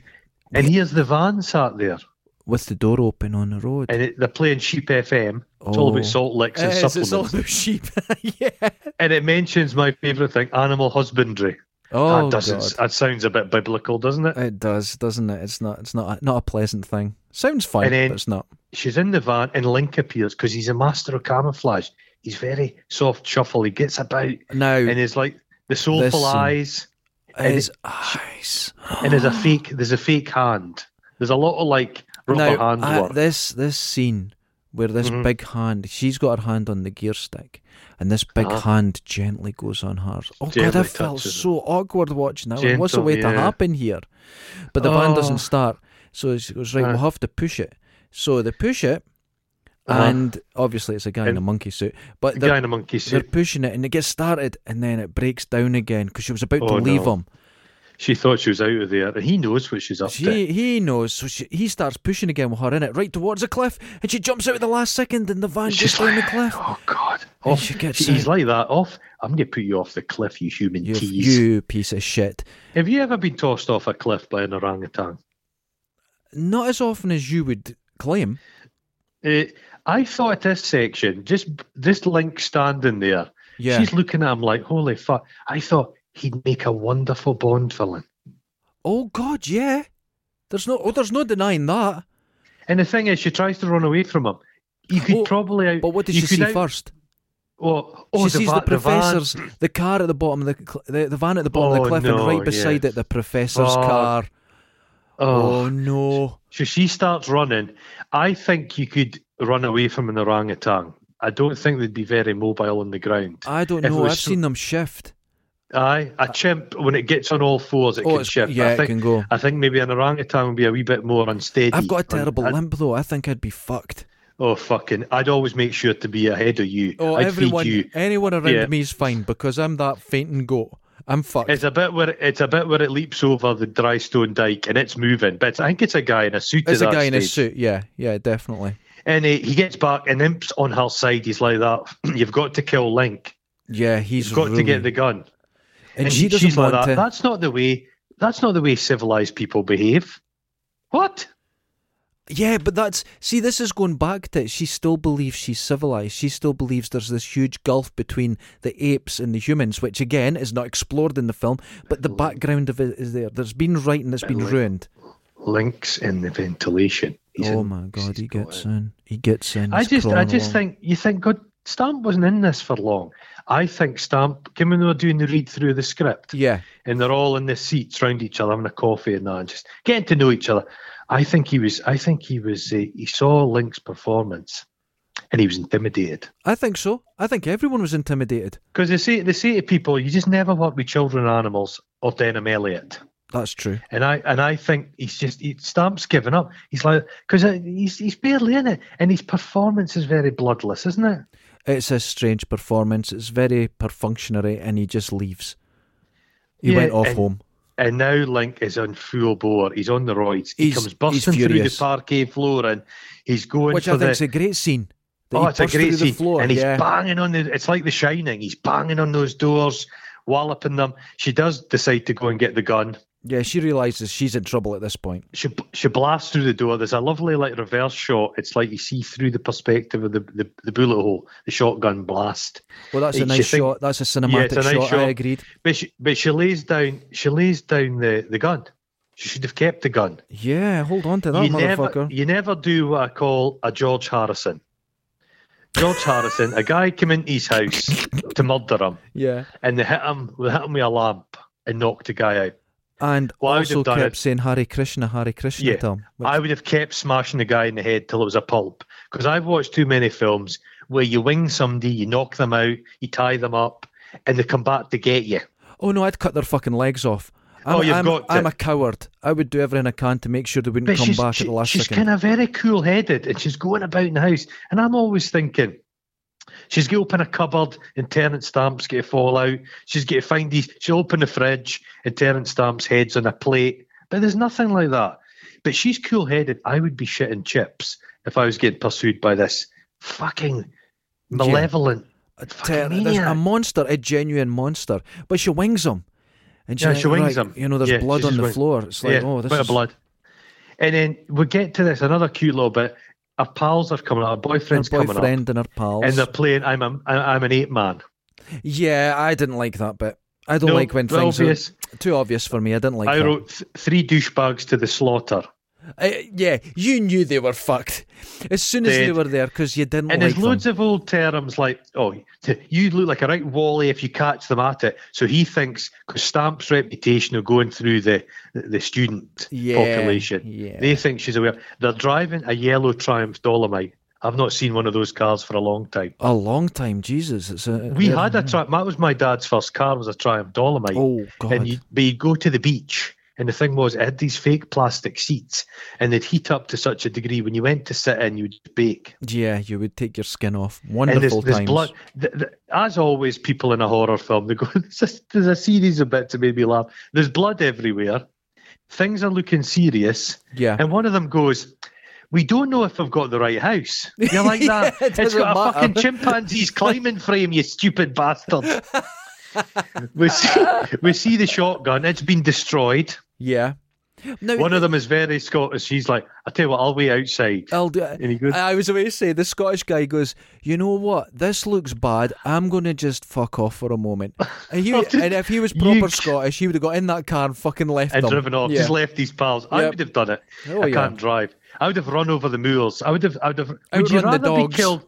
[SPEAKER 1] and here's the van sat there,
[SPEAKER 2] with the door open on the road.
[SPEAKER 1] and it, they're playing Sheep FM. It's all
[SPEAKER 2] Oh.
[SPEAKER 1] about salt licks and
[SPEAKER 2] It is, it's all
[SPEAKER 1] supplements,
[SPEAKER 2] about [LAUGHS] sheep. yeah.
[SPEAKER 1] and it mentions my favorite thing: animal husbandry.
[SPEAKER 2] Oh,
[SPEAKER 1] that doesn't.
[SPEAKER 2] God.
[SPEAKER 1] That sounds a bit biblical, doesn't it?
[SPEAKER 2] It does, doesn't it? It's not. It's not. A, not a pleasant thing. Sounds fine,
[SPEAKER 1] And then-
[SPEAKER 2] but it's not.
[SPEAKER 1] She's in the van, and Link appears because he's a master of camouflage. He's very soft shuffle. He gets about,
[SPEAKER 2] Now
[SPEAKER 1] and
[SPEAKER 2] it
[SPEAKER 1] he's like the soulful
[SPEAKER 2] Listen.
[SPEAKER 1] eyes, and
[SPEAKER 2] is ah, eyes.
[SPEAKER 1] and
[SPEAKER 2] [GASPS]
[SPEAKER 1] there's a fake. There's a fake hand. There's a lot of like rubber
[SPEAKER 2] Now
[SPEAKER 1] hand
[SPEAKER 2] I-
[SPEAKER 1] work.
[SPEAKER 2] this this scene where this
[SPEAKER 1] Mhm.
[SPEAKER 2] big hand, she's got her hand on the gear stick, and this big
[SPEAKER 1] Uh-huh.
[SPEAKER 2] hand gently goes on hers. Oh God, I
[SPEAKER 1] Gently
[SPEAKER 2] felt
[SPEAKER 1] touches
[SPEAKER 2] so awkward watching that. one. What's the
[SPEAKER 1] Gentle,
[SPEAKER 2] way to
[SPEAKER 1] yeah.
[SPEAKER 2] happen here? But the van doesn't
[SPEAKER 1] Oh.
[SPEAKER 2] start, so she goes right.
[SPEAKER 1] Uh.
[SPEAKER 2] We'll have to push it. So they push it,
[SPEAKER 1] Uh-huh.
[SPEAKER 2] and obviously it's a guy in
[SPEAKER 1] And-
[SPEAKER 2] a monkey suit. But
[SPEAKER 1] the
[SPEAKER 2] they're
[SPEAKER 1] guy in a monkey
[SPEAKER 2] They're
[SPEAKER 1] suit.
[SPEAKER 2] pushing it and it gets started and then it breaks down again because she was about to
[SPEAKER 1] Oh,
[SPEAKER 2] leave
[SPEAKER 1] no.
[SPEAKER 2] him.
[SPEAKER 1] She thought she was out of there, and he knows what she's up to.
[SPEAKER 2] She, he knows, so she, he starts pushing again with her in it right towards a cliff and she jumps out at the last second and the van
[SPEAKER 1] She's
[SPEAKER 2] goes down the
[SPEAKER 1] like, [GASPS]
[SPEAKER 2] cliff.
[SPEAKER 1] oh god, off.
[SPEAKER 2] she gets
[SPEAKER 1] he's
[SPEAKER 2] out.
[SPEAKER 1] like that. Off. I'm going to put you off the cliff, you human
[SPEAKER 2] You,
[SPEAKER 1] tease.
[SPEAKER 2] you piece of shit.
[SPEAKER 1] Have you ever been tossed off a cliff by an orangutan?
[SPEAKER 2] Not as often as you would claim.
[SPEAKER 1] Uh, I thought this section, just this link standing there,
[SPEAKER 2] Yeah.
[SPEAKER 1] she's looking at him like, holy fuck. I thought he'd make a wonderful Bond villain.
[SPEAKER 2] oh God, yeah. There's no, oh, there's no denying that.
[SPEAKER 1] And the thing is, she tries to run away from him. You could
[SPEAKER 2] Oh,
[SPEAKER 1] probably out.
[SPEAKER 2] But what did
[SPEAKER 1] you
[SPEAKER 2] she
[SPEAKER 1] could
[SPEAKER 2] see
[SPEAKER 1] out-
[SPEAKER 2] first?
[SPEAKER 1] Oh, oh,
[SPEAKER 2] she
[SPEAKER 1] the
[SPEAKER 2] sees
[SPEAKER 1] va-
[SPEAKER 2] the
[SPEAKER 1] the van.
[SPEAKER 2] professor's, the, car at the bottom, of the, cl- the the van at the bottom of
[SPEAKER 1] Oh,
[SPEAKER 2] the cliff,
[SPEAKER 1] no,
[SPEAKER 2] and right beside
[SPEAKER 1] yes.
[SPEAKER 2] it, the professor's
[SPEAKER 1] Oh,
[SPEAKER 2] car.
[SPEAKER 1] Oh.
[SPEAKER 2] oh no.
[SPEAKER 1] So she starts running. I think you could run away from an orangutan. I don't think they'd be very mobile on the ground.
[SPEAKER 2] I don't
[SPEAKER 1] If it
[SPEAKER 2] know.
[SPEAKER 1] was
[SPEAKER 2] I've
[SPEAKER 1] so-
[SPEAKER 2] seen them shift.
[SPEAKER 1] Aye, a chimp when it gets on all fours, it can
[SPEAKER 2] Uh, Oh, it's-
[SPEAKER 1] shift.
[SPEAKER 2] yeah,
[SPEAKER 1] I think,
[SPEAKER 2] it can go.
[SPEAKER 1] I think maybe an orangutan would be a wee bit more unsteady.
[SPEAKER 2] I've got a
[SPEAKER 1] And-
[SPEAKER 2] terrible
[SPEAKER 1] and-
[SPEAKER 2] limp though. I think I'd be fucked.
[SPEAKER 1] Oh fucking! I'd always make sure to be ahead of you.
[SPEAKER 2] Oh,
[SPEAKER 1] I'd
[SPEAKER 2] everyone,
[SPEAKER 1] feed you.
[SPEAKER 2] anyone around
[SPEAKER 1] Yeah.
[SPEAKER 2] me is fine because I'm that faint and goat. I'm fucked.
[SPEAKER 1] It's a bit where it's a bit where it leaps over the dry stone dike and it's moving. But it's- I think it's a guy in a suit.
[SPEAKER 2] There's
[SPEAKER 1] at
[SPEAKER 2] a
[SPEAKER 1] that
[SPEAKER 2] guy in a
[SPEAKER 1] stage.
[SPEAKER 2] suit. Yeah, yeah, definitely.
[SPEAKER 1] and he, he gets back and imps on her side. He's like that. [CLEARS THROAT] You've got to kill Link.
[SPEAKER 2] Yeah, he's
[SPEAKER 1] You've got to get
[SPEAKER 2] ruined.
[SPEAKER 1] the gun.
[SPEAKER 2] and, she
[SPEAKER 1] he-
[SPEAKER 2] doesn't
[SPEAKER 1] she's like
[SPEAKER 2] want
[SPEAKER 1] that.
[SPEAKER 2] to.
[SPEAKER 1] That's not the way. That's not the way civilized people behave. What?
[SPEAKER 2] Yeah, but that's see, this is going back to she still believes she's civilized. She still believes there's this huge gulf between the apes and the humans, which again is not explored in the film. But the background of it is there. There's been writing that's been
[SPEAKER 1] Like-
[SPEAKER 2] ruined.
[SPEAKER 1] Link's in the ventilation. He's
[SPEAKER 2] oh
[SPEAKER 1] in-
[SPEAKER 2] my oh. god,
[SPEAKER 1] he's
[SPEAKER 2] he
[SPEAKER 1] got
[SPEAKER 2] gets
[SPEAKER 1] it.
[SPEAKER 2] in. He gets in.
[SPEAKER 1] I
[SPEAKER 2] he's
[SPEAKER 1] just, I
[SPEAKER 2] crawling
[SPEAKER 1] just
[SPEAKER 2] along.
[SPEAKER 1] think you think God Stamp wasn't in this for long. I think Stamp came when they were doing the read through of the script,
[SPEAKER 2] Yeah,
[SPEAKER 1] and they're all in the seats round each other having a coffee and that, and just getting to know each other. I think he was, I think he was, uh, he saw Link's performance, and he was intimidated
[SPEAKER 2] I think so. I think everyone was intimidated.
[SPEAKER 1] because they say they say to people, you just never work with children, and animals, or Denham Elliot.
[SPEAKER 2] That's true.
[SPEAKER 1] And I and I think he's just he, Stamp's given up. He's like because he's he's barely in it, and his performance is very bloodless, isn't it?
[SPEAKER 2] It's a strange performance. It's very perfunctionary, and he just leaves. He
[SPEAKER 1] Yeah,
[SPEAKER 2] went off
[SPEAKER 1] and-
[SPEAKER 2] home.
[SPEAKER 1] And now Link is on full bore. He's on the roids. He
[SPEAKER 2] He's-
[SPEAKER 1] comes busting
[SPEAKER 2] he's
[SPEAKER 1] through the
[SPEAKER 2] furious.
[SPEAKER 1] parquet floor and he's going
[SPEAKER 2] Which
[SPEAKER 1] for
[SPEAKER 2] I
[SPEAKER 1] the.
[SPEAKER 2] think's a great scene. that
[SPEAKER 1] oh,
[SPEAKER 2] he
[SPEAKER 1] it's a
[SPEAKER 2] burst through
[SPEAKER 1] great
[SPEAKER 2] the
[SPEAKER 1] scene.
[SPEAKER 2] floor,
[SPEAKER 1] and he's
[SPEAKER 2] yeah.
[SPEAKER 1] banging on the. It's like The Shining. He's banging on those doors, walloping them. She does decide to go and get the gun.
[SPEAKER 2] Yeah, she realizes she's in trouble at this point.
[SPEAKER 1] She she blasts through the door. There's a lovely like reverse shot. It's like you see through the perspective of the the, the bullet hole, the shotgun blast.
[SPEAKER 2] Well, that's a
[SPEAKER 1] She
[SPEAKER 2] nice
[SPEAKER 1] think-
[SPEAKER 2] shot. That's a cinematic
[SPEAKER 1] Yeah, it's a nice
[SPEAKER 2] shot, I
[SPEAKER 1] shot.
[SPEAKER 2] agreed.
[SPEAKER 1] But she but she lays down she lays down the the gun. She should have kept the gun.
[SPEAKER 2] Yeah, hold on to that
[SPEAKER 1] you
[SPEAKER 2] motherfucker.
[SPEAKER 1] never, you never do what I call a George Harrison. George Harrison, a guy came into his house to murder him,
[SPEAKER 2] Yeah.
[SPEAKER 1] and they hit him, they hit him with a lamp and knocked the guy out.
[SPEAKER 2] And
[SPEAKER 1] Well, I would
[SPEAKER 2] also
[SPEAKER 1] have done
[SPEAKER 2] kept
[SPEAKER 1] it-
[SPEAKER 2] saying Hare Krishna, Hare Krishna
[SPEAKER 1] Yeah,
[SPEAKER 2] to him. which-
[SPEAKER 1] I would have kept smashing the guy in the head till it was a pulp. Because I've watched too many films where you wing somebody, you knock them out, you tie them up, and they come back to get you.
[SPEAKER 2] oh no, I'd cut their fucking legs off. I'm,
[SPEAKER 1] Oh, you've
[SPEAKER 2] I'm,
[SPEAKER 1] got to.
[SPEAKER 2] I'm a coward. I would do everything I can to make sure they wouldn't
[SPEAKER 1] But
[SPEAKER 2] come
[SPEAKER 1] she's,
[SPEAKER 2] back
[SPEAKER 1] she-
[SPEAKER 2] at the last
[SPEAKER 1] she's
[SPEAKER 2] second.
[SPEAKER 1] kind of very cool headed and she's going about in the house. And I'm always thinking, she's going to open a cupboard and Terence Stamp's going to fall out. She's going to find these, she'll open the fridge and Terence Stamp's head's on a plate. But there's nothing like that. But she's cool headed. I would be shitting chips if I was getting pursued by this fucking malevolent.
[SPEAKER 2] a,
[SPEAKER 1] fucking
[SPEAKER 2] Uh, ter- there's a
[SPEAKER 1] maniac.
[SPEAKER 2] monster, a genuine monster. But she wings him. And she's
[SPEAKER 1] Yeah,
[SPEAKER 2] like,
[SPEAKER 1] she wings
[SPEAKER 2] right,
[SPEAKER 1] him.
[SPEAKER 2] You know, there's
[SPEAKER 1] Yeah,
[SPEAKER 2] blood
[SPEAKER 1] she
[SPEAKER 2] on
[SPEAKER 1] just
[SPEAKER 2] the
[SPEAKER 1] wings-
[SPEAKER 2] floor. It's like,
[SPEAKER 1] yeah,
[SPEAKER 2] oh, this
[SPEAKER 1] bit
[SPEAKER 2] is
[SPEAKER 1] of blood. And then we get to this another cute little bit. Our pals are coming up, our
[SPEAKER 2] her
[SPEAKER 1] boyfriend's coming up.
[SPEAKER 2] boyfriend and her pals.
[SPEAKER 1] And they're playing I'm a, I'm an ape man.
[SPEAKER 2] yeah, I didn't like that bit. I don't
[SPEAKER 1] No,
[SPEAKER 2] like when
[SPEAKER 1] but
[SPEAKER 2] things
[SPEAKER 1] obvious.
[SPEAKER 2] are too obvious for me. I didn't like
[SPEAKER 1] I
[SPEAKER 2] that.
[SPEAKER 1] wrote th- three douchebags to the slaughter.
[SPEAKER 2] I- yeah, you knew they were fucked as soon as they
[SPEAKER 1] Dead.
[SPEAKER 2] were there because you didn't
[SPEAKER 1] And
[SPEAKER 2] like
[SPEAKER 1] there's loads
[SPEAKER 2] them.
[SPEAKER 1] of old terms like, oh, t- you look like a right Wally if you catch them at it. So he thinks, because Stamp's reputation of going through the the student
[SPEAKER 2] Yeah,
[SPEAKER 1] population,
[SPEAKER 2] yeah.
[SPEAKER 1] they think she's aware. They're driving a yellow Triumph Dolomite. I've not seen one of those cars for a long time.
[SPEAKER 2] a long time, Jesus. It's a
[SPEAKER 1] We
[SPEAKER 2] they're-
[SPEAKER 1] had a Triumph. That was my dad's first car. Was a Triumph Dolomite.
[SPEAKER 2] Oh
[SPEAKER 1] and
[SPEAKER 2] God!
[SPEAKER 1] you, but you'd go to the beach and the thing was it had these fake plastic seats and they'd heat up to such a degree when you went to sit in you'd bake
[SPEAKER 2] yeah, you would take your skin off.
[SPEAKER 1] and there's,
[SPEAKER 2] Wonderful
[SPEAKER 1] there's
[SPEAKER 2] times.
[SPEAKER 1] blood th th as always people in a horror film they go [LAUGHS] there's a, there's a series of bits that made me laugh there's blood everywhere things are looking serious
[SPEAKER 2] Yeah.
[SPEAKER 1] and one of them goes we don't know if I've got the right house. You're
[SPEAKER 2] [LAUGHS]
[SPEAKER 1] like
[SPEAKER 2] Yeah,
[SPEAKER 1] that.
[SPEAKER 2] it
[SPEAKER 1] it's
[SPEAKER 2] doesn't
[SPEAKER 1] got a
[SPEAKER 2] matter.
[SPEAKER 1] fucking chimpanzee's climbing frame, you stupid bastard.
[SPEAKER 2] [LAUGHS]
[SPEAKER 1] we, see, we see the shotgun. It's been destroyed.
[SPEAKER 2] yeah. Now,
[SPEAKER 1] One of them is very Scottish. He's like, I tell you what, I'll wait outside.
[SPEAKER 2] I'll do.
[SPEAKER 1] And he goes-
[SPEAKER 2] I was about to say the Scottish guy goes. You know what? This looks bad. I'm gonna just fuck off for
[SPEAKER 1] [LAUGHS]
[SPEAKER 2] a moment. And, he, and if he was
[SPEAKER 1] You-
[SPEAKER 2] proper Scottish, he would have got in that car and fucking left
[SPEAKER 1] And
[SPEAKER 2] them.
[SPEAKER 1] driven off,
[SPEAKER 2] Yeah.
[SPEAKER 1] just left these pals. I
[SPEAKER 2] Yep.
[SPEAKER 1] would have done it.
[SPEAKER 2] Oh,
[SPEAKER 1] I
[SPEAKER 2] yeah.
[SPEAKER 1] can't drive. I would have run over the moors. I would have. I would have. Would
[SPEAKER 2] Outrun
[SPEAKER 1] you
[SPEAKER 2] the
[SPEAKER 1] rather
[SPEAKER 2] dogs.
[SPEAKER 1] be killed?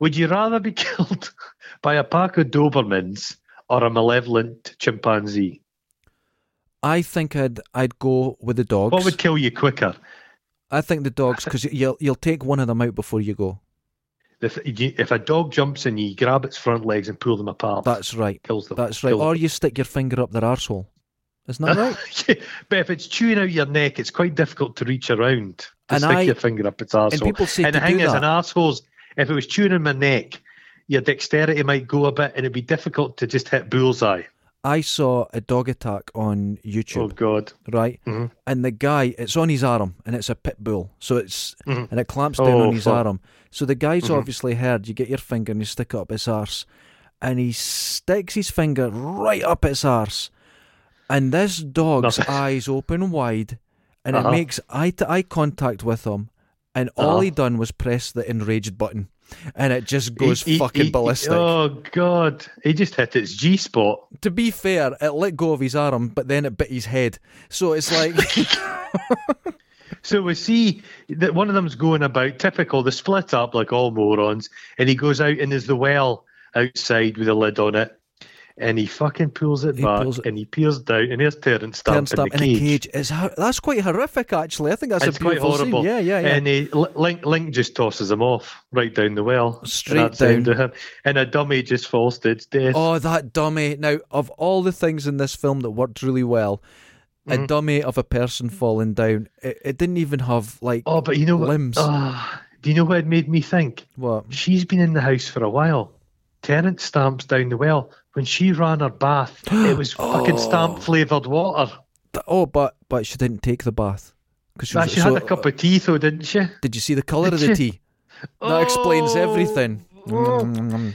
[SPEAKER 1] Would you rather be [LAUGHS] killed by a pack of Dobermans or a malevolent chimpanzee?
[SPEAKER 2] I think I'd I'd go with the dogs.
[SPEAKER 1] What would kill you quicker?
[SPEAKER 2] I think the dogs because you'll you'll take one of them out before you go.
[SPEAKER 1] If, you- if a dog jumps and you grab its front legs and pull them apart,
[SPEAKER 2] That's right.
[SPEAKER 1] kills them.
[SPEAKER 2] That's right.
[SPEAKER 1] Kills
[SPEAKER 2] Or you stick your finger up their arsehole.
[SPEAKER 1] [LAUGHS]
[SPEAKER 2] Isn't that right?
[SPEAKER 1] them. but if it's chewing out your neck, it's quite difficult to reach around to
[SPEAKER 2] And
[SPEAKER 1] stick
[SPEAKER 2] I-
[SPEAKER 1] your finger up its arsehole.
[SPEAKER 2] and people say
[SPEAKER 1] and
[SPEAKER 2] to
[SPEAKER 1] the thing
[SPEAKER 2] do
[SPEAKER 1] is,
[SPEAKER 2] that.
[SPEAKER 1] an arsehole's, if it was chewing in my neck, your dexterity might go a bit and it'd be difficult to just hit bullseye.
[SPEAKER 2] I saw a dog attack on
[SPEAKER 1] Oh,
[SPEAKER 2] YouTube,
[SPEAKER 1] God.
[SPEAKER 2] right?
[SPEAKER 1] Mhm.
[SPEAKER 2] And the guy, it's on his arm, and it's a pit bull, so it's
[SPEAKER 1] Mhm.
[SPEAKER 2] and it clamps down
[SPEAKER 1] Oh,
[SPEAKER 2] on his
[SPEAKER 1] fuck. Mm-hmm.
[SPEAKER 2] arm. So the guy's obviously heard. You get your finger and you stick it up his arse, and he sticks his finger right up its arse, and this dog's
[SPEAKER 1] Nothing.
[SPEAKER 2] eyes open wide, and
[SPEAKER 1] Uh-huh.
[SPEAKER 2] it makes eye to eye contact with him, and all
[SPEAKER 1] Uh-huh. E,
[SPEAKER 2] he done was press the enraged button, and it just goes
[SPEAKER 1] He- he-
[SPEAKER 2] fucking
[SPEAKER 1] he- he-
[SPEAKER 2] ballistic.
[SPEAKER 1] oh, God. He just hit its G spot.
[SPEAKER 2] to be fair, it let go of his arm, but then it bit his head. So it's like,
[SPEAKER 1] [LAUGHS] So we see that one of them's going about typical, they split up like all morons, and he goes out and there's the well outside with a lid on it, and he fucking pulls it
[SPEAKER 2] He
[SPEAKER 1] back
[SPEAKER 2] pulls it-
[SPEAKER 1] and he peers down, and there's Terence
[SPEAKER 2] turn
[SPEAKER 1] Stamp,
[SPEAKER 2] stamp
[SPEAKER 1] in
[SPEAKER 2] in
[SPEAKER 1] the
[SPEAKER 2] a
[SPEAKER 1] cage.
[SPEAKER 2] cage. It's, hor- that's quite horrific, actually. I think that's
[SPEAKER 1] It's
[SPEAKER 2] a beautiful
[SPEAKER 1] quite horrible.
[SPEAKER 2] scene. Yeah, yeah, yeah.
[SPEAKER 1] And he, L- Link, Link just tosses him off right down the well.
[SPEAKER 2] Straight
[SPEAKER 1] and that's the end
[SPEAKER 2] down.
[SPEAKER 1] of him. And a dummy just falls to its death.
[SPEAKER 2] oh, that dummy. Now, of all the things in this film that worked really well,
[SPEAKER 1] Mm-hmm.
[SPEAKER 2] a dummy of a person falling down, it, it didn't even have, like,
[SPEAKER 1] Oh, but you know what?
[SPEAKER 2] Limbs.
[SPEAKER 1] Ah, do you know what it made me think?
[SPEAKER 2] what?
[SPEAKER 1] She's been in the house for a while. Terence stamps down the well. when she ran her bath, it
[SPEAKER 2] [GASPS]
[SPEAKER 1] was
[SPEAKER 2] Oh.
[SPEAKER 1] fucking stamp flavoured water.
[SPEAKER 2] Th- Oh, but but she didn't take the bath because she,
[SPEAKER 1] Nah,
[SPEAKER 2] was
[SPEAKER 1] she
[SPEAKER 2] so,
[SPEAKER 1] had a cup of tea, though, didn't she?
[SPEAKER 2] Did you see the colour of the
[SPEAKER 1] She-
[SPEAKER 2] tea? That explains
[SPEAKER 1] Oh.
[SPEAKER 2] everything. Mm.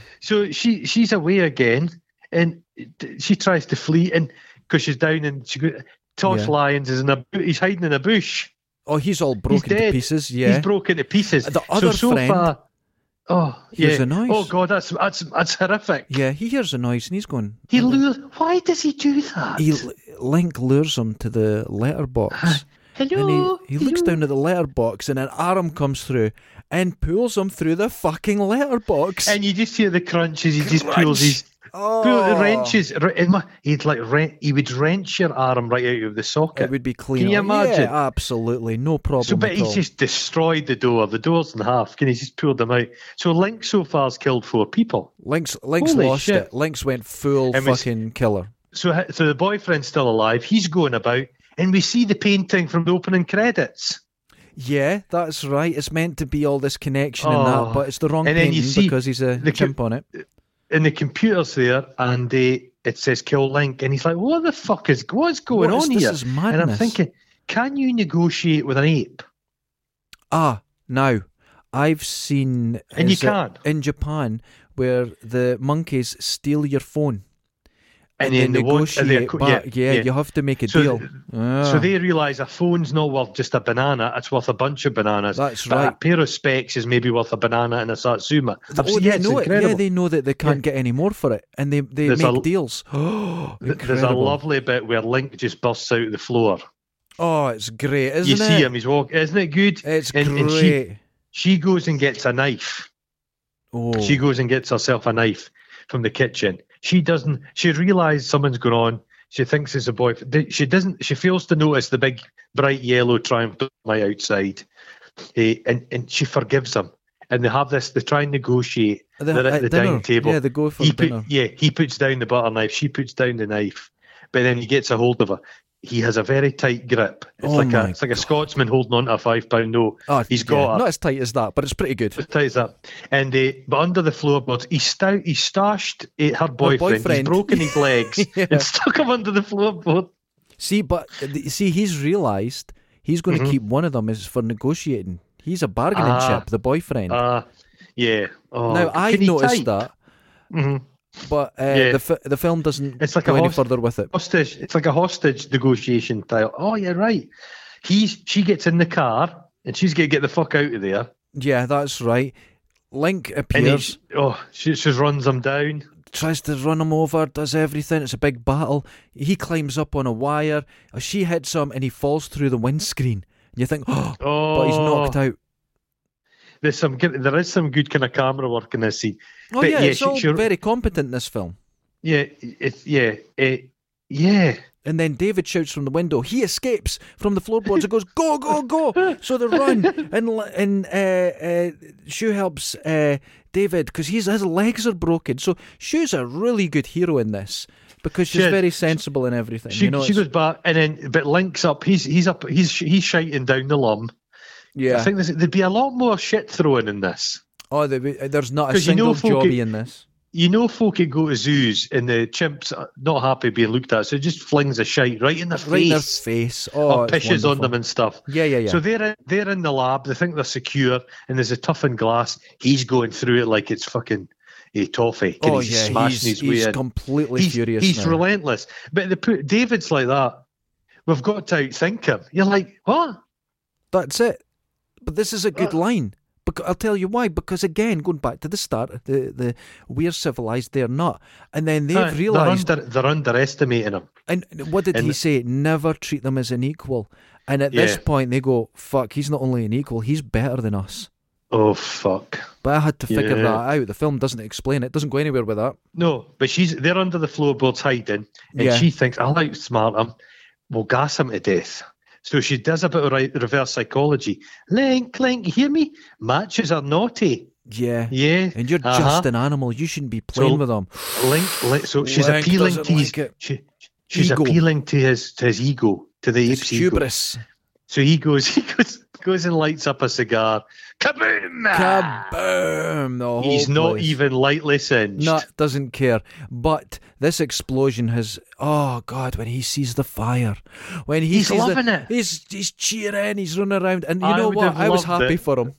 [SPEAKER 1] Oh. So she she's away again, and t- she tries to flee, and because she's down, and she go, Tosh
[SPEAKER 2] Yeah.
[SPEAKER 1] Lyons is in a bu- he's hiding in a bush.
[SPEAKER 2] Oh, he's all broken to
[SPEAKER 1] dead.
[SPEAKER 2] pieces. Yeah.
[SPEAKER 1] He's broken to pieces.
[SPEAKER 2] The other
[SPEAKER 1] so, so
[SPEAKER 2] friend-
[SPEAKER 1] far, oh
[SPEAKER 2] Hears
[SPEAKER 1] yeah,
[SPEAKER 2] a noise.
[SPEAKER 1] oh god, that's that's that's horrific.
[SPEAKER 2] yeah, he hears a noise and he's going.
[SPEAKER 1] He lures. Why does he do that?
[SPEAKER 2] He, Link lures him to the letterbox.
[SPEAKER 1] Hello.
[SPEAKER 2] And he, he looks
[SPEAKER 1] hello.
[SPEAKER 2] down at the letterbox and an arm comes through and pulls him through the fucking letterbox.
[SPEAKER 1] and you just hear the crunches. He just pulls his
[SPEAKER 2] oh,
[SPEAKER 1] pull, wrenches. r- in my- He'd like wren- he would wrench your arm right out of the socket.
[SPEAKER 2] It would be clean.
[SPEAKER 1] Can you
[SPEAKER 2] Yeah,
[SPEAKER 1] imagine?
[SPEAKER 2] absolutely. No problem.
[SPEAKER 1] So, but
[SPEAKER 2] at
[SPEAKER 1] he's
[SPEAKER 2] all.
[SPEAKER 1] just destroyed the door. The door's in half. Can he just pulled them out? So Link so far's killed four people.
[SPEAKER 2] Link's, Link's
[SPEAKER 1] Holy
[SPEAKER 2] lost
[SPEAKER 1] shit.
[SPEAKER 2] it. Link's went full
[SPEAKER 1] And we s-
[SPEAKER 2] fucking killer.
[SPEAKER 1] So, h- so the boyfriend's still alive. He's going about, and we see the painting from the opening credits.
[SPEAKER 2] Yeah, that's right. It's meant to be all this connection and
[SPEAKER 1] Oh.
[SPEAKER 2] that, but it's the wrong
[SPEAKER 1] And then you
[SPEAKER 2] painting
[SPEAKER 1] see
[SPEAKER 2] because he's a
[SPEAKER 1] the co-
[SPEAKER 2] chimp on it.
[SPEAKER 1] And the computer's there, and they, it says kill Link, and he's like, "What the fuck is what's going
[SPEAKER 2] What is
[SPEAKER 1] on
[SPEAKER 2] this?
[SPEAKER 1] here?"
[SPEAKER 2] This is
[SPEAKER 1] and I'm
[SPEAKER 2] madness.
[SPEAKER 1] thinking, can you negotiate with an ape?
[SPEAKER 2] Ah, now I've seen
[SPEAKER 1] And you
[SPEAKER 2] is it
[SPEAKER 1] can't.
[SPEAKER 2] in Japan where the monkeys steal your phone and,
[SPEAKER 1] then
[SPEAKER 2] they
[SPEAKER 1] they won't- and
[SPEAKER 2] negotiate
[SPEAKER 1] they- yeah,
[SPEAKER 2] back. Yeah,
[SPEAKER 1] yeah.
[SPEAKER 2] you have to make a
[SPEAKER 1] So
[SPEAKER 2] deal.
[SPEAKER 1] th-
[SPEAKER 2] Ah,
[SPEAKER 1] So they realise a phone's not worth just a banana; it's worth a bunch of bananas.
[SPEAKER 2] That's
[SPEAKER 1] But A
[SPEAKER 2] right.
[SPEAKER 1] pair of specs is maybe worth a banana and a satsuma. I've
[SPEAKER 2] Oh,
[SPEAKER 1] seen-
[SPEAKER 2] they
[SPEAKER 1] yeah, it's
[SPEAKER 2] know it.
[SPEAKER 1] incredible.
[SPEAKER 2] Yeah, they know that they can't get any more for it, and they they
[SPEAKER 1] There's a
[SPEAKER 2] make
[SPEAKER 1] l-
[SPEAKER 2] deals. [GASPS] Oh,
[SPEAKER 1] Th- There's a
[SPEAKER 2] incredible.
[SPEAKER 1] lovely bit where Link just busts out of the floor.
[SPEAKER 2] Oh, it's great, isn't
[SPEAKER 1] you
[SPEAKER 2] it?
[SPEAKER 1] see him, he's walking. Isn't it good?
[SPEAKER 2] It's
[SPEAKER 1] and,
[SPEAKER 2] great.
[SPEAKER 1] and she, she goes and gets a knife.
[SPEAKER 2] oh,
[SPEAKER 1] She goes and gets herself a knife from the kitchen. She doesn't, she realizes something's going on. She thinks it's a boy. th- She doesn't, she fails to notice the big bright yellow triumph light outside. Eh, and, and she forgives him. And they have this, they try and negotiate.
[SPEAKER 2] They-
[SPEAKER 1] They're
[SPEAKER 2] at
[SPEAKER 1] at the
[SPEAKER 2] dinner.
[SPEAKER 1] dining table.
[SPEAKER 2] Yeah, they go for
[SPEAKER 1] he put,
[SPEAKER 2] dinner.
[SPEAKER 1] yeah, he puts down the butter knife. She puts down the knife, but then he gets a hold of her. He has a very tight grip. It's
[SPEAKER 2] Oh
[SPEAKER 1] like
[SPEAKER 2] my
[SPEAKER 1] a it's like a Scotsman holding on to a five pound note.
[SPEAKER 2] Oh,
[SPEAKER 1] he's
[SPEAKER 2] yeah,
[SPEAKER 1] got
[SPEAKER 2] not
[SPEAKER 1] her.
[SPEAKER 2] as tight as that, but it's pretty good.
[SPEAKER 1] Ties up, and they, but under the floorboards, he stout, he stashed eh, her boyfriend.
[SPEAKER 2] boyfriend.
[SPEAKER 1] He's broken his legs
[SPEAKER 2] [LAUGHS] Yeah.
[SPEAKER 1] and stuck him under the floorboard.
[SPEAKER 2] See, but th- see, he's realised he's going to keep one of them is for negotiating. He's a bargaining
[SPEAKER 1] Mm-hmm. Ah.
[SPEAKER 2] chip, the boyfriend.
[SPEAKER 1] Uh yeah. Oh,
[SPEAKER 2] now I
[SPEAKER 1] can he type?
[SPEAKER 2] noticed that,
[SPEAKER 1] Mhm.
[SPEAKER 2] but uh,
[SPEAKER 1] Yeah.
[SPEAKER 2] the fi- the film doesn't
[SPEAKER 1] It's like
[SPEAKER 2] go
[SPEAKER 1] a
[SPEAKER 2] any
[SPEAKER 1] host-
[SPEAKER 2] further with it.
[SPEAKER 1] hostage. It's like a hostage negotiation style. Oh, yeah, right. He's she gets in the car and she's gonna get the fuck out of there.
[SPEAKER 2] Yeah, that's right. Link
[SPEAKER 1] And
[SPEAKER 2] appears,
[SPEAKER 1] he's, oh, she just runs him down.
[SPEAKER 2] tries to run him over, does everything. It's a big battle. He climbs up on a wire. uh, She hits him, and he falls through the windscreen. And you think, [GASPS] oh,
[SPEAKER 1] Oh,
[SPEAKER 2] but he's knocked out.
[SPEAKER 1] There's some good, there is some good kind of camera work in this scene.
[SPEAKER 2] Oh
[SPEAKER 1] But
[SPEAKER 2] yeah,
[SPEAKER 1] yeah,
[SPEAKER 2] it's
[SPEAKER 1] she-
[SPEAKER 2] all
[SPEAKER 1] she-
[SPEAKER 2] very competent. This film.
[SPEAKER 1] Yeah, it's yeah, it, yeah.
[SPEAKER 2] And then David shouts from the window. He escapes from the floorboards and goes, "Go, go, go!" So they run, and l- and uh, uh, Shu helps uh, David because his his legs are broken. So Shu's a really good hero in this because she's
[SPEAKER 1] She-
[SPEAKER 2] very sensible in everything.
[SPEAKER 1] She
[SPEAKER 2] you know,
[SPEAKER 1] she
[SPEAKER 2] it's-
[SPEAKER 1] goes back and then but links up. He's he's up. He's he's shiting down the lum. I
[SPEAKER 2] yeah.
[SPEAKER 1] think there's, there'd be a lot more shit throwing in this.
[SPEAKER 2] Oh, there, there's not a
[SPEAKER 1] 'Cause you
[SPEAKER 2] single
[SPEAKER 1] know folk-
[SPEAKER 2] jobby in this.
[SPEAKER 1] You know, folk could go to zoos and the chimps are not happy being looked at, so it just flings a shite right in their
[SPEAKER 2] Right in their
[SPEAKER 1] face.
[SPEAKER 2] face. Oh,
[SPEAKER 1] or
[SPEAKER 2] it's
[SPEAKER 1] pishes on
[SPEAKER 2] wonderful.
[SPEAKER 1] them and stuff.
[SPEAKER 2] Yeah, yeah, yeah.
[SPEAKER 1] So they're in, they're in the lab. They think they're secure, and there's a toughened glass. He's going through it like it's fucking a toffee. And
[SPEAKER 2] oh
[SPEAKER 1] he's
[SPEAKER 2] yeah,
[SPEAKER 1] smashing
[SPEAKER 2] he's,
[SPEAKER 1] his way
[SPEAKER 2] he's
[SPEAKER 1] in.
[SPEAKER 2] completely
[SPEAKER 1] he's,
[SPEAKER 2] furious.
[SPEAKER 1] he's
[SPEAKER 2] now.
[SPEAKER 1] relentless. But the put David's like that. We've got to outthink him. You're like, what?
[SPEAKER 2] That's it. But this is a good line. Bec- I'll tell you why. Because again, going back to the start, the, the we're civilized, they're not, and then they've
[SPEAKER 1] Uh,
[SPEAKER 2] realized.
[SPEAKER 1] they're, under, they're underestimating him.
[SPEAKER 2] and what did he
[SPEAKER 1] and-
[SPEAKER 2] say? Never treat them as an equal. And at this
[SPEAKER 1] Yeah.
[SPEAKER 2] point, they go, "Fuck, he's not only an equal, he's better than us."
[SPEAKER 1] Oh fuck.
[SPEAKER 2] But I had to figure
[SPEAKER 1] Yeah.
[SPEAKER 2] that out. The film doesn't explain it. Doesn't go anywhere with that.
[SPEAKER 1] No, but she's they're under the floorboards hiding, and
[SPEAKER 2] Yeah.
[SPEAKER 1] she thinks I'll outsmart him. We'll gas him to death. So she does a bit of re- reverse psychology. Link, link, you hear me? Matches are naughty.
[SPEAKER 2] Yeah.
[SPEAKER 1] Yeah.
[SPEAKER 2] And you're
[SPEAKER 1] uh-huh.
[SPEAKER 2] just an animal. You shouldn't be playing with them.
[SPEAKER 1] link, link. So she's
[SPEAKER 2] Link
[SPEAKER 1] appealing
[SPEAKER 2] doesn't
[SPEAKER 1] to his.
[SPEAKER 2] like it.
[SPEAKER 1] she, she's
[SPEAKER 2] Ego.
[SPEAKER 1] appealing to his to his ego, to the
[SPEAKER 2] It's
[SPEAKER 1] ape's ego.
[SPEAKER 2] hubris.
[SPEAKER 1] So he goes, [LAUGHS] he goes, goes and lights up a cigar. Kaboom!
[SPEAKER 2] Kaboom! The whole
[SPEAKER 1] He's not
[SPEAKER 2] place.
[SPEAKER 1] even lightly singed.
[SPEAKER 2] No, doesn't care. But this explosion has. Oh God! When he sees the fire, when he
[SPEAKER 1] He's
[SPEAKER 2] sees the-
[SPEAKER 1] loving it.
[SPEAKER 2] he's he's cheering, he's running around, and you
[SPEAKER 1] I
[SPEAKER 2] know
[SPEAKER 1] would
[SPEAKER 2] what?
[SPEAKER 1] have
[SPEAKER 2] I was
[SPEAKER 1] loved
[SPEAKER 2] happy
[SPEAKER 1] it.
[SPEAKER 2] for him.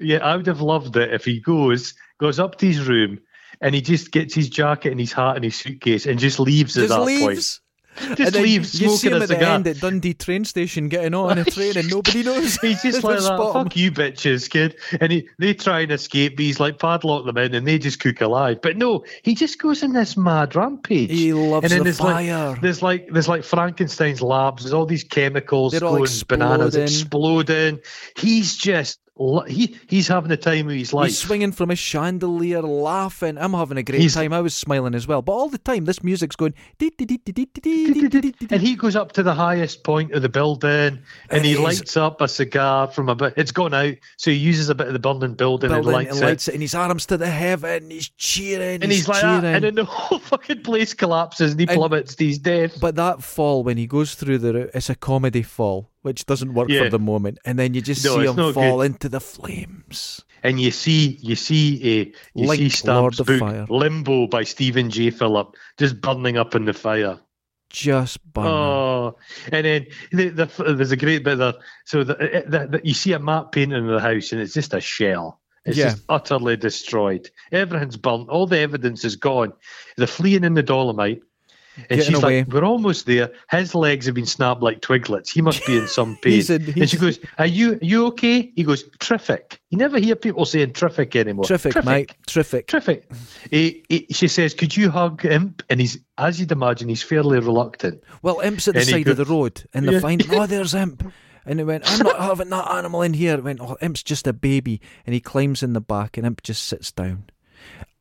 [SPEAKER 1] Yeah, I would have loved it if he goes goes up to his room and he just gets his jacket and his hat and his suitcase and just leaves at
[SPEAKER 2] Just
[SPEAKER 1] that
[SPEAKER 2] leaves.
[SPEAKER 1] point.
[SPEAKER 2] And
[SPEAKER 1] Just
[SPEAKER 2] then
[SPEAKER 1] leaves
[SPEAKER 2] You see
[SPEAKER 1] smoking
[SPEAKER 2] him
[SPEAKER 1] a
[SPEAKER 2] at the
[SPEAKER 1] cigar.
[SPEAKER 2] end at Dundee train station getting
[SPEAKER 1] [LAUGHS]
[SPEAKER 2] on a train, and nobody knows.
[SPEAKER 1] He's
[SPEAKER 2] They [LAUGHS]
[SPEAKER 1] just like that.
[SPEAKER 2] don't spot him.
[SPEAKER 1] Fuck you, bitches, kid. And he, they try and escape, but he's like padlock them in, and they just cook alive. But no, he just goes in this mad rampage.
[SPEAKER 2] He loves
[SPEAKER 1] and then
[SPEAKER 2] the
[SPEAKER 1] there's like-
[SPEAKER 2] fire.
[SPEAKER 1] there's like there's like Frankenstein's labs. There's all these chemicals
[SPEAKER 2] They're all
[SPEAKER 1] going bananas,
[SPEAKER 2] exploding.
[SPEAKER 1] exploding. He's just lo- he he's having the time of his life.
[SPEAKER 2] He's swinging from a chandelier, laughing. I'm having a great
[SPEAKER 1] He's-
[SPEAKER 2] time. I was smiling as well. But all the time, this music's going. "Dee, dee, dee, dee, dee, dee, dee, dee, dee, dee, dee."
[SPEAKER 1] and he goes up to the highest point of the building
[SPEAKER 2] And
[SPEAKER 1] and he
[SPEAKER 2] he's-
[SPEAKER 1] lights up a cigar from a bit. It's gone out, so he uses a bit of the burning building,
[SPEAKER 2] Building
[SPEAKER 1] and lights
[SPEAKER 2] and
[SPEAKER 1] it.
[SPEAKER 2] lights it, and his arms to the heaven. He's cheering.
[SPEAKER 1] And he's, like
[SPEAKER 2] cheering.
[SPEAKER 1] that, and then the [LAUGHS] whole fucking place collapses, and he
[SPEAKER 2] And-
[SPEAKER 1] plummets. to his death.
[SPEAKER 2] but that fall when he goes through the route, it's a comedy fall, which doesn't work for
[SPEAKER 1] Yeah.
[SPEAKER 2] the moment. And then you just
[SPEAKER 1] No,
[SPEAKER 2] see
[SPEAKER 1] it's
[SPEAKER 2] him
[SPEAKER 1] not
[SPEAKER 2] fall into the flames.
[SPEAKER 1] And you see, you see, uh, you
[SPEAKER 2] Link,
[SPEAKER 1] see
[SPEAKER 2] Lord
[SPEAKER 1] Stamp's
[SPEAKER 2] of
[SPEAKER 1] book
[SPEAKER 2] Fire.
[SPEAKER 1] "Limbo" by Stephen J. Phillip, just burning up in the fire.
[SPEAKER 2] Just burning.
[SPEAKER 1] Oh, and then the, the, there's a great bit there. So the, eh, the, the, you see a map painting of the house, and it's just a shell. It's
[SPEAKER 2] Yeah.
[SPEAKER 1] just utterly destroyed. Everything's burnt. All the evidence is gone. They're fleeing in the dolomite. And
[SPEAKER 2] Getting
[SPEAKER 1] she's
[SPEAKER 2] away.
[SPEAKER 1] like, "We're almost there. His legs have been snapped like twiglets. He must be in
[SPEAKER 2] [LAUGHS]
[SPEAKER 1] some pain."
[SPEAKER 2] He's in-
[SPEAKER 1] and
[SPEAKER 2] he's-
[SPEAKER 1] she goes, "Are you you okay?" He goes, "Terrific." You never hear people saying "terrific" anymore.
[SPEAKER 2] Terrific, mate. Terrific.
[SPEAKER 1] Oh, Terrific. He, he, she says, "Could you hug Imp?" And he's, as you'd imagine, he's fairly reluctant.
[SPEAKER 2] Well, Imp's at the
[SPEAKER 1] And he
[SPEAKER 2] side of
[SPEAKER 1] go-
[SPEAKER 2] the road, and they
[SPEAKER 1] Yeah. [LAUGHS]
[SPEAKER 2] find, oh, there's Imp. And it went, I'm not having that animal in here. It went, oh, Imp's just a baby. And he climbs in the back, and Imp just sits down.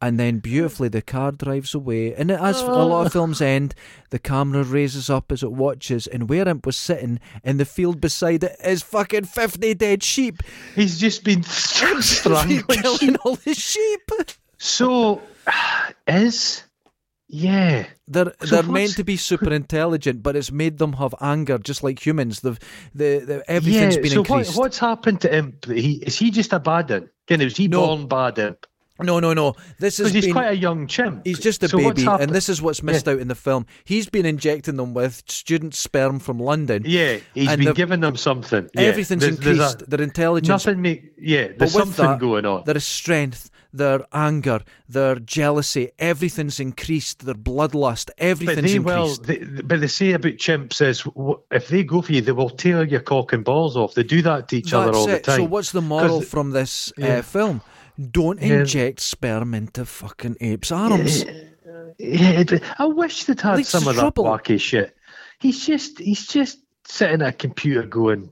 [SPEAKER 2] And then beautifully, the car drives away. And it, as a
[SPEAKER 1] [LAUGHS]
[SPEAKER 2] lot of films end, the camera raises up as it watches, and where Imp was sitting in the field beside it is fucking 50
[SPEAKER 1] [LAUGHS]
[SPEAKER 2] dead sheep.
[SPEAKER 1] He's just been
[SPEAKER 2] [LAUGHS]
[SPEAKER 1] strangling.
[SPEAKER 2] killing all the sheep.
[SPEAKER 1] so [SIGHS] is yeah. [LAUGHS]
[SPEAKER 2] They're
[SPEAKER 1] So
[SPEAKER 2] they're
[SPEAKER 1] what's-
[SPEAKER 2] meant to be super intelligent, but it's made them have anger, just like humans. They've the, the everything's
[SPEAKER 1] yeah.
[SPEAKER 2] been
[SPEAKER 1] so what,
[SPEAKER 2] increased.
[SPEAKER 1] what's happened to Imp? That He is he just a bad imp? Again, was he
[SPEAKER 2] No.
[SPEAKER 1] born bad imp?
[SPEAKER 2] No, no, no. This has
[SPEAKER 1] Because he's
[SPEAKER 2] been.
[SPEAKER 1] quite a young chimp.
[SPEAKER 2] He's just a
[SPEAKER 1] So what's
[SPEAKER 2] baby,
[SPEAKER 1] happened-
[SPEAKER 2] and this is what's missed out in the film. He's been injecting them with student sperm from London.
[SPEAKER 1] yeah, he's
[SPEAKER 2] and
[SPEAKER 1] been
[SPEAKER 2] they've-
[SPEAKER 1] giving them something. Yeah,
[SPEAKER 2] Everything's
[SPEAKER 1] there's- there's a-
[SPEAKER 2] increased. their intelligence,
[SPEAKER 1] nothing make yeah.
[SPEAKER 2] but
[SPEAKER 1] There's
[SPEAKER 2] with
[SPEAKER 1] something
[SPEAKER 2] that,
[SPEAKER 1] going on.
[SPEAKER 2] Their strength, their anger, their jealousy, everything's increased. Their bloodlust, everything's
[SPEAKER 1] But they will.
[SPEAKER 2] increased.
[SPEAKER 1] They, but they say about chimps is w- if they go for you, they will tear your cock and balls off. They do that to each other
[SPEAKER 2] That's
[SPEAKER 1] all the
[SPEAKER 2] it.
[SPEAKER 1] time.
[SPEAKER 2] So what's the moral
[SPEAKER 1] 'Cause-
[SPEAKER 2] from this uh,
[SPEAKER 1] Yeah.
[SPEAKER 2] film? Don't
[SPEAKER 1] Yeah.
[SPEAKER 2] inject sperm into fucking apes' arms.
[SPEAKER 1] Uh, Yeah, it- I wish they'd had
[SPEAKER 2] Leads
[SPEAKER 1] some
[SPEAKER 2] to
[SPEAKER 1] of
[SPEAKER 2] trouble.
[SPEAKER 1] that wacky shit. He's just he's just sitting at a computer going.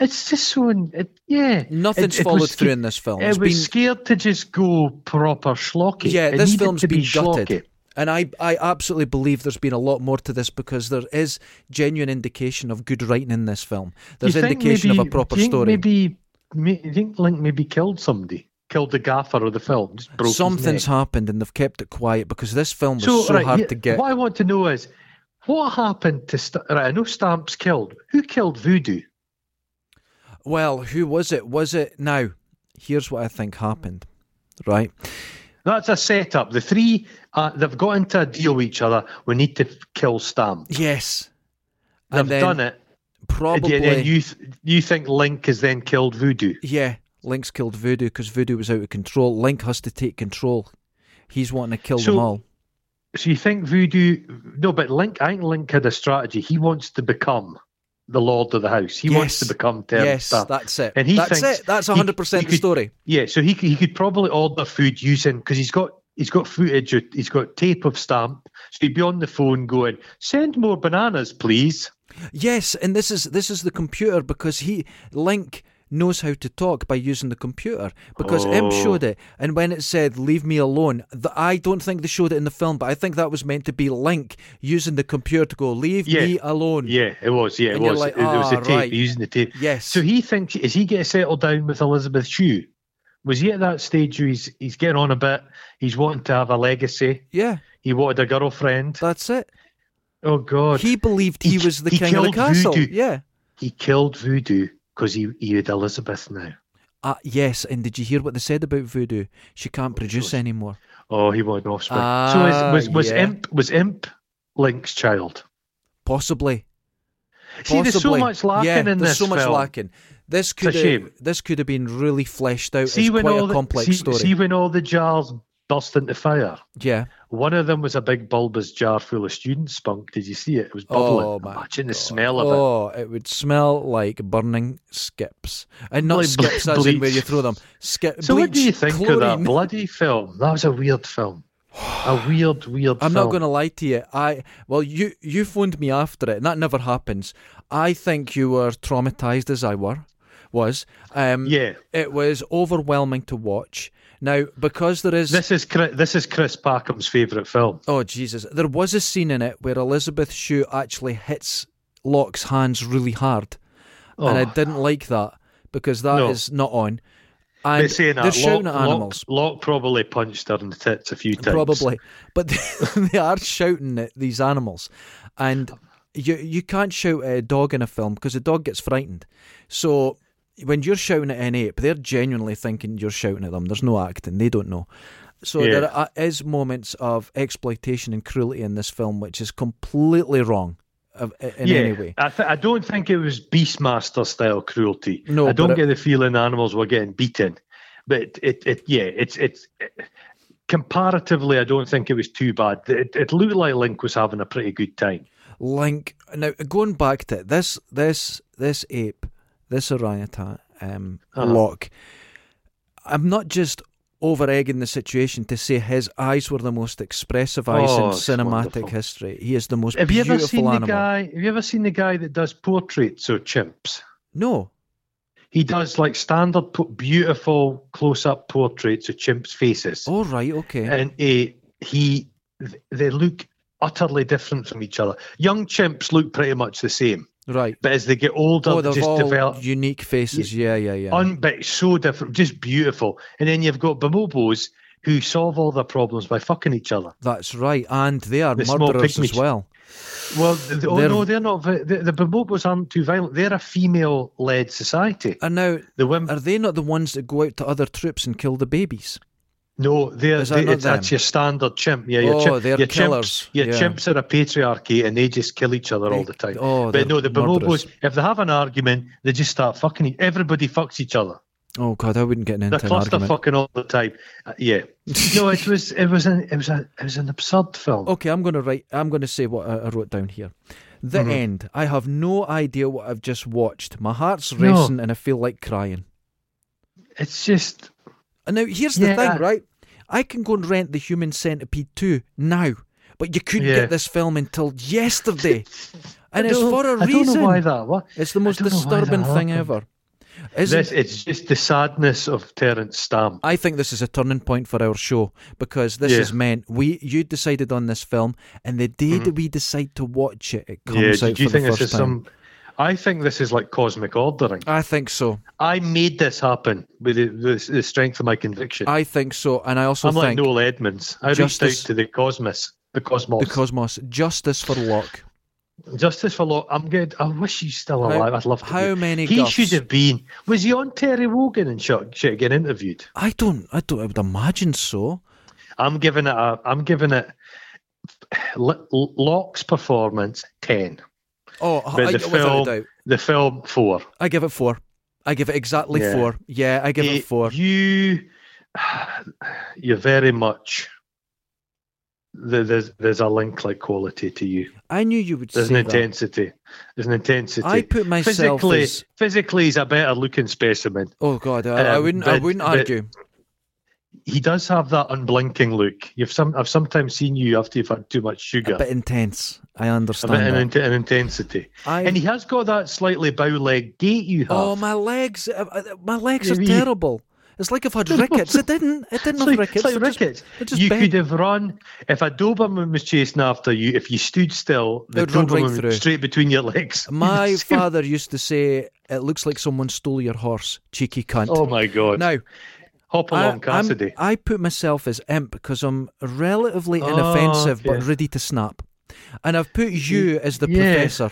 [SPEAKER 1] It's just so it, yeah.
[SPEAKER 2] Nothing's
[SPEAKER 1] It- it was
[SPEAKER 2] followed
[SPEAKER 1] sca-
[SPEAKER 2] through in this film.
[SPEAKER 1] It
[SPEAKER 2] It's
[SPEAKER 1] was
[SPEAKER 2] been-
[SPEAKER 1] scared to just go proper schlocky.
[SPEAKER 2] Yeah,
[SPEAKER 1] It
[SPEAKER 2] this
[SPEAKER 1] needed
[SPEAKER 2] film's
[SPEAKER 1] to
[SPEAKER 2] been
[SPEAKER 1] be
[SPEAKER 2] gutted.
[SPEAKER 1] schlocky.
[SPEAKER 2] And I, I absolutely believe there's been a lot more to this because there is genuine indication of good writing in this film. There's
[SPEAKER 1] You think
[SPEAKER 2] indication
[SPEAKER 1] maybe,
[SPEAKER 2] of a proper
[SPEAKER 1] do you think
[SPEAKER 2] story.
[SPEAKER 1] Maybe may- you think Link maybe killed somebody, killed the gaffer of the film, just broke his
[SPEAKER 2] Something's
[SPEAKER 1] neck.
[SPEAKER 2] happened and they've kept it quiet because this film was so,
[SPEAKER 1] So, right,
[SPEAKER 2] hard
[SPEAKER 1] yeah,
[SPEAKER 2] to get.
[SPEAKER 1] What I want to know is what happened to St- right, I know Stamp's killed. Who killed Voodoo?
[SPEAKER 2] Well, who was it? Was it now? Here's what I think happened. Right.
[SPEAKER 1] That's a setup. The three uh, they've got into a deal with each other. We need to f- kill Stamp.
[SPEAKER 2] Yes.
[SPEAKER 1] They've
[SPEAKER 2] And then
[SPEAKER 1] done it. And
[SPEAKER 2] probably
[SPEAKER 1] then- then you th- you think Link has then killed Voodoo?
[SPEAKER 2] Yeah, Link's killed Voodoo because Voodoo was out of control. Link has to take control. He's wanting to kill them
[SPEAKER 1] So-
[SPEAKER 2] all.
[SPEAKER 1] So you think Voodoo? No, but Link. I think Link had a strategy. He wants to become the Lord of the House. He wants to
[SPEAKER 2] Yes.
[SPEAKER 1] become Terran
[SPEAKER 2] Yes,
[SPEAKER 1] Stamp.
[SPEAKER 2] that's it.
[SPEAKER 1] And he
[SPEAKER 2] that's
[SPEAKER 1] thinks
[SPEAKER 2] it. That's
[SPEAKER 1] he-
[SPEAKER 2] 100%
[SPEAKER 1] he
[SPEAKER 2] the
[SPEAKER 1] could-
[SPEAKER 2] story.
[SPEAKER 1] Yeah, so he could, he could probably order food using because he's got he's got footage, of- he's got tape of Stamp, so he'd be on the phone going, "Send more bananas, please."
[SPEAKER 2] Yes, and this is this is the computer because he Link knows how to talk by using the computer because M
[SPEAKER 1] Oh.
[SPEAKER 2] showed it and when it said leave me alone the, I don't think they showed it in the film but I think that was meant to be Link using the computer to go leave
[SPEAKER 1] Yeah.
[SPEAKER 2] me alone
[SPEAKER 1] Yeah, it was. Yeah, it
[SPEAKER 2] And you're
[SPEAKER 1] was.
[SPEAKER 2] like,
[SPEAKER 1] it, it was the
[SPEAKER 2] "Ah,
[SPEAKER 1] tape
[SPEAKER 2] right."
[SPEAKER 1] using the tape.
[SPEAKER 2] yes
[SPEAKER 1] So he thinks is he getting settled down with Elizabeth Shue? Was he at that stage where he's he's getting on a bit? He's wanting to have a legacy.
[SPEAKER 2] yeah
[SPEAKER 1] He wanted a girlfriend.
[SPEAKER 2] that's it
[SPEAKER 1] Oh God!
[SPEAKER 2] he believed
[SPEAKER 1] He-
[SPEAKER 2] he, was the
[SPEAKER 1] he
[SPEAKER 2] king of the
[SPEAKER 1] killed
[SPEAKER 2] castle
[SPEAKER 1] Voodoo.
[SPEAKER 2] yeah
[SPEAKER 1] He killed Voodoo because he, he had Elizabeth now.
[SPEAKER 2] Uh, yes, and did you hear what they said about voodoo? She can't produce
[SPEAKER 1] course.
[SPEAKER 2] anymore.
[SPEAKER 1] Oh, he wanted offspring.
[SPEAKER 2] Ah,
[SPEAKER 1] so is, was was
[SPEAKER 2] yeah.
[SPEAKER 1] imp was imp Link's child?
[SPEAKER 2] Possibly.
[SPEAKER 1] See, there's so
[SPEAKER 2] Possibly.
[SPEAKER 1] much lacking
[SPEAKER 2] yeah,
[SPEAKER 1] in
[SPEAKER 2] there's
[SPEAKER 1] this
[SPEAKER 2] so much
[SPEAKER 1] film.
[SPEAKER 2] lacking. This could
[SPEAKER 1] shame.
[SPEAKER 2] have, this could have been really fleshed out.
[SPEAKER 1] See
[SPEAKER 2] it's
[SPEAKER 1] when
[SPEAKER 2] quite
[SPEAKER 1] all
[SPEAKER 2] a complex
[SPEAKER 1] the, see,
[SPEAKER 2] story.
[SPEAKER 1] see when all the jars burst into fire.
[SPEAKER 2] yeah,
[SPEAKER 1] One of them was a big bulbous jar full of student spunk. Did you see it? It was bubbling.
[SPEAKER 2] Oh, my
[SPEAKER 1] Imagine the smell of it.
[SPEAKER 2] Oh, it would smell like burning skips, and not
[SPEAKER 1] Like ble-
[SPEAKER 2] skips as in where
[SPEAKER 1] bleach.
[SPEAKER 2] you throw them. Skip.
[SPEAKER 1] So what do
[SPEAKER 2] bleach,
[SPEAKER 1] you think of
[SPEAKER 2] chlorine.
[SPEAKER 1] that bloody film? That was a weird film.
[SPEAKER 2] [SIGHS]
[SPEAKER 1] A weird, weird
[SPEAKER 2] I'm
[SPEAKER 1] film.
[SPEAKER 2] not going to lie to you. I well, you you phoned me after it, and that never happens. I think you were traumatized as I were was. Um,
[SPEAKER 1] Yeah.
[SPEAKER 2] it was overwhelming to watch. Now because there is
[SPEAKER 1] This is Chris, this is Chris Parkham's favourite film.
[SPEAKER 2] Oh Jesus! There was a scene in it where Elizabeth Shue actually hits Locke's hands really hard, and I
[SPEAKER 1] Oh.
[SPEAKER 2] didn't like that because that is
[SPEAKER 1] No.
[SPEAKER 2] not on.
[SPEAKER 1] They're
[SPEAKER 2] And
[SPEAKER 1] saying
[SPEAKER 2] they're
[SPEAKER 1] that
[SPEAKER 2] shouting
[SPEAKER 1] Locke,
[SPEAKER 2] at animals,
[SPEAKER 1] Locke, Locke probably punched her in the tits a few times.
[SPEAKER 2] probably, but [LAUGHS] they, they are shouting at these animals, and you you can't shout at a dog in a film because a dog gets frightened. So when you're shouting at an ape, they're genuinely thinking you're shouting at them. There's no acting; they don't know. So
[SPEAKER 1] Yeah.
[SPEAKER 2] there are, is moments of exploitation and cruelty in this film, which is completely wrong of, in
[SPEAKER 1] yeah,
[SPEAKER 2] any way.
[SPEAKER 1] I, th- I don't think it was Beastmaster style cruelty.
[SPEAKER 2] No,
[SPEAKER 1] I don't
[SPEAKER 2] but it-
[SPEAKER 1] get the feeling animals were getting beaten, but it, it, it yeah, it's it's comparatively, I don't think it was too bad. It, it looked like Link was having a pretty good time.
[SPEAKER 2] Link. Now going back to it, this this this ape, this orangutan, um,
[SPEAKER 1] Uh-huh.
[SPEAKER 2] Locke. I'm not just over egging the situation to say his eyes were the most expressive eyes
[SPEAKER 1] Oh,
[SPEAKER 2] in
[SPEAKER 1] it's
[SPEAKER 2] cinematic
[SPEAKER 1] wonderful.
[SPEAKER 2] history. He is the most
[SPEAKER 1] Have you
[SPEAKER 2] beautiful
[SPEAKER 1] ever seen
[SPEAKER 2] animal.
[SPEAKER 1] the guy? Have you ever seen the guy that does portraits of chimps?
[SPEAKER 2] No,
[SPEAKER 1] He does like standard, po- beautiful close-up portraits of chimps' faces.
[SPEAKER 2] all Oh, right, okay.
[SPEAKER 1] and eh, he th- they look utterly different from each other. Young chimps look pretty much the same,
[SPEAKER 2] Right.
[SPEAKER 1] but as they get older,
[SPEAKER 2] Oh,
[SPEAKER 1] they
[SPEAKER 2] they've
[SPEAKER 1] just
[SPEAKER 2] all
[SPEAKER 1] develop
[SPEAKER 2] unique faces. Yeah, yeah, yeah.
[SPEAKER 1] un but so different, just beautiful. And then you've got bonobos who solve all their problems by fucking each other.
[SPEAKER 2] That's right, and they are
[SPEAKER 1] The small
[SPEAKER 2] murderers as
[SPEAKER 1] pygmies.
[SPEAKER 2] well.
[SPEAKER 1] Well, th th- oh
[SPEAKER 2] They're-
[SPEAKER 1] no, they're not. vi- The, the bonobos aren't too violent. They're a female-led society.
[SPEAKER 2] And now,
[SPEAKER 1] The women,
[SPEAKER 2] are they not the ones that go out to other troops and kill the babies?
[SPEAKER 1] No, they're,
[SPEAKER 2] Is that
[SPEAKER 1] they,
[SPEAKER 2] not
[SPEAKER 1] it's, that's
[SPEAKER 2] them?
[SPEAKER 1] your standard chimp. Yeah, your
[SPEAKER 2] Oh,
[SPEAKER 1] chimp,
[SPEAKER 2] they're
[SPEAKER 1] your
[SPEAKER 2] killers.
[SPEAKER 1] Chimps, your
[SPEAKER 2] Yeah.
[SPEAKER 1] chimps are a patriarchy, and they just kill each other all the time.
[SPEAKER 2] oh, they're
[SPEAKER 1] but no, the
[SPEAKER 2] murderous.
[SPEAKER 1] bonobos, if they have an argument, they just start fucking. e- Everybody fucks each other.
[SPEAKER 2] Oh God, I wouldn't get into
[SPEAKER 1] They're
[SPEAKER 2] an
[SPEAKER 1] cluster
[SPEAKER 2] argument.
[SPEAKER 1] fucking all the time. Uh, yeah. no, it was it was an it was a it was an absurd film.
[SPEAKER 2] Okay, I'm going to write. I'm going to say what I, I wrote down here. The
[SPEAKER 1] Mm-hmm.
[SPEAKER 2] end. I have no idea what I've just watched. My heart's
[SPEAKER 1] No.
[SPEAKER 2] racing and I feel like crying.
[SPEAKER 1] It's just
[SPEAKER 2] And now here's the
[SPEAKER 1] Yeah.
[SPEAKER 2] thing, right? I can go and rent the Human Centipede two now, but you couldn't
[SPEAKER 1] Yeah.
[SPEAKER 2] get this film until
[SPEAKER 1] [LAUGHS]
[SPEAKER 2] yesterday, and it's
[SPEAKER 1] I don't-
[SPEAKER 2] for a
[SPEAKER 1] I don't
[SPEAKER 2] reason.
[SPEAKER 1] know why that. What
[SPEAKER 2] It's the most
[SPEAKER 1] don't know why that
[SPEAKER 2] disturbing thing
[SPEAKER 1] happened.
[SPEAKER 2] ever. Isn't
[SPEAKER 1] this? It's just the sadness of Terence Stamp.
[SPEAKER 2] I think this is a turning point for our show because this
[SPEAKER 1] Yeah. Mm-hmm.
[SPEAKER 2] is meant we you decided on this film, and the day that we decide to watch it, it
[SPEAKER 1] Yeah.
[SPEAKER 2] comes
[SPEAKER 1] Do
[SPEAKER 2] out
[SPEAKER 1] you
[SPEAKER 2] for
[SPEAKER 1] think
[SPEAKER 2] the
[SPEAKER 1] this
[SPEAKER 2] first
[SPEAKER 1] is
[SPEAKER 2] time.
[SPEAKER 1] some? I think this is like cosmic ordering.
[SPEAKER 2] I think so.
[SPEAKER 1] I made this happen with the, the, the strength of my conviction.
[SPEAKER 2] I think so, and I also
[SPEAKER 1] I'm like
[SPEAKER 2] think
[SPEAKER 1] Noel Edmonds. I
[SPEAKER 2] Justice-
[SPEAKER 1] reached out to the cosmos, the cosmos.
[SPEAKER 2] the cosmos justice for
[SPEAKER 1] [LAUGHS]
[SPEAKER 2] Locke.
[SPEAKER 1] Justice for Law. I'm good. I wish he's still
[SPEAKER 2] How-
[SPEAKER 1] alive. I'd love to.
[SPEAKER 2] how
[SPEAKER 1] be.
[SPEAKER 2] many
[SPEAKER 1] He
[SPEAKER 2] guffs?
[SPEAKER 1] should have been. Was he on Terry Wogan and shit, shit getting interviewed?
[SPEAKER 2] I don't, I don't, I would imagine so.
[SPEAKER 1] I'm giving it. A, I'm giving it. L- L- Locke's performance ten.
[SPEAKER 2] Oh,
[SPEAKER 1] But the
[SPEAKER 2] I, without
[SPEAKER 1] film,
[SPEAKER 2] a doubt,
[SPEAKER 1] the film four.
[SPEAKER 2] I give it four. I give it exactly
[SPEAKER 1] Yeah.
[SPEAKER 2] four. Yeah, I give it,
[SPEAKER 1] It-
[SPEAKER 2] four.
[SPEAKER 1] You, [SIGHS] you're very much. there- There's there's a link like quality to you.
[SPEAKER 2] I knew you would
[SPEAKER 1] There's
[SPEAKER 2] say
[SPEAKER 1] an
[SPEAKER 2] that.
[SPEAKER 1] intensity. There's an intensity.
[SPEAKER 2] I put myself
[SPEAKER 1] physically.
[SPEAKER 2] as-
[SPEAKER 1] Physically, he's a better looking specimen.
[SPEAKER 2] Oh God, I, I
[SPEAKER 1] Um,
[SPEAKER 2] wouldn't, I
[SPEAKER 1] but-
[SPEAKER 2] wouldn't
[SPEAKER 1] but-
[SPEAKER 2] argue.
[SPEAKER 1] He does have that unblinking look. You've some. I've sometimes seen you after you've had too much sugar.
[SPEAKER 2] A bit intense. I
[SPEAKER 1] A bit
[SPEAKER 2] understand.
[SPEAKER 1] an,
[SPEAKER 2] that.
[SPEAKER 1] int- an intensity,
[SPEAKER 2] I-
[SPEAKER 1] and he has got that slightly bow leg gait you have.
[SPEAKER 2] Oh, my legs! uh, uh, My legs are
[SPEAKER 1] Maybe-
[SPEAKER 2] terrible. It's
[SPEAKER 1] [LAUGHS]
[SPEAKER 2] like I've had rickets. It didn't. It didn't
[SPEAKER 1] It's
[SPEAKER 2] have
[SPEAKER 1] like,
[SPEAKER 2] rickets.
[SPEAKER 1] it's like
[SPEAKER 2] They're just-
[SPEAKER 1] rickets.
[SPEAKER 2] they're just
[SPEAKER 1] you [LAUGHS]
[SPEAKER 2] bent.
[SPEAKER 1] could have run if a Doberman was chasing after you. If you stood still, the
[SPEAKER 2] They'd run right
[SPEAKER 1] Doberman
[SPEAKER 2] through.
[SPEAKER 1] would straight between your legs. [LAUGHS]
[SPEAKER 2] My father used to say, "It looks like someone stole your horse, cheeky cunt."
[SPEAKER 1] oh my god!
[SPEAKER 2] now,
[SPEAKER 1] Hop
[SPEAKER 2] I,
[SPEAKER 1] along,
[SPEAKER 2] I'm-
[SPEAKER 1] Cassidy. Oh,
[SPEAKER 2] I put myself as imp because I'm relatively inoffensive but
[SPEAKER 1] okay.
[SPEAKER 2] ready to snap, and I've put you as the
[SPEAKER 1] yeah.
[SPEAKER 2] professor.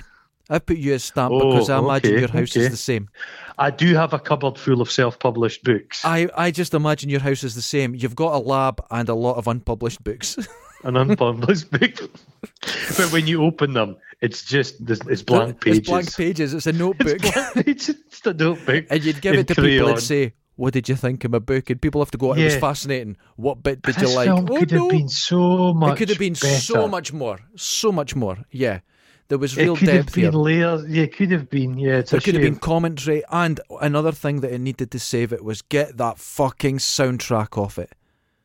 [SPEAKER 2] I put you as stamp
[SPEAKER 1] Oh,
[SPEAKER 2] because I imagine
[SPEAKER 1] okay,
[SPEAKER 2] your house
[SPEAKER 1] okay.
[SPEAKER 2] is the same.
[SPEAKER 1] I do have a cupboard full of self-published books
[SPEAKER 2] I, I just imagine your house is the same. You've got a lab and a lot of unpublished books.
[SPEAKER 1] and unpublished [LAUGHS] books, but when you open them, it's just this- it's [LAUGHS] blank pages.
[SPEAKER 2] [LAUGHS] It's blank pages. It's a notebook.
[SPEAKER 1] [LAUGHS] It's
[SPEAKER 2] [LAUGHS]
[SPEAKER 1] blank pages. It's a notebook.
[SPEAKER 2] and you'd give
[SPEAKER 1] in
[SPEAKER 2] it to people
[SPEAKER 1] crayon.
[SPEAKER 2] and say, What did you think of my book? And people have to go, It was
[SPEAKER 1] Yeah.
[SPEAKER 2] fascinating. What bit did
[SPEAKER 1] This
[SPEAKER 2] you like?
[SPEAKER 1] film
[SPEAKER 2] oh,
[SPEAKER 1] could
[SPEAKER 2] no.
[SPEAKER 1] have been so much.
[SPEAKER 2] it could have been
[SPEAKER 1] better.
[SPEAKER 2] so much more. So much more. Yeah. There was
[SPEAKER 1] It
[SPEAKER 2] real
[SPEAKER 1] could have
[SPEAKER 2] depth
[SPEAKER 1] been
[SPEAKER 2] here.
[SPEAKER 1] layers. Yeah, it could have been. Yeah, it's
[SPEAKER 2] There
[SPEAKER 1] a
[SPEAKER 2] could have
[SPEAKER 1] shame.
[SPEAKER 2] been commentary. And another thing that it needed to save it was get that fucking soundtrack off it.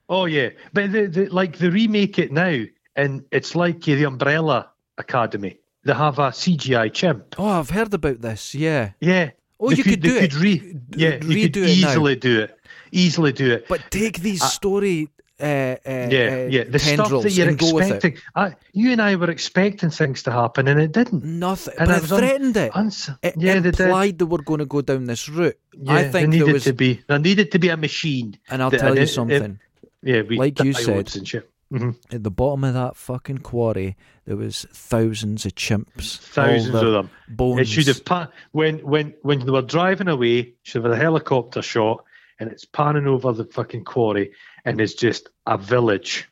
[SPEAKER 1] Oh yeah, but the, the like they remake it now, and it's like the Umbrella Academy. They have a CGI chimp.
[SPEAKER 2] Oh, I've heard about this. Yeah.
[SPEAKER 1] Yeah.
[SPEAKER 2] Oh,
[SPEAKER 1] They
[SPEAKER 2] you could
[SPEAKER 1] they
[SPEAKER 2] do it.
[SPEAKER 1] Re- yeah, you could
[SPEAKER 2] redo it now.
[SPEAKER 1] easily do it. Easily do it.
[SPEAKER 2] But take these story. Uh, uh,
[SPEAKER 1] yeah,
[SPEAKER 2] uh,
[SPEAKER 1] yeah. The stuff
[SPEAKER 2] tendrils
[SPEAKER 1] that you're
[SPEAKER 2] and go with it.
[SPEAKER 1] expecting. I, you and I were expecting things to happen, and it didn't.
[SPEAKER 2] Nothing.
[SPEAKER 1] And
[SPEAKER 2] but
[SPEAKER 1] I
[SPEAKER 2] it
[SPEAKER 1] was un-
[SPEAKER 2] threatened it.
[SPEAKER 1] Uns-
[SPEAKER 2] Mm. It
[SPEAKER 1] yeah, they did.
[SPEAKER 2] implied they were going to go down this route.
[SPEAKER 1] Yeah,
[SPEAKER 2] I
[SPEAKER 1] there
[SPEAKER 2] think
[SPEAKER 1] needed
[SPEAKER 2] there was,
[SPEAKER 1] to be. There needed to be a machine.
[SPEAKER 2] and I'll
[SPEAKER 1] that-
[SPEAKER 2] tell
[SPEAKER 1] and it-
[SPEAKER 2] you
[SPEAKER 1] it-
[SPEAKER 2] something.
[SPEAKER 1] Yeah, we
[SPEAKER 2] Like you
[SPEAKER 1] dialogues
[SPEAKER 2] said.
[SPEAKER 1] and shit. hmm
[SPEAKER 2] At the bottom of that fucking quarry, there was thousands of chimps, all
[SPEAKER 1] Thousands
[SPEAKER 2] their
[SPEAKER 1] of them.
[SPEAKER 2] bones.
[SPEAKER 1] It should have pa- when when when they were driving away. Should have had a helicopter shot, and it's panning over the fucking quarry, and it's just a
[SPEAKER 2] [LAUGHS]
[SPEAKER 1] village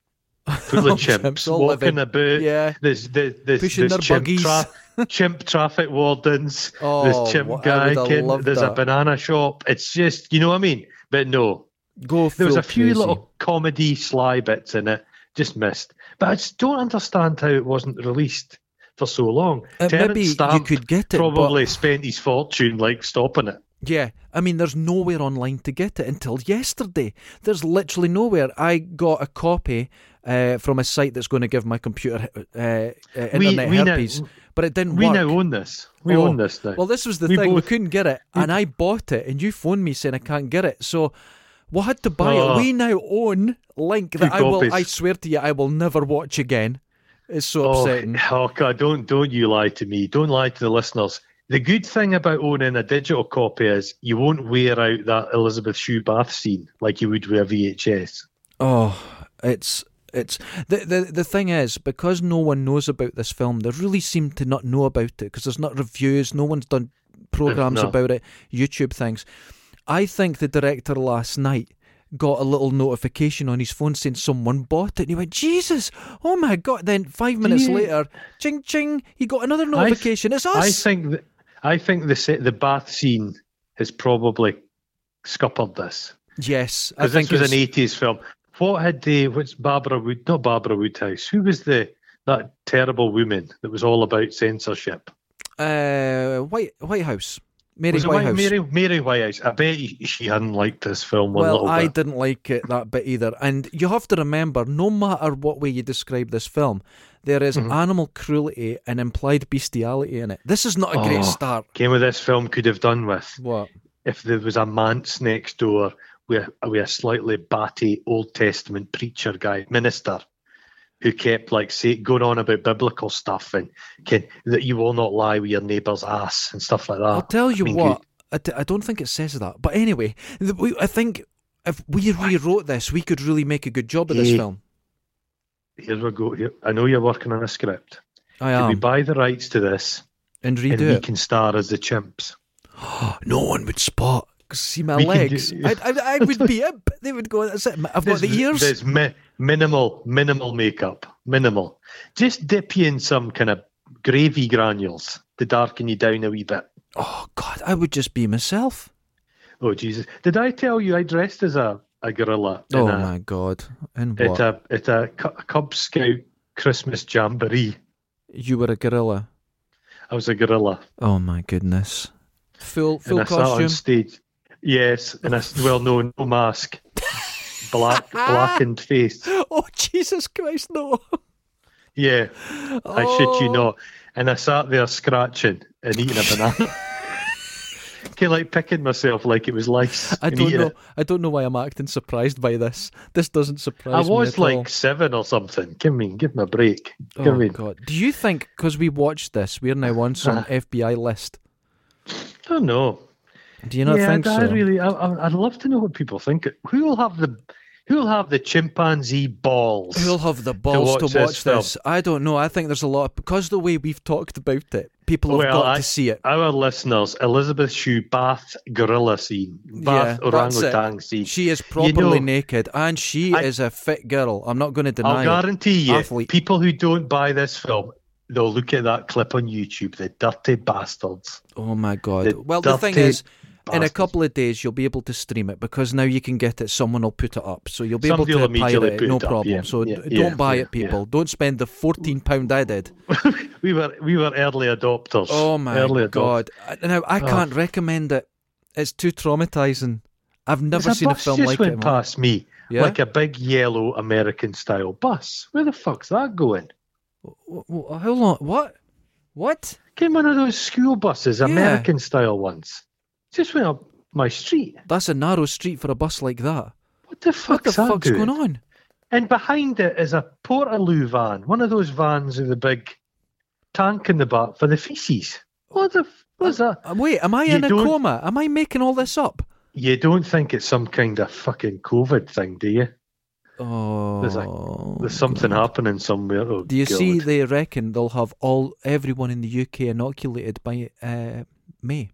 [SPEAKER 1] full of
[SPEAKER 2] Of chimps
[SPEAKER 1] chimps
[SPEAKER 2] all
[SPEAKER 1] walking
[SPEAKER 2] living.
[SPEAKER 1] about.
[SPEAKER 2] Yeah.
[SPEAKER 1] There's there's there's,
[SPEAKER 2] Pushing
[SPEAKER 1] there's
[SPEAKER 2] their
[SPEAKER 1] chimp,
[SPEAKER 2] buggies. [LAUGHS]
[SPEAKER 1] tra- chimp traffic wardens.
[SPEAKER 2] Oh,
[SPEAKER 1] there's chimp
[SPEAKER 2] what- I
[SPEAKER 1] guy.
[SPEAKER 2] would have
[SPEAKER 1] kin-
[SPEAKER 2] loved
[SPEAKER 1] There's a
[SPEAKER 2] that.
[SPEAKER 1] banana shop. It's just you know what I mean. But no,
[SPEAKER 2] Go
[SPEAKER 1] there was
[SPEAKER 2] full
[SPEAKER 1] a few
[SPEAKER 2] crazy.
[SPEAKER 1] little comedy sly bits in it. Just missed. But I just don't understand how it wasn't released for so long.
[SPEAKER 2] Uh,
[SPEAKER 1] Terrence
[SPEAKER 2] maybe you
[SPEAKER 1] Stamp
[SPEAKER 2] could get it,
[SPEAKER 1] probably spent his fortune like stopping it.
[SPEAKER 2] But yeah, I mean, there's nowhere online to get it until yesterday. There's literally nowhere. I got a copy uh, from a site that's going to give my computer uh, uh, internet
[SPEAKER 1] we know-
[SPEAKER 2] herpes, but it didn't
[SPEAKER 1] We
[SPEAKER 2] work.
[SPEAKER 1] now own this. We
[SPEAKER 2] Oh,
[SPEAKER 1] own this now.
[SPEAKER 2] Well, this was the
[SPEAKER 1] We
[SPEAKER 2] thing.
[SPEAKER 1] both-
[SPEAKER 2] we couldn't get it, and I bought it, and you phoned me saying I can't get it. So we had to buy
[SPEAKER 1] Oh.
[SPEAKER 2] it. We now own Link that
[SPEAKER 1] Two
[SPEAKER 2] I will.
[SPEAKER 1] copies.
[SPEAKER 2] I swear to you, I will never watch again. It's so upsetting.
[SPEAKER 1] Oh, God, don't don't you lie to me. Don't lie to the listeners. The good thing about owning a digital copy is you won't wear out that Elizabeth Shoe bath scene like you would with a VHS.
[SPEAKER 2] Oh, it's it's the, the the thing is because no one knows about this film. They really seem to not know about it because there's not reviews. No one's done programs
[SPEAKER 1] No.
[SPEAKER 2] about it. YouTube things. I think the director last night got a little notification on his phone saying someone bought it, and he went, "Jesus, oh my god!" Then five minutes
[SPEAKER 1] Yeah.
[SPEAKER 2] later, ching ching, he got another
[SPEAKER 1] th-
[SPEAKER 2] notification. it's us.
[SPEAKER 1] I think th- I think the se- the bath scene has probably scuppered this.
[SPEAKER 2] yes, I
[SPEAKER 1] Because
[SPEAKER 2] think
[SPEAKER 1] this was an e
[SPEAKER 2] it's-
[SPEAKER 1] eighties film. What had they? What's Barbara Wood? Not Barbara Woodhouse. Who was the that terrible woman that was all about censorship?
[SPEAKER 2] uh, White White House, Mary
[SPEAKER 1] was it
[SPEAKER 2] White
[SPEAKER 1] White-
[SPEAKER 2] House.
[SPEAKER 1] Mary, Mary Whitehouse. I bet you- she hadn't liked this film one
[SPEAKER 2] Well,
[SPEAKER 1] little
[SPEAKER 2] I
[SPEAKER 1] bit.
[SPEAKER 2] didn't like it that bit either. And you have to remember, no matter what way you describe this film, there is
[SPEAKER 1] Mm-hmm.
[SPEAKER 2] animal cruelty and implied bestiality in it. This is not a
[SPEAKER 1] Oh.
[SPEAKER 2] great start.
[SPEAKER 1] Came with this film could have done with
[SPEAKER 2] What?
[SPEAKER 1] if there was a manse next door with, with a slightly batty Old Testament preacher guy, minister, who kept like say, going on about biblical stuff and can, that you will not lie with your neighbour's ass and stuff like that.
[SPEAKER 2] I'll tell you
[SPEAKER 1] I mean,
[SPEAKER 2] what. I, d- I don't think it says that. But anyway, th- we, I think if we rewrote this, we could really make a good job of this
[SPEAKER 1] Yeah.
[SPEAKER 2] film.
[SPEAKER 1] Here we go. Here, I know you're working on a script.
[SPEAKER 2] I
[SPEAKER 1] Can we
[SPEAKER 2] am.
[SPEAKER 1] buy the rights to this
[SPEAKER 2] And
[SPEAKER 1] and
[SPEAKER 2] redo
[SPEAKER 1] we [GASPS]
[SPEAKER 2] it. [GASPS]
[SPEAKER 1] can star as the chimps?
[SPEAKER 2] No one would spot. 'Cause See my
[SPEAKER 1] We can do-
[SPEAKER 2] legs. I'd, I, I would be up. They would go. That's it.
[SPEAKER 1] [LAUGHS]
[SPEAKER 2] I've got
[SPEAKER 1] There's-
[SPEAKER 2] the ears.
[SPEAKER 1] There's mi- minimal, minimal makeup. Minimal. Just dip you in some kind of gravy granules to darken you down a wee bit.
[SPEAKER 2] Oh God! I would just be myself.
[SPEAKER 1] Oh Jesus! Did I tell you I dressed as a, a gorilla? in
[SPEAKER 2] Oh
[SPEAKER 1] a,
[SPEAKER 2] my god! And
[SPEAKER 1] At
[SPEAKER 2] what?
[SPEAKER 1] a at a Cu- Cub Scout Christmas jamboree.
[SPEAKER 2] you were a gorilla.
[SPEAKER 1] I was a gorilla,
[SPEAKER 2] Oh my goodness! Full
[SPEAKER 1] and
[SPEAKER 2] full
[SPEAKER 1] I sat on
[SPEAKER 2] costume.
[SPEAKER 1] stage. Yes, and I s- well, no, no mask, black blackened face.
[SPEAKER 2] [LAUGHS] Oh Jesus Christ! No!
[SPEAKER 1] Yeah, I shit you
[SPEAKER 2] Oh.
[SPEAKER 1] not. And I sat there scratching and eating a
[SPEAKER 2] [LAUGHS]
[SPEAKER 1] banana. Kind of like picking myself like it was lice.
[SPEAKER 2] Oh, I
[SPEAKER 1] and
[SPEAKER 2] don't
[SPEAKER 1] eating
[SPEAKER 2] know.
[SPEAKER 1] it.
[SPEAKER 2] I don't know why I'm acting surprised by this. This doesn't surprise
[SPEAKER 1] I
[SPEAKER 2] me.
[SPEAKER 1] was
[SPEAKER 2] at
[SPEAKER 1] like
[SPEAKER 2] all.
[SPEAKER 1] seven or something. Give me, give me a break. Give
[SPEAKER 2] oh
[SPEAKER 1] me.
[SPEAKER 2] god! Do you think because we watched this, we're now on
[SPEAKER 1] Ah.
[SPEAKER 2] some FBI list?
[SPEAKER 1] I don't know.
[SPEAKER 2] Do you not
[SPEAKER 1] yeah,
[SPEAKER 2] think
[SPEAKER 1] I,
[SPEAKER 2] so?
[SPEAKER 1] I really, I, I- I'd love to know what people think. Who will have the who'll have the chimpanzee balls?
[SPEAKER 2] Who'll have the balls to watch,
[SPEAKER 1] watch
[SPEAKER 2] this?
[SPEAKER 1] this film?
[SPEAKER 2] I don't know. I think there's a lot of, because the way we've talked about it, people have
[SPEAKER 1] Well,
[SPEAKER 2] got
[SPEAKER 1] I-
[SPEAKER 2] to see it.
[SPEAKER 1] Our listeners, Elizabeth Shue, Bath gorilla scene, Bath
[SPEAKER 2] Yeah, that's it.
[SPEAKER 1] orangutan scene.
[SPEAKER 2] She is properly
[SPEAKER 1] know-
[SPEAKER 2] naked, and she
[SPEAKER 1] I-
[SPEAKER 2] is a fit girl. I'm not going to deny
[SPEAKER 1] I'll
[SPEAKER 2] it.
[SPEAKER 1] guarantee you,
[SPEAKER 2] Athlete.
[SPEAKER 1] people who don't buy this film, they'll look at that clip on YouTube. The dirty bastards.
[SPEAKER 2] Oh my god!
[SPEAKER 1] The
[SPEAKER 2] well, the thing
[SPEAKER 1] dirty
[SPEAKER 2] is, in a
[SPEAKER 1] bastards.
[SPEAKER 2] couple of days you'll be able to stream it because now you can get it. Someone will put it up, so you'll be
[SPEAKER 1] Somebody will
[SPEAKER 2] able to pirate
[SPEAKER 1] immediately
[SPEAKER 2] it,
[SPEAKER 1] put
[SPEAKER 2] no
[SPEAKER 1] it up,
[SPEAKER 2] problem.
[SPEAKER 1] yeah,
[SPEAKER 2] so d-
[SPEAKER 1] yeah,
[SPEAKER 2] don't
[SPEAKER 1] yeah,
[SPEAKER 2] buy
[SPEAKER 1] yeah,
[SPEAKER 2] it, people. Don't spend the fourteen pound I did.
[SPEAKER 1] [LAUGHS] we were we were early adopters.
[SPEAKER 2] Oh my
[SPEAKER 1] early adopters.
[SPEAKER 2] god! I- Now I
[SPEAKER 1] Oh.
[SPEAKER 2] can't recommend it. It's too traumatizing. I've never
[SPEAKER 1] There's
[SPEAKER 2] seen a
[SPEAKER 1] bus
[SPEAKER 2] film
[SPEAKER 1] just
[SPEAKER 2] like
[SPEAKER 1] went
[SPEAKER 2] it. man.
[SPEAKER 1] past me,
[SPEAKER 2] Yeah?
[SPEAKER 1] like a big yellow American style bus. Where the fuck's that going?
[SPEAKER 2] W- w- How long? What? What?
[SPEAKER 1] Came one of those school buses, American style ones. Just went up my street.
[SPEAKER 2] That's a narrow street for a bus like that.
[SPEAKER 1] What the
[SPEAKER 2] What
[SPEAKER 1] fuck's
[SPEAKER 2] the
[SPEAKER 1] that
[SPEAKER 2] fuck's
[SPEAKER 1] doing?
[SPEAKER 2] going on?
[SPEAKER 1] And behind it is a Portaloo van, one of those vans with the big tank in the back for the feces. What the f- what's that?
[SPEAKER 2] Uh, Wait, am I
[SPEAKER 1] You
[SPEAKER 2] in a
[SPEAKER 1] don't-
[SPEAKER 2] coma? Am I making all this up?
[SPEAKER 1] You don't think it's some kind of fucking COVID thing, do you?
[SPEAKER 2] Oh,
[SPEAKER 1] There's something happening somewhere. Oh,
[SPEAKER 2] Do you
[SPEAKER 1] God.
[SPEAKER 2] see? They reckon they'll have all everyone in the UK inoculated by uh, May.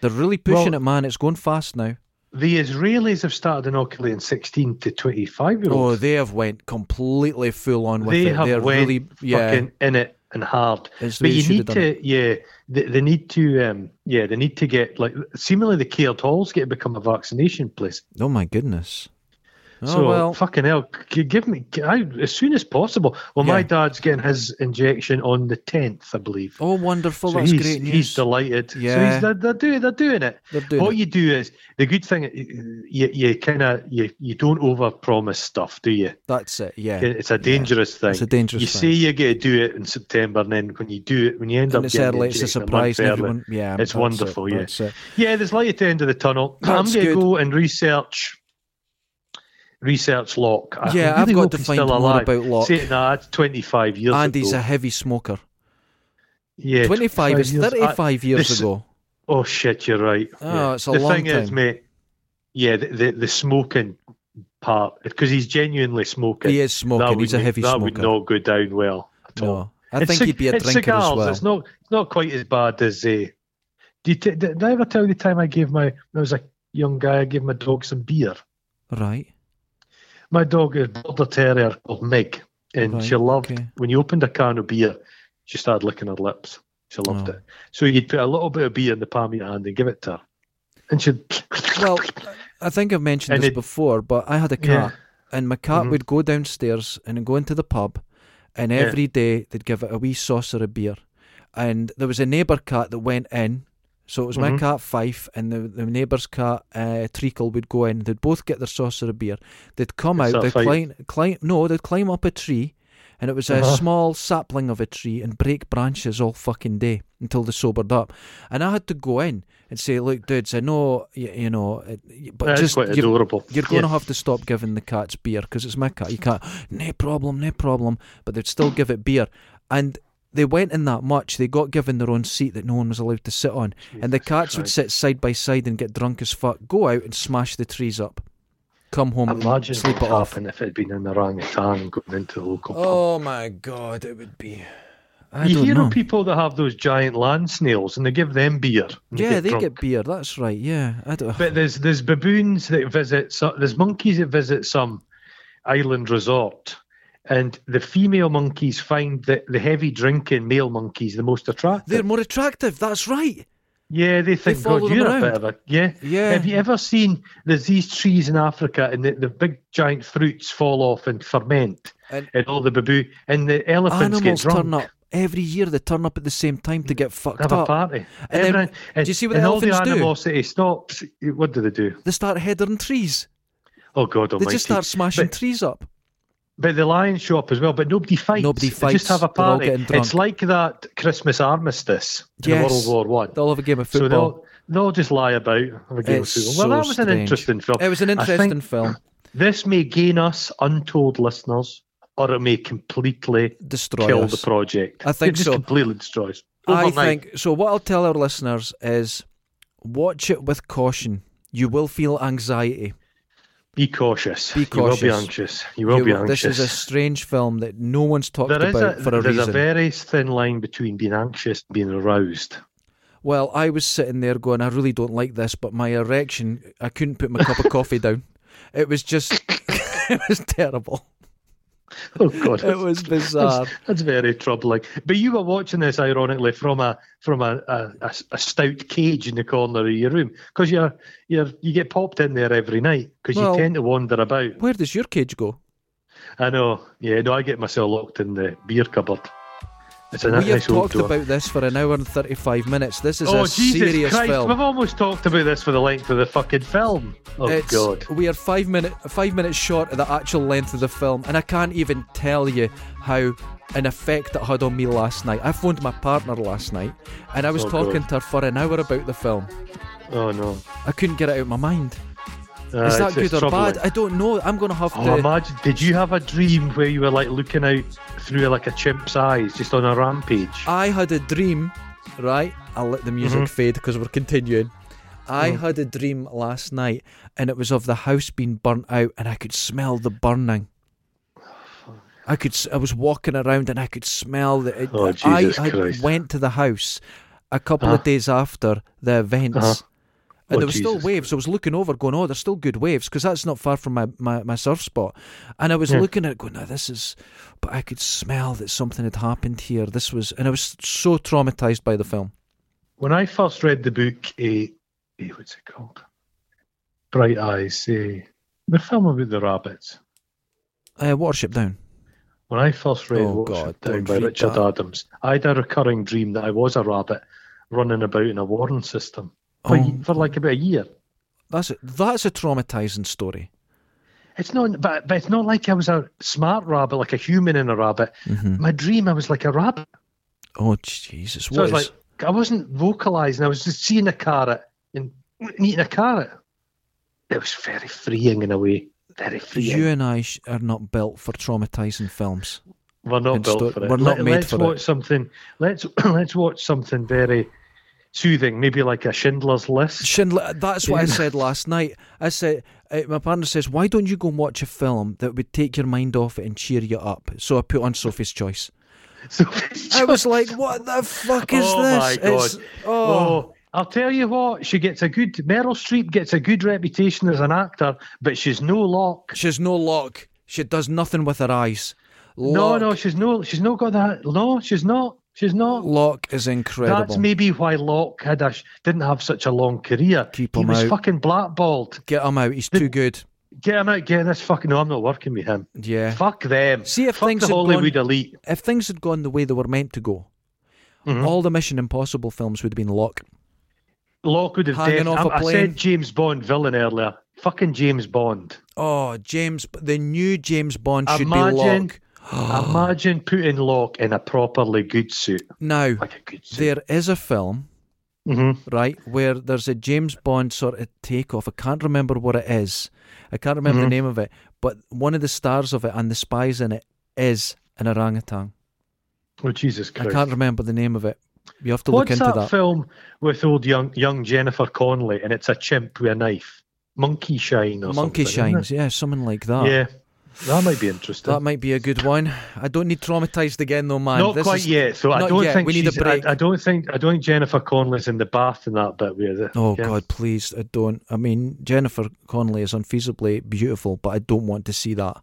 [SPEAKER 2] They're really pushing
[SPEAKER 1] Well-
[SPEAKER 2] it, man. It's going fast now.
[SPEAKER 1] The Israelis have started inoculating 16 to 25 year
[SPEAKER 2] Oh,
[SPEAKER 1] olds.
[SPEAKER 2] they have went completely full on with
[SPEAKER 1] they
[SPEAKER 2] it.
[SPEAKER 1] have
[SPEAKER 2] They're
[SPEAKER 1] went
[SPEAKER 2] really, yeah,
[SPEAKER 1] fucking in it and hard.
[SPEAKER 2] It's the
[SPEAKER 1] but
[SPEAKER 2] way you
[SPEAKER 1] you
[SPEAKER 2] should have
[SPEAKER 1] need
[SPEAKER 2] done
[SPEAKER 1] to, yeah, they, they need to, um, yeah, they need to get like seemingly the Caird Hall's get become a vaccination place.
[SPEAKER 2] Oh my goodness. Oh
[SPEAKER 1] so
[SPEAKER 2] well.
[SPEAKER 1] fucking hell, g- give me I, as soon as possible. Well, my
[SPEAKER 2] Yeah.
[SPEAKER 1] dad's getting his injection on the 10th, I believe.
[SPEAKER 2] Oh wonderful.
[SPEAKER 1] so
[SPEAKER 2] That's
[SPEAKER 1] he's,
[SPEAKER 2] great news.
[SPEAKER 1] he's delighted. So
[SPEAKER 2] Yeah.
[SPEAKER 1] he's, they're, they're doing they're doing it.
[SPEAKER 2] They're doing
[SPEAKER 1] what
[SPEAKER 2] it.
[SPEAKER 1] you do is the good thing. uh, You you kind of you, you don't overpromise stuff, do you?
[SPEAKER 2] That's it. Yeah.
[SPEAKER 1] It's a dangerous thing.
[SPEAKER 2] It's a dangerous
[SPEAKER 1] You
[SPEAKER 2] thing.
[SPEAKER 1] say you're going to do it in September, and then when you do it, when you end
[SPEAKER 2] and
[SPEAKER 1] up
[SPEAKER 2] it's
[SPEAKER 1] getting
[SPEAKER 2] early.
[SPEAKER 1] the
[SPEAKER 2] It's a
[SPEAKER 1] injection a
[SPEAKER 2] surprise. And
[SPEAKER 1] month early,
[SPEAKER 2] everyone. Yeah.
[SPEAKER 1] it's
[SPEAKER 2] that's it,
[SPEAKER 1] wonderful. yeah,
[SPEAKER 2] that's it.
[SPEAKER 1] yeah. There's light at the end of the tunnel. I'm
[SPEAKER 2] That's
[SPEAKER 1] going to
[SPEAKER 2] good.
[SPEAKER 1] go and research. Research Locke. I
[SPEAKER 2] Yeah, I've
[SPEAKER 1] really
[SPEAKER 2] got
[SPEAKER 1] hope
[SPEAKER 2] to
[SPEAKER 1] he's
[SPEAKER 2] find
[SPEAKER 1] still
[SPEAKER 2] more
[SPEAKER 1] alive.
[SPEAKER 2] about Locke.
[SPEAKER 1] Say, nah, that's 25 years
[SPEAKER 2] And he's
[SPEAKER 1] ago.
[SPEAKER 2] a heavy smoker.
[SPEAKER 1] yeah,
[SPEAKER 2] 25 is
[SPEAKER 1] years- I-
[SPEAKER 2] 35 years
[SPEAKER 1] this-
[SPEAKER 2] ago.
[SPEAKER 1] Oh shit, you're right.
[SPEAKER 2] Oh,
[SPEAKER 1] Yeah.
[SPEAKER 2] it's a
[SPEAKER 1] the
[SPEAKER 2] long
[SPEAKER 1] thing is,
[SPEAKER 2] time.
[SPEAKER 1] mate. Yeah, the the, the smoking part because he's genuinely smoking.
[SPEAKER 2] He is smoking.
[SPEAKER 1] That
[SPEAKER 2] He's a
[SPEAKER 1] would-
[SPEAKER 2] heavy
[SPEAKER 1] that
[SPEAKER 2] smoker.
[SPEAKER 1] would not go down well at all.
[SPEAKER 2] no. I
[SPEAKER 1] It's
[SPEAKER 2] think
[SPEAKER 1] cig-
[SPEAKER 2] he'd be a
[SPEAKER 1] it's
[SPEAKER 2] drinker
[SPEAKER 1] cigars.
[SPEAKER 2] as well.
[SPEAKER 1] It's not it's not quite as bad as uh, do you t- did I ever tell you the time I gave my when I was a young guy I gave my dog some beer.
[SPEAKER 2] Right.
[SPEAKER 1] My dog is border terrier called Meg, and
[SPEAKER 2] Right,
[SPEAKER 1] she loved
[SPEAKER 2] okay.
[SPEAKER 1] when you opened a can of beer, she started licking her lips. She loved
[SPEAKER 2] Oh.
[SPEAKER 1] it. So you'd put a little bit of beer in the palm of your hand and give it to her, and she'd
[SPEAKER 2] [LAUGHS] Well, I think I've mentioned
[SPEAKER 1] And
[SPEAKER 2] this
[SPEAKER 1] it-
[SPEAKER 2] before, but I had a
[SPEAKER 1] Yeah. Mm-hmm.
[SPEAKER 2] cat, and my cat would go downstairs and go into the pub, and every day they'd give it a wee saucer of beer. And there was a neighbour cat that went in, so it was
[SPEAKER 1] Mm-hmm.
[SPEAKER 2] my cat Fife and the, the neighbour's cat uh, Treacle would go in. They'd both get their saucer of beer. They'd come
[SPEAKER 1] Is that
[SPEAKER 2] out, they'd
[SPEAKER 1] Fife?
[SPEAKER 2] climb, climb, no, they'd climb up a tree, and it was a
[SPEAKER 1] Uh-huh.
[SPEAKER 2] small sapling of a tree and break branches all fucking day until they sobered up. And I had to go in and say, look, dudes, I know, you, you know, it, y- but
[SPEAKER 1] That's
[SPEAKER 2] just
[SPEAKER 1] quite
[SPEAKER 2] you're,
[SPEAKER 1] adorable.
[SPEAKER 2] you're going
[SPEAKER 1] Yeah.
[SPEAKER 2] to have to stop giving the cats beer because it's my cat. You can't, no problem, no problem. But they'd still give it beer. And they went in that much. They got given their own seat that no one was allowed to sit on. and the cats would sit side by side and get drunk as fuck, go out and smash the trees up, come home,
[SPEAKER 1] Imagine
[SPEAKER 2] sleep it
[SPEAKER 1] what
[SPEAKER 2] off.
[SPEAKER 1] happened if it had been an orangutan going into the local
[SPEAKER 2] Oh my god, it would be. I
[SPEAKER 1] pub. You
[SPEAKER 2] don't
[SPEAKER 1] hear
[SPEAKER 2] know.
[SPEAKER 1] of people that have those giant land snails and they give them beer. and
[SPEAKER 2] yeah, they
[SPEAKER 1] drunk.
[SPEAKER 2] get beer. That's right. Yeah, I don't.
[SPEAKER 1] But there's there's baboons that visit. So, there's monkeys that visit some island resort, and the female monkeys find that the heavy drinking male monkeys the most attractive.
[SPEAKER 2] They're more attractive. That's right.
[SPEAKER 1] Yeah, they think
[SPEAKER 2] follow
[SPEAKER 1] God,
[SPEAKER 2] them
[SPEAKER 1] you're a
[SPEAKER 2] around.
[SPEAKER 1] bit of a yeah.
[SPEAKER 2] Yeah.
[SPEAKER 1] Have you ever seen there's these trees in Africa and the, the big giant fruits fall off and ferment
[SPEAKER 2] And-
[SPEAKER 1] and, all the baboo and the elephants get
[SPEAKER 2] Animals
[SPEAKER 1] drunk. Mm,
[SPEAKER 2] turn up every year. They turn up at the same time to get fucked
[SPEAKER 1] Have a
[SPEAKER 2] up.
[SPEAKER 1] party.
[SPEAKER 2] And then-
[SPEAKER 1] Everyone- and-
[SPEAKER 2] do you see what the
[SPEAKER 1] and all the
[SPEAKER 2] elephants do?
[SPEAKER 1] animosity stops? What do they do?
[SPEAKER 2] They start heading trees.
[SPEAKER 1] Oh God
[SPEAKER 2] They
[SPEAKER 1] Almighty!
[SPEAKER 2] just start smashing
[SPEAKER 1] But,
[SPEAKER 2] trees up.
[SPEAKER 1] but the lions show up as well, but nobody fights.
[SPEAKER 2] Nobody
[SPEAKER 1] They
[SPEAKER 2] fights.
[SPEAKER 1] just have a
[SPEAKER 2] They're all
[SPEAKER 1] party.
[SPEAKER 2] getting drunk.
[SPEAKER 1] It's like that Christmas armistice in
[SPEAKER 2] Yes.
[SPEAKER 1] World War One.
[SPEAKER 2] They'll have a game of
[SPEAKER 1] So
[SPEAKER 2] football.
[SPEAKER 1] they'll they'll just lie about have a game
[SPEAKER 2] It's
[SPEAKER 1] of football. Well,
[SPEAKER 2] so
[SPEAKER 1] that was an
[SPEAKER 2] strange.
[SPEAKER 1] interesting film.
[SPEAKER 2] it was an
[SPEAKER 1] I think-
[SPEAKER 2] interesting film.
[SPEAKER 1] This may gain us untold listeners, or it may completely
[SPEAKER 2] Destroy
[SPEAKER 1] kill
[SPEAKER 2] us.
[SPEAKER 1] the project.
[SPEAKER 2] I think
[SPEAKER 1] it just
[SPEAKER 2] so.
[SPEAKER 1] completely destroys.
[SPEAKER 2] I
[SPEAKER 1] Overnight.
[SPEAKER 2] think so. What I'll tell our listeners is watch it with caution. You will feel anxiety.
[SPEAKER 1] Be cautious.
[SPEAKER 2] Be cautious.
[SPEAKER 1] You will be anxious. You will
[SPEAKER 2] You-
[SPEAKER 1] be anxious.
[SPEAKER 2] This is a strange film that no one's talked
[SPEAKER 1] there is
[SPEAKER 2] about
[SPEAKER 1] a,
[SPEAKER 2] for a
[SPEAKER 1] there's
[SPEAKER 2] reason.
[SPEAKER 1] a very thin line between being anxious and being aroused. [LAUGHS]
[SPEAKER 2] Well, I was sitting there going, I really don't like this, but my erection, I couldn't put my cup of coffee down. It was just, [LAUGHS] it was terrible.
[SPEAKER 1] Oh God,
[SPEAKER 2] It
[SPEAKER 1] [LAUGHS]
[SPEAKER 2] was bizarre.
[SPEAKER 1] That's, that's very troubling. But you were watching this, ironically, from a from a, a, a s- a stout cage in the corner of your room because you're you're you get popped in there every night because
[SPEAKER 2] Well-
[SPEAKER 1] you tend to wander about.
[SPEAKER 2] Where does your cage go?
[SPEAKER 1] I know. Yeah, no, I get myself locked in the beer cupboard. It's a
[SPEAKER 2] We have
[SPEAKER 1] nice old
[SPEAKER 2] talked
[SPEAKER 1] door.
[SPEAKER 2] about this for an hour and 35 minutes. This is
[SPEAKER 1] oh
[SPEAKER 2] a
[SPEAKER 1] Jesus
[SPEAKER 2] serious
[SPEAKER 1] Christ!
[SPEAKER 2] film.
[SPEAKER 1] We've almost talked about this for the length of the fucking film. Oh
[SPEAKER 2] It's-
[SPEAKER 1] God.
[SPEAKER 2] We are five minute five minutes short of the actual length of the film, and I can't even tell you how an effect it had on me last night. I phoned my partner last night, and I was
[SPEAKER 1] Oh,
[SPEAKER 2] talking
[SPEAKER 1] God.
[SPEAKER 2] to her for an hour about the film.
[SPEAKER 1] Oh no.
[SPEAKER 2] I couldn't get it out of my mind.
[SPEAKER 1] Uh,
[SPEAKER 2] Is that
[SPEAKER 1] it's- it's
[SPEAKER 2] good or bad?
[SPEAKER 1] troubling.
[SPEAKER 2] I don't know. I'm gonna have
[SPEAKER 1] Oh,
[SPEAKER 2] to.
[SPEAKER 1] imagine! Did you have a dream where you were like looking out through like a chimp's eyes, just on a rampage?
[SPEAKER 2] I had a dream, right? I'll let the music
[SPEAKER 1] Mm-hmm.
[SPEAKER 2] fade because we're continuing. I
[SPEAKER 1] Mm.
[SPEAKER 2] had a dream last night, and it was of the house being burnt out, and I could smell the burning. I could. s- I was walking around, and I could smell that. It,
[SPEAKER 1] Oh,
[SPEAKER 2] I
[SPEAKER 1] Jesus
[SPEAKER 2] had
[SPEAKER 1] Christ.
[SPEAKER 2] went to the house a couple of
[SPEAKER 1] Uh-huh.
[SPEAKER 2] days after the events.
[SPEAKER 1] Uh-huh.
[SPEAKER 2] And
[SPEAKER 1] Oh,
[SPEAKER 2] there were still
[SPEAKER 1] Jesus.
[SPEAKER 2] waves. I was looking over, going, "Oh, there's still good waves," because that's not far from my, my, my surf spot. And I was
[SPEAKER 1] Yeah.
[SPEAKER 2] looking at it, going, "No, this is," but I could smell that something had happened here. This was, and I was so traumatized by the film.
[SPEAKER 1] When I first read the book, eh, eh, what's it called? Bright Eyes, eh, the film about the rabbits.
[SPEAKER 2] Uh, Watership Down.
[SPEAKER 1] When I first read
[SPEAKER 2] Oh,
[SPEAKER 1] Watch
[SPEAKER 2] God,
[SPEAKER 1] It Down
[SPEAKER 2] don't
[SPEAKER 1] by
[SPEAKER 2] read
[SPEAKER 1] Richard
[SPEAKER 2] that.
[SPEAKER 1] Adams, I had a recurring dream that I was a rabbit running about in a warren system for,
[SPEAKER 2] Oh.
[SPEAKER 1] for like about a year.
[SPEAKER 2] That's a, that's a traumatizing story.
[SPEAKER 1] It's not, but, but it's not like I was a smart rabbit, like a human in a rabbit.
[SPEAKER 2] Mm-hmm.
[SPEAKER 1] My dream, I was like a rabbit.
[SPEAKER 2] Oh Jesus!
[SPEAKER 1] So I
[SPEAKER 2] What
[SPEAKER 1] was
[SPEAKER 2] is?
[SPEAKER 1] like, I wasn't vocalizing. I was just seeing a carrot and eating a carrot. It was very freeing in a way. Very freeing.
[SPEAKER 2] you and I sh- are not built for traumatizing films.
[SPEAKER 1] we're not
[SPEAKER 2] and
[SPEAKER 1] built
[SPEAKER 2] sto-
[SPEAKER 1] for it.
[SPEAKER 2] we're not made
[SPEAKER 1] let's
[SPEAKER 2] for it.
[SPEAKER 1] watch something. Let's [COUGHS] let's watch something very soothing, maybe like a Schindler's List.
[SPEAKER 2] Schindler. That's what I said last night. I said uh, my partner says, "Why don't you go and watch a film that would take your mind off it and cheer you up?" So I put on Sophie's Choice.
[SPEAKER 1] [LAUGHS] So
[SPEAKER 2] I was like, "What the fuck is
[SPEAKER 1] oh
[SPEAKER 2] this?"
[SPEAKER 1] my god!
[SPEAKER 2] It's- oh,
[SPEAKER 1] I'll tell you what. She gets a good Meryl Streep gets a good reputation as an actor, but she's no lock.
[SPEAKER 2] she's no lock. She does nothing with her eyes.
[SPEAKER 1] No,
[SPEAKER 2] Lock,
[SPEAKER 1] no, she's no. She's not got that. No, she's not. She's not.
[SPEAKER 2] Lock is incredible.
[SPEAKER 1] That's maybe why Locke had a, sh- didn't have such a long career.
[SPEAKER 2] Keep
[SPEAKER 1] he
[SPEAKER 2] him
[SPEAKER 1] was
[SPEAKER 2] out.
[SPEAKER 1] fucking blackballed.
[SPEAKER 2] Get him out. He's too good.
[SPEAKER 1] Get him out, get this fucking. No, I'm not working with him.
[SPEAKER 2] Yeah.
[SPEAKER 1] Fuck them.
[SPEAKER 2] See if
[SPEAKER 1] Fuck
[SPEAKER 2] things
[SPEAKER 1] the
[SPEAKER 2] had
[SPEAKER 1] Hollywood elite.
[SPEAKER 2] If things had gone the way they were meant to go,
[SPEAKER 1] Mm-hmm.
[SPEAKER 2] all the Mission Impossible films would have been Lock.
[SPEAKER 1] Locke would have
[SPEAKER 2] Hanging
[SPEAKER 1] dead.
[SPEAKER 2] off a
[SPEAKER 1] I- I
[SPEAKER 2] plane.
[SPEAKER 1] said James Bond villain earlier. Fucking James Bond.
[SPEAKER 2] Oh, James, the new James Bond should be
[SPEAKER 1] Imagine-
[SPEAKER 2] Lock. Oh.
[SPEAKER 1] Imagine putting Locke in a properly good suit,
[SPEAKER 2] Now,
[SPEAKER 1] like a good suit.
[SPEAKER 2] there is a film,
[SPEAKER 1] Mhm.
[SPEAKER 2] right, where there's a James Bond sort of takeoff. I can't remember what it is. I can't remember
[SPEAKER 1] Mm-hmm.
[SPEAKER 2] the name of it, but one of the stars of it and the spies in it is an orangutan.
[SPEAKER 1] Oh Jesus Christ!
[SPEAKER 2] I can't remember the name of it. You have to
[SPEAKER 1] What's
[SPEAKER 2] look into
[SPEAKER 1] that,
[SPEAKER 2] that.
[SPEAKER 1] film with old young young Jennifer Connelly, and it's a chimp with a knife, Monkey Shine or
[SPEAKER 2] Monkey
[SPEAKER 1] something, isn't
[SPEAKER 2] Shines, yeah, something like that.
[SPEAKER 1] it? Yeah, that might be interesting.
[SPEAKER 2] That might be a good one. I don't need traumatized again though, man.
[SPEAKER 1] Not
[SPEAKER 2] This
[SPEAKER 1] quite
[SPEAKER 2] is-
[SPEAKER 1] yet. So I
[SPEAKER 2] not
[SPEAKER 1] don't
[SPEAKER 2] yet.
[SPEAKER 1] think
[SPEAKER 2] we need a
[SPEAKER 1] she's- I-
[SPEAKER 2] break.
[SPEAKER 1] I, don't think I don't think Jennifer Connelly's in the bath in that bit where the
[SPEAKER 2] Oh
[SPEAKER 1] yeah.
[SPEAKER 2] God, please! I don't. I mean, Jennifer Connelly is unfeasibly beautiful, but I don't want to see that.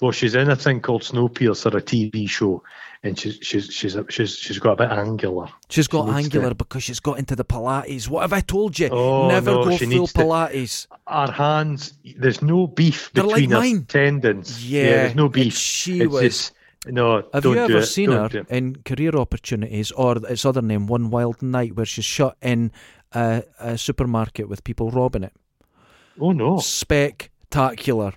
[SPEAKER 1] Well, she's in a thing called Snowpiercer, a TV show, and she's she's she's she's she's got a bit angular.
[SPEAKER 2] She's got
[SPEAKER 1] needs to-
[SPEAKER 2] angular because she's got into the Pilates. What have I told you?
[SPEAKER 1] Oh,
[SPEAKER 2] Never
[SPEAKER 1] no,
[SPEAKER 2] go
[SPEAKER 1] she
[SPEAKER 2] full
[SPEAKER 1] needs to-
[SPEAKER 2] Pilates.
[SPEAKER 1] Our hands, there's no beef
[SPEAKER 2] They're like
[SPEAKER 1] between her
[SPEAKER 2] mine.
[SPEAKER 1] tendons.
[SPEAKER 2] Yeah,
[SPEAKER 1] there's no
[SPEAKER 2] and
[SPEAKER 1] beef.
[SPEAKER 2] she
[SPEAKER 1] It's
[SPEAKER 2] was-
[SPEAKER 1] just- no.
[SPEAKER 2] Have
[SPEAKER 1] don't
[SPEAKER 2] you
[SPEAKER 1] do
[SPEAKER 2] ever
[SPEAKER 1] it.
[SPEAKER 2] seen
[SPEAKER 1] Don't
[SPEAKER 2] her
[SPEAKER 1] do it.
[SPEAKER 2] in Career Opportunities or its other name, One Wild Night, where she's shut in a, a supermarket with people robbing it?
[SPEAKER 1] Oh no!
[SPEAKER 2] Spectacular,
[SPEAKER 1] One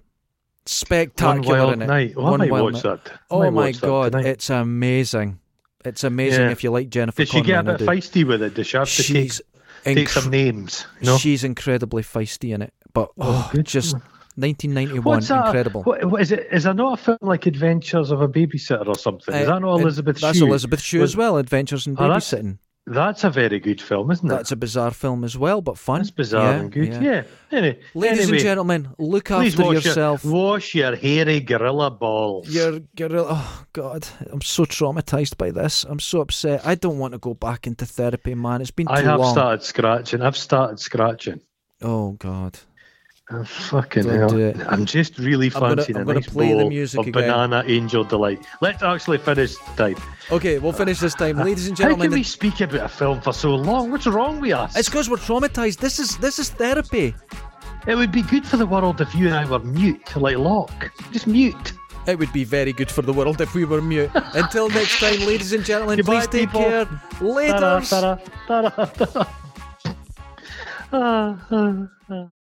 [SPEAKER 2] spectacular
[SPEAKER 1] wild
[SPEAKER 2] in it.
[SPEAKER 1] night. Oh, I
[SPEAKER 2] One
[SPEAKER 1] might
[SPEAKER 2] Wild
[SPEAKER 1] watch
[SPEAKER 2] Night.
[SPEAKER 1] that. I
[SPEAKER 2] Oh
[SPEAKER 1] might
[SPEAKER 2] my
[SPEAKER 1] watch that
[SPEAKER 2] god,
[SPEAKER 1] tonight.
[SPEAKER 2] it's amazing. It's amazing
[SPEAKER 1] Yeah.
[SPEAKER 2] if you like Jennifer
[SPEAKER 1] Did she get a
[SPEAKER 2] Connelly,
[SPEAKER 1] bit
[SPEAKER 2] and I do.
[SPEAKER 1] feisty with it? Did she have to take,
[SPEAKER 2] She's
[SPEAKER 1] take
[SPEAKER 2] incre-
[SPEAKER 1] some names? No.
[SPEAKER 2] she's incredibly feisty in it. But oh,
[SPEAKER 1] good.
[SPEAKER 2] just 1991,
[SPEAKER 1] What's that?
[SPEAKER 2] incredible.
[SPEAKER 1] What, what is it? Is there not a film like Adventures of a Babysitter or something? Is
[SPEAKER 2] Uh,
[SPEAKER 1] that not
[SPEAKER 2] and
[SPEAKER 1] Elizabeth?
[SPEAKER 2] That's
[SPEAKER 1] Shue?
[SPEAKER 2] Elizabeth Shue
[SPEAKER 1] Was-
[SPEAKER 2] as well. Adventures in
[SPEAKER 1] Oh, that's-
[SPEAKER 2] Babysitting.
[SPEAKER 1] That's a very good film, isn't it?
[SPEAKER 2] That's a bizarre film as well, but fun.
[SPEAKER 1] That's bizarre
[SPEAKER 2] Yeah,
[SPEAKER 1] and good. Yeah.
[SPEAKER 2] yeah.
[SPEAKER 1] Anyway,
[SPEAKER 2] Ladies
[SPEAKER 1] anyway,
[SPEAKER 2] and gentlemen, look
[SPEAKER 1] please
[SPEAKER 2] after
[SPEAKER 1] wash
[SPEAKER 2] yourself.
[SPEAKER 1] Your, wash your hairy gorilla balls.
[SPEAKER 2] Your gorilla. Oh God, I'm so traumatized by this. I'm so upset. I don't want to go back into therapy, man. It's been too
[SPEAKER 1] I have
[SPEAKER 2] long.
[SPEAKER 1] started scratching. I've started scratching.
[SPEAKER 2] Oh God.
[SPEAKER 1] Oh, fucking
[SPEAKER 2] Don't
[SPEAKER 1] hell.
[SPEAKER 2] do it.
[SPEAKER 1] I'm just really
[SPEAKER 2] gonna-
[SPEAKER 1] fancying
[SPEAKER 2] I'm
[SPEAKER 1] a
[SPEAKER 2] gonna
[SPEAKER 1] nice
[SPEAKER 2] play the
[SPEAKER 1] bowl
[SPEAKER 2] music
[SPEAKER 1] of
[SPEAKER 2] again.
[SPEAKER 1] banana angel delight. Let's actually finish time.
[SPEAKER 2] Okay, we'll finish
[SPEAKER 1] [LAUGHS]
[SPEAKER 2] this time, ladies and
[SPEAKER 1] How
[SPEAKER 2] gentlemen.
[SPEAKER 1] can we speak about a film for so long? What's wrong with us?
[SPEAKER 2] It's because we're traumatized. This is this is therapy.
[SPEAKER 1] It would be good for the world if you and I were mute, like Locke. Just mute.
[SPEAKER 2] It would be very good for the world if we were mute. Until next time, ladies and gentlemen,
[SPEAKER 1] Goodbye,
[SPEAKER 2] please take
[SPEAKER 1] people.
[SPEAKER 2] care. Later.
[SPEAKER 1] Ta-ra, ta-ra, ta-ra, ta-ra. [LAUGHS] Ah, ah, ah.